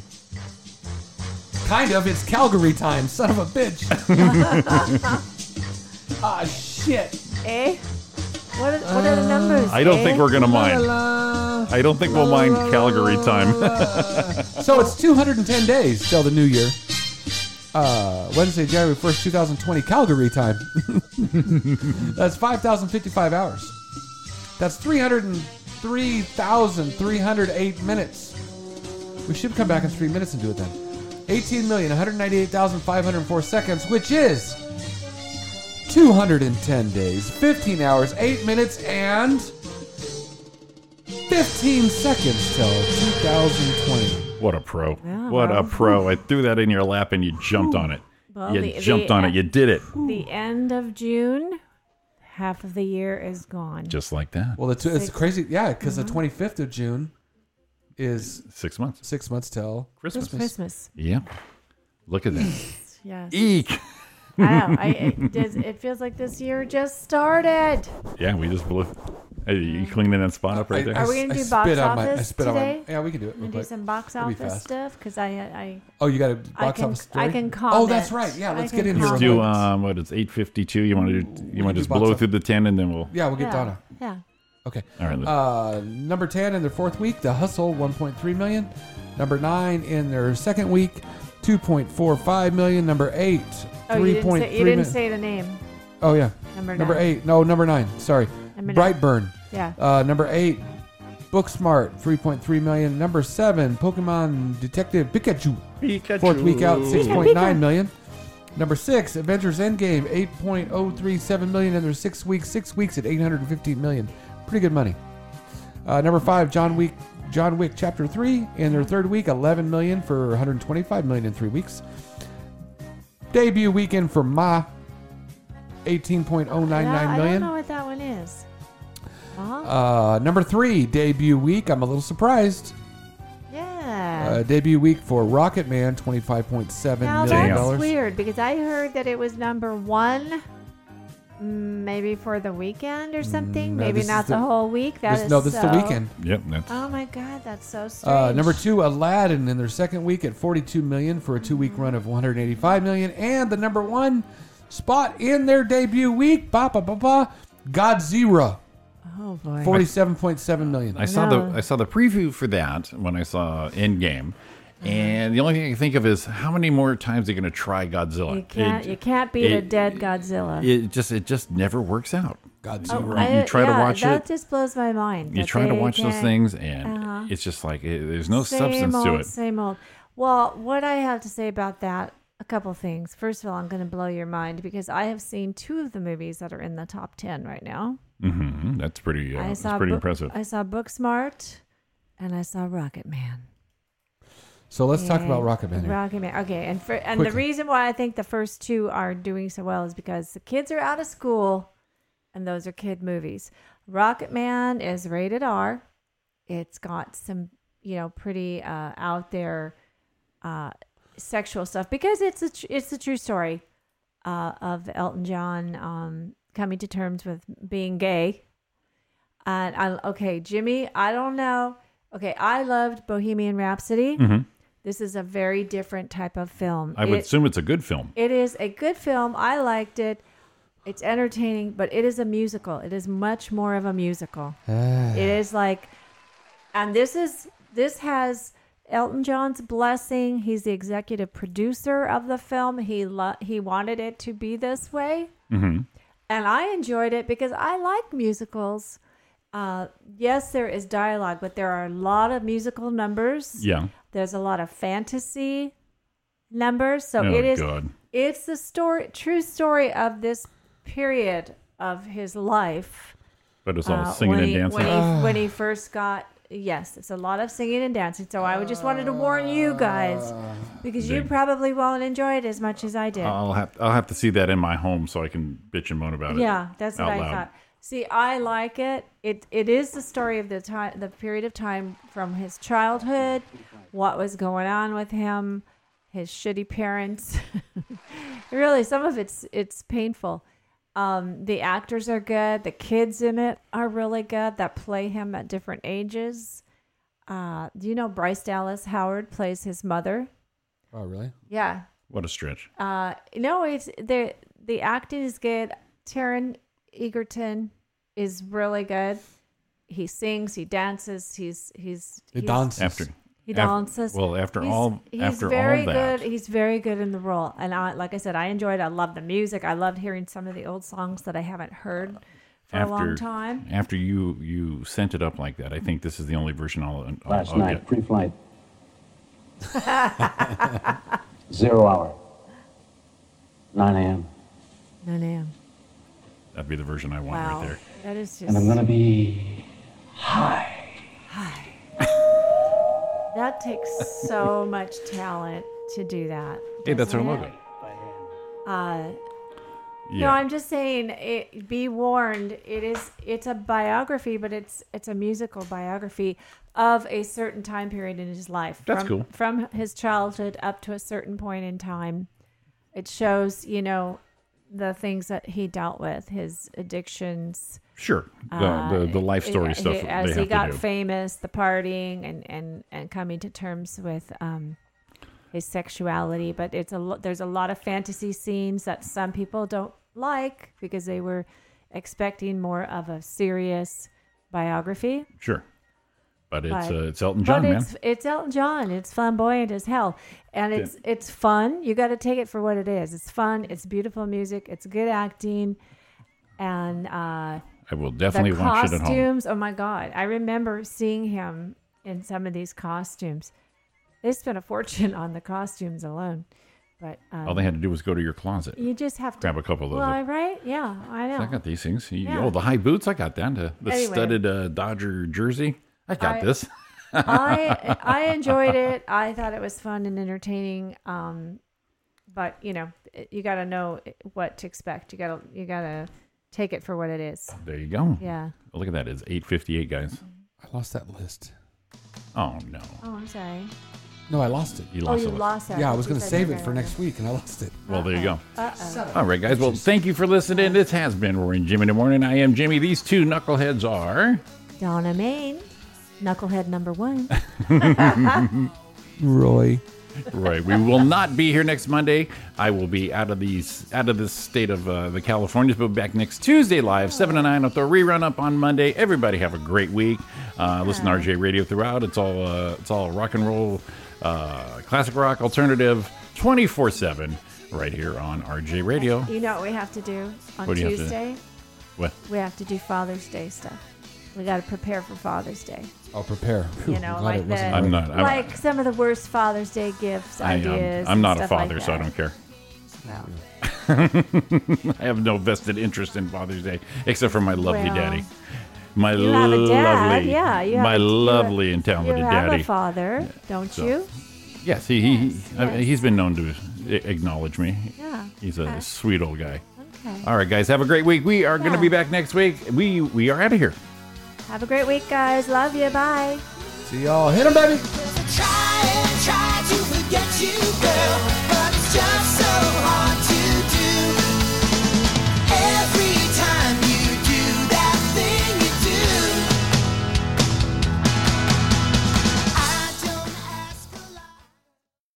Speaker 6: Kind of. It's Calgary time, son of a bitch. ah, shit.
Speaker 10: Eh? What are, what are the numbers?
Speaker 5: I don't think
Speaker 10: eh?
Speaker 5: we're gonna mind.
Speaker 6: la.
Speaker 5: I don't think we'll mind Calgary time.
Speaker 6: So it's 210 days till the new year. Uh, Wednesday, January 1st, 2020, Calgary time. That's 5,055 hours. That's 303,308 minutes. We should come back in three minutes and do it then. 18,198,504 seconds, which is 210 days, 15 hours, 8 minutes, and 15 seconds till 2020.
Speaker 5: What a pro.
Speaker 10: Yeah,
Speaker 5: what
Speaker 10: wow.
Speaker 5: a pro. I threw that in your lap and you jumped on it.
Speaker 10: Well,
Speaker 5: you
Speaker 10: the- uh,
Speaker 5: jumped
Speaker 10: the-
Speaker 5: on it. You did it.
Speaker 10: The end of June, half of the year is gone.
Speaker 5: Just like that.
Speaker 6: Well, the tw- it's
Speaker 10: Six-
Speaker 6: crazy. Yeah, because
Speaker 10: Mhm.
Speaker 6: the 25th of June is
Speaker 5: six months.
Speaker 6: Six months till
Speaker 5: Christmas.
Speaker 10: Christmas.
Speaker 5: Yeah. Look at that.
Speaker 10: Yes.
Speaker 5: Eek.
Speaker 10: I know. I, it, does, it feels like this year just started.
Speaker 5: Yeah, we just blew. Hey, you cleaning that spot up right there?
Speaker 10: Are we gonna do box
Speaker 6: on my- I
Speaker 10: office
Speaker 6: spit on my-
Speaker 10: today?
Speaker 6: yeah, we can do it
Speaker 10: Gonna
Speaker 6: real
Speaker 10: do
Speaker 6: quick.
Speaker 10: some box
Speaker 6: It'll be
Speaker 10: office
Speaker 6: fast.
Speaker 10: stuff because I, I
Speaker 6: Oh, you got a
Speaker 10: I
Speaker 6: box
Speaker 10: can-
Speaker 6: office story?
Speaker 10: I can
Speaker 6: Oh, that's
Speaker 10: comment.
Speaker 6: right. Yeah,
Speaker 10: I
Speaker 6: let's
Speaker 10: can
Speaker 6: get in here.
Speaker 5: Let's
Speaker 6: real
Speaker 5: do
Speaker 6: quick.
Speaker 5: um, what? It's eight fifty two. You want to do? You want
Speaker 6: do
Speaker 5: to just
Speaker 6: box
Speaker 5: blow
Speaker 6: office.
Speaker 5: through the ten and then we'll.
Speaker 6: Yeah, we'll get
Speaker 10: yeah,
Speaker 6: Donna.
Speaker 10: Yeah.
Speaker 6: Okay.
Speaker 5: All right. Let's,
Speaker 6: Uh, number 10 in their fourth week, The Hustle, 1.3 million. Number 9 in their second week, 2.45 million. Number 8,
Speaker 10: Oh, you didn't,
Speaker 6: 3.3
Speaker 10: say, you didn't
Speaker 6: mi-
Speaker 10: say the name.
Speaker 6: Oh, yeah.
Speaker 10: Number nine.
Speaker 6: 8. No, number 9. Sorry.
Speaker 10: Number nine.
Speaker 6: Brightburn.
Speaker 10: Yeah.
Speaker 6: Uh, number 8, Booksmart, 3.3 million. Number 7, Pokemon Detective Pikachu.
Speaker 5: Pikachu.
Speaker 6: Fourth week out,
Speaker 5: Pika,
Speaker 6: 6.9
Speaker 10: Pika.
Speaker 6: million. Number 6, Avengers Endgame, 8.037 million in their six weeks. Six weeks at 815 million. Pretty good money. Uh, number five, John Wick, John Wick Chapter Three, in their third week, 11 million for 125 million in three weeks. Debut weekend for Ma, 18.099
Speaker 10: Yeah, I don't
Speaker 6: million.
Speaker 10: know what that one is. Uh-huh.
Speaker 6: Uh, number three, debut week. I'm a little surprised. Uh,
Speaker 10: yeah.
Speaker 6: debut week for Rocket Man, 25.7
Speaker 10: now
Speaker 6: million
Speaker 10: that's
Speaker 6: dollars.
Speaker 10: weird because I heard that it was number one, mm, maybe for the weekend or something.
Speaker 6: Mm, no,
Speaker 10: maybe
Speaker 6: this
Speaker 10: not
Speaker 6: is
Speaker 10: the,
Speaker 6: the-
Speaker 10: whole week. That is
Speaker 6: this- no, this is the
Speaker 10: so-
Speaker 6: weekend.
Speaker 5: yep. That's
Speaker 10: Oh my God, that's so strange.
Speaker 6: Uh, number two, Aladdin in their second week at 42 million for a two-week run of 185 million, and the number one spot in their debut week, ba ba ba ba, Godzilla,
Speaker 10: Oh boy.
Speaker 6: 47.7 million.
Speaker 5: I saw the
Speaker 10: No.
Speaker 5: I saw the preview for that when I saw Endgame,
Speaker 10: Mm-hmm.
Speaker 5: and the only thing I can think of is how many more times they're going to try Godzilla.
Speaker 10: You can't.
Speaker 5: It-
Speaker 10: you can't beat a
Speaker 5: it-
Speaker 10: dead Godzilla.
Speaker 5: It just it just never works out.
Speaker 6: Godzilla.
Speaker 5: You-
Speaker 10: I-
Speaker 5: you try
Speaker 10: yeah,
Speaker 5: to watch
Speaker 10: That
Speaker 5: it.
Speaker 10: just blows my mind.
Speaker 5: You
Speaker 10: that
Speaker 5: try to
Speaker 10: they
Speaker 5: watch those
Speaker 10: can't-
Speaker 5: things, and
Speaker 10: Uh-huh.
Speaker 5: it's just like it, there's no
Speaker 10: same
Speaker 5: substance
Speaker 10: old,
Speaker 5: to it.
Speaker 10: Same old. Well, what I have to say about that, a couple things. First of all, I'm going to blow your mind because I have seen two of the movies that are in the top ten right now.
Speaker 5: hmm That's pretty. Uh,
Speaker 10: I
Speaker 5: that's
Speaker 10: saw
Speaker 5: pretty
Speaker 10: Bo- uh,
Speaker 5: impressive.
Speaker 10: I saw Booksmart and I saw Rocket Man.
Speaker 19: So let's talk about
Speaker 10: And
Speaker 19: Rocket Man. here.
Speaker 10: Rocket Man. Okay, and for, and the
Speaker 19: Quickly.
Speaker 10: reason why I think the first two are doing so well is because the kids are out of school, and those are kid movies. Rocket Man is rated R. It's got some you know pretty uh, out there uh, sexual stuff because it's a tr- it's a true story uh, of Elton John um, coming to terms with being gay. And I, okay, Jimmy, I don't know. Okay, I loved Bohemian Rhapsody.
Speaker 5: Mhm.
Speaker 10: This is a very different type of film.
Speaker 5: I would
Speaker 10: It-
Speaker 5: assume it's a good film.
Speaker 10: It is a good film. I liked it. It's entertaining, but it is a musical. It is much more of a musical.
Speaker 19: Ah.
Speaker 10: It is like, and this is this has Elton John's blessing. He's the executive producer of the film. He lo- he wanted it to be this way
Speaker 5: Mm-hmm.
Speaker 10: and I enjoyed it because I like musicals. Uh, yes, there is dialogue, but there are a lot of musical numbers.
Speaker 5: Yeah.
Speaker 10: There's a lot of fantasy numbers. So
Speaker 5: Oh,
Speaker 10: it is.
Speaker 5: God.
Speaker 10: It's the story, true story of this period of his life.
Speaker 5: But it's all
Speaker 10: uh,
Speaker 5: singing
Speaker 10: when
Speaker 5: and
Speaker 10: he-
Speaker 5: dancing.
Speaker 10: When he, when he first got. Yes, it's a lot of singing and dancing. So I would just wanted to warn you guys because you
Speaker 5: Big-
Speaker 10: probably won't enjoy it as much as I did.
Speaker 5: I'll have I'll have to see that in my home so I can bitch and moan about it.
Speaker 10: Yeah, that's what
Speaker 5: out
Speaker 10: I
Speaker 5: loud.
Speaker 10: thought. See, I like it. It it is the story of the time, the period of time from his childhood, what was going on with him, his shitty parents. really, some of it's it's painful. Um, the actors are good. The kids in it are really good that play him at different ages. Uh, do you know Bryce Dallas Howard plays his mother?
Speaker 19: Oh, really?
Speaker 10: Yeah,
Speaker 5: What a stretch.
Speaker 10: uh, no, it's the the acting is good. Taryn Egerton is really good. He sings, he dances, he's he's
Speaker 5: He
Speaker 10: he's-
Speaker 5: dances. After-
Speaker 10: He
Speaker 5: af-
Speaker 10: dances.
Speaker 5: well, after
Speaker 10: He's-
Speaker 5: all-
Speaker 10: he's
Speaker 5: after all
Speaker 10: very
Speaker 5: that.
Speaker 10: good. He's very good in the role, and I like I said, I enjoyed. it. I love the music. I loved hearing some of the old songs that I haven't heard for a long time.
Speaker 5: After you you sent it up like that, I think this is the only version I'll. I'll
Speaker 3: Last
Speaker 5: I'll
Speaker 3: night,
Speaker 5: get.
Speaker 3: pre-flight. Zero hour. 9 a.m.
Speaker 10: No, no,
Speaker 5: That'd be the version I want
Speaker 10: wow,
Speaker 5: right there.
Speaker 10: that is just
Speaker 3: And I'm gonna be high.
Speaker 10: that takes so much talent to do that.
Speaker 5: Hey, that's our
Speaker 10: doesn't it?
Speaker 5: logo.
Speaker 10: Uh, No,
Speaker 5: Yeah.
Speaker 10: I'm just saying. It, be warned. It is. It's a biography, but it's it's a musical biography of a certain time period in his life.
Speaker 5: That's
Speaker 10: from,
Speaker 5: cool.
Speaker 10: From his childhood up to a certain point in time, it shows you know the things that he dealt with, his addictions.
Speaker 5: Sure. The- the- the life story
Speaker 10: he-
Speaker 5: stuff
Speaker 10: Uh, As
Speaker 5: they
Speaker 10: he
Speaker 5: have to
Speaker 10: got
Speaker 5: do.
Speaker 10: famous, the partying and and and coming to terms with. um his sexuality, but it's a lo- there's a lot of fantasy scenes that some people don't like because they were expecting more of a serious biography.
Speaker 5: Sure. But it's
Speaker 10: But-
Speaker 5: uh, it's Elton John,
Speaker 10: but
Speaker 5: man.
Speaker 10: it's it's Elton John. It's flamboyant as hell, and it's it's fun. You got to take it for what it is. It's fun. It's beautiful music. It's good acting, and uh,
Speaker 5: I will definitely
Speaker 10: the
Speaker 5: watch it at home.
Speaker 10: costumes. Oh my god, I remember seeing him in some of these costumes. They spent a fortune on the costumes alone, but um,
Speaker 5: All they had to do was go to your closet.
Speaker 10: you just have to
Speaker 5: grab a couple of those.
Speaker 10: Well, right? Yeah, I know.
Speaker 5: I got these things. You-
Speaker 10: Yeah.
Speaker 5: Oh, the high boots. I got that. The, the
Speaker 10: Anyway.
Speaker 5: studded uh, Dodger jersey. I got
Speaker 10: I-
Speaker 5: this.
Speaker 10: I I enjoyed it. I thought it was fun and entertaining. Um, but you know, it- you got to know what to expect. You got to you got to take it for what it is.
Speaker 5: There you go.
Speaker 10: Yeah.
Speaker 5: Oh, look at that. It's 8.58, guys.
Speaker 19: I lost that list.
Speaker 5: Oh, no.
Speaker 10: Oh, I'm sorry.
Speaker 19: No, I lost it.
Speaker 5: You
Speaker 10: Oh, lost you it. lost it.
Speaker 19: Yeah, I
Speaker 10: You
Speaker 19: was going to
Speaker 10: said
Speaker 19: save
Speaker 10: you
Speaker 19: it for
Speaker 10: got
Speaker 19: next week, and I lost it.
Speaker 5: Well, there you go.
Speaker 10: Uh-oh.
Speaker 5: All right, guys. Well, thank you for listening. This has been Rory and Jimmy in the Morning. I am Jimmy. These two knuckleheads are...
Speaker 10: Donna Main, knucklehead number one.
Speaker 19: Roy.
Speaker 5: Roy. We will not be here next Monday. I will be out of these, out of this state of uh, the Californias. But back next Tuesday live, seven to nine. I'll throw a rerun up on Monday. Everybody have a great week. Uh, listen to RJ Radio throughout. It's all, uh, it's all rock and roll, uh, classic rock, alternative, twenty four seven, right here on RJ Radio.
Speaker 10: You know what we have to do on
Speaker 5: What do you have to-
Speaker 10: Tuesday?
Speaker 5: What?
Speaker 10: We have to do Father's Day stuff. We got to prepare for Father's Day.
Speaker 19: I'll prepare.
Speaker 10: You know,
Speaker 19: I'm glad
Speaker 10: like
Speaker 19: it
Speaker 10: the,
Speaker 19: wasn't
Speaker 5: I'm
Speaker 19: Roy.
Speaker 5: not- I'm-
Speaker 10: like some of the worst Father's Day gifts
Speaker 5: I,
Speaker 10: ideas.
Speaker 5: am I'm not
Speaker 10: and
Speaker 5: a
Speaker 10: stuff like
Speaker 5: father, so I
Speaker 10: that.
Speaker 5: don't care.
Speaker 10: No.
Speaker 5: I have no vested interest in Father's Day except for my lovely
Speaker 10: Well,
Speaker 5: daddy. my
Speaker 10: You have a dad,
Speaker 5: lovely,
Speaker 10: yeah, you have
Speaker 5: my
Speaker 10: a- you have-
Speaker 5: lovely and
Speaker 10: You
Speaker 5: talented
Speaker 10: have
Speaker 5: daddy.
Speaker 10: a father, don't
Speaker 5: so-
Speaker 10: you?
Speaker 5: Yes, he, he, he I mean, he's been known to a- acknowledge me.
Speaker 10: Yeah,
Speaker 5: He's a
Speaker 10: okay.
Speaker 5: sweet old guy.
Speaker 10: Okay.
Speaker 5: All right, guys, have a great week. We are going to
Speaker 10: Yeah.
Speaker 5: be back next week. We we are out of here.
Speaker 10: Have a great week, guys. Love you. Bye.
Speaker 19: See y'all. Hit him, baby.
Speaker 25: Try and try to forget you, girl, but it's just so hard.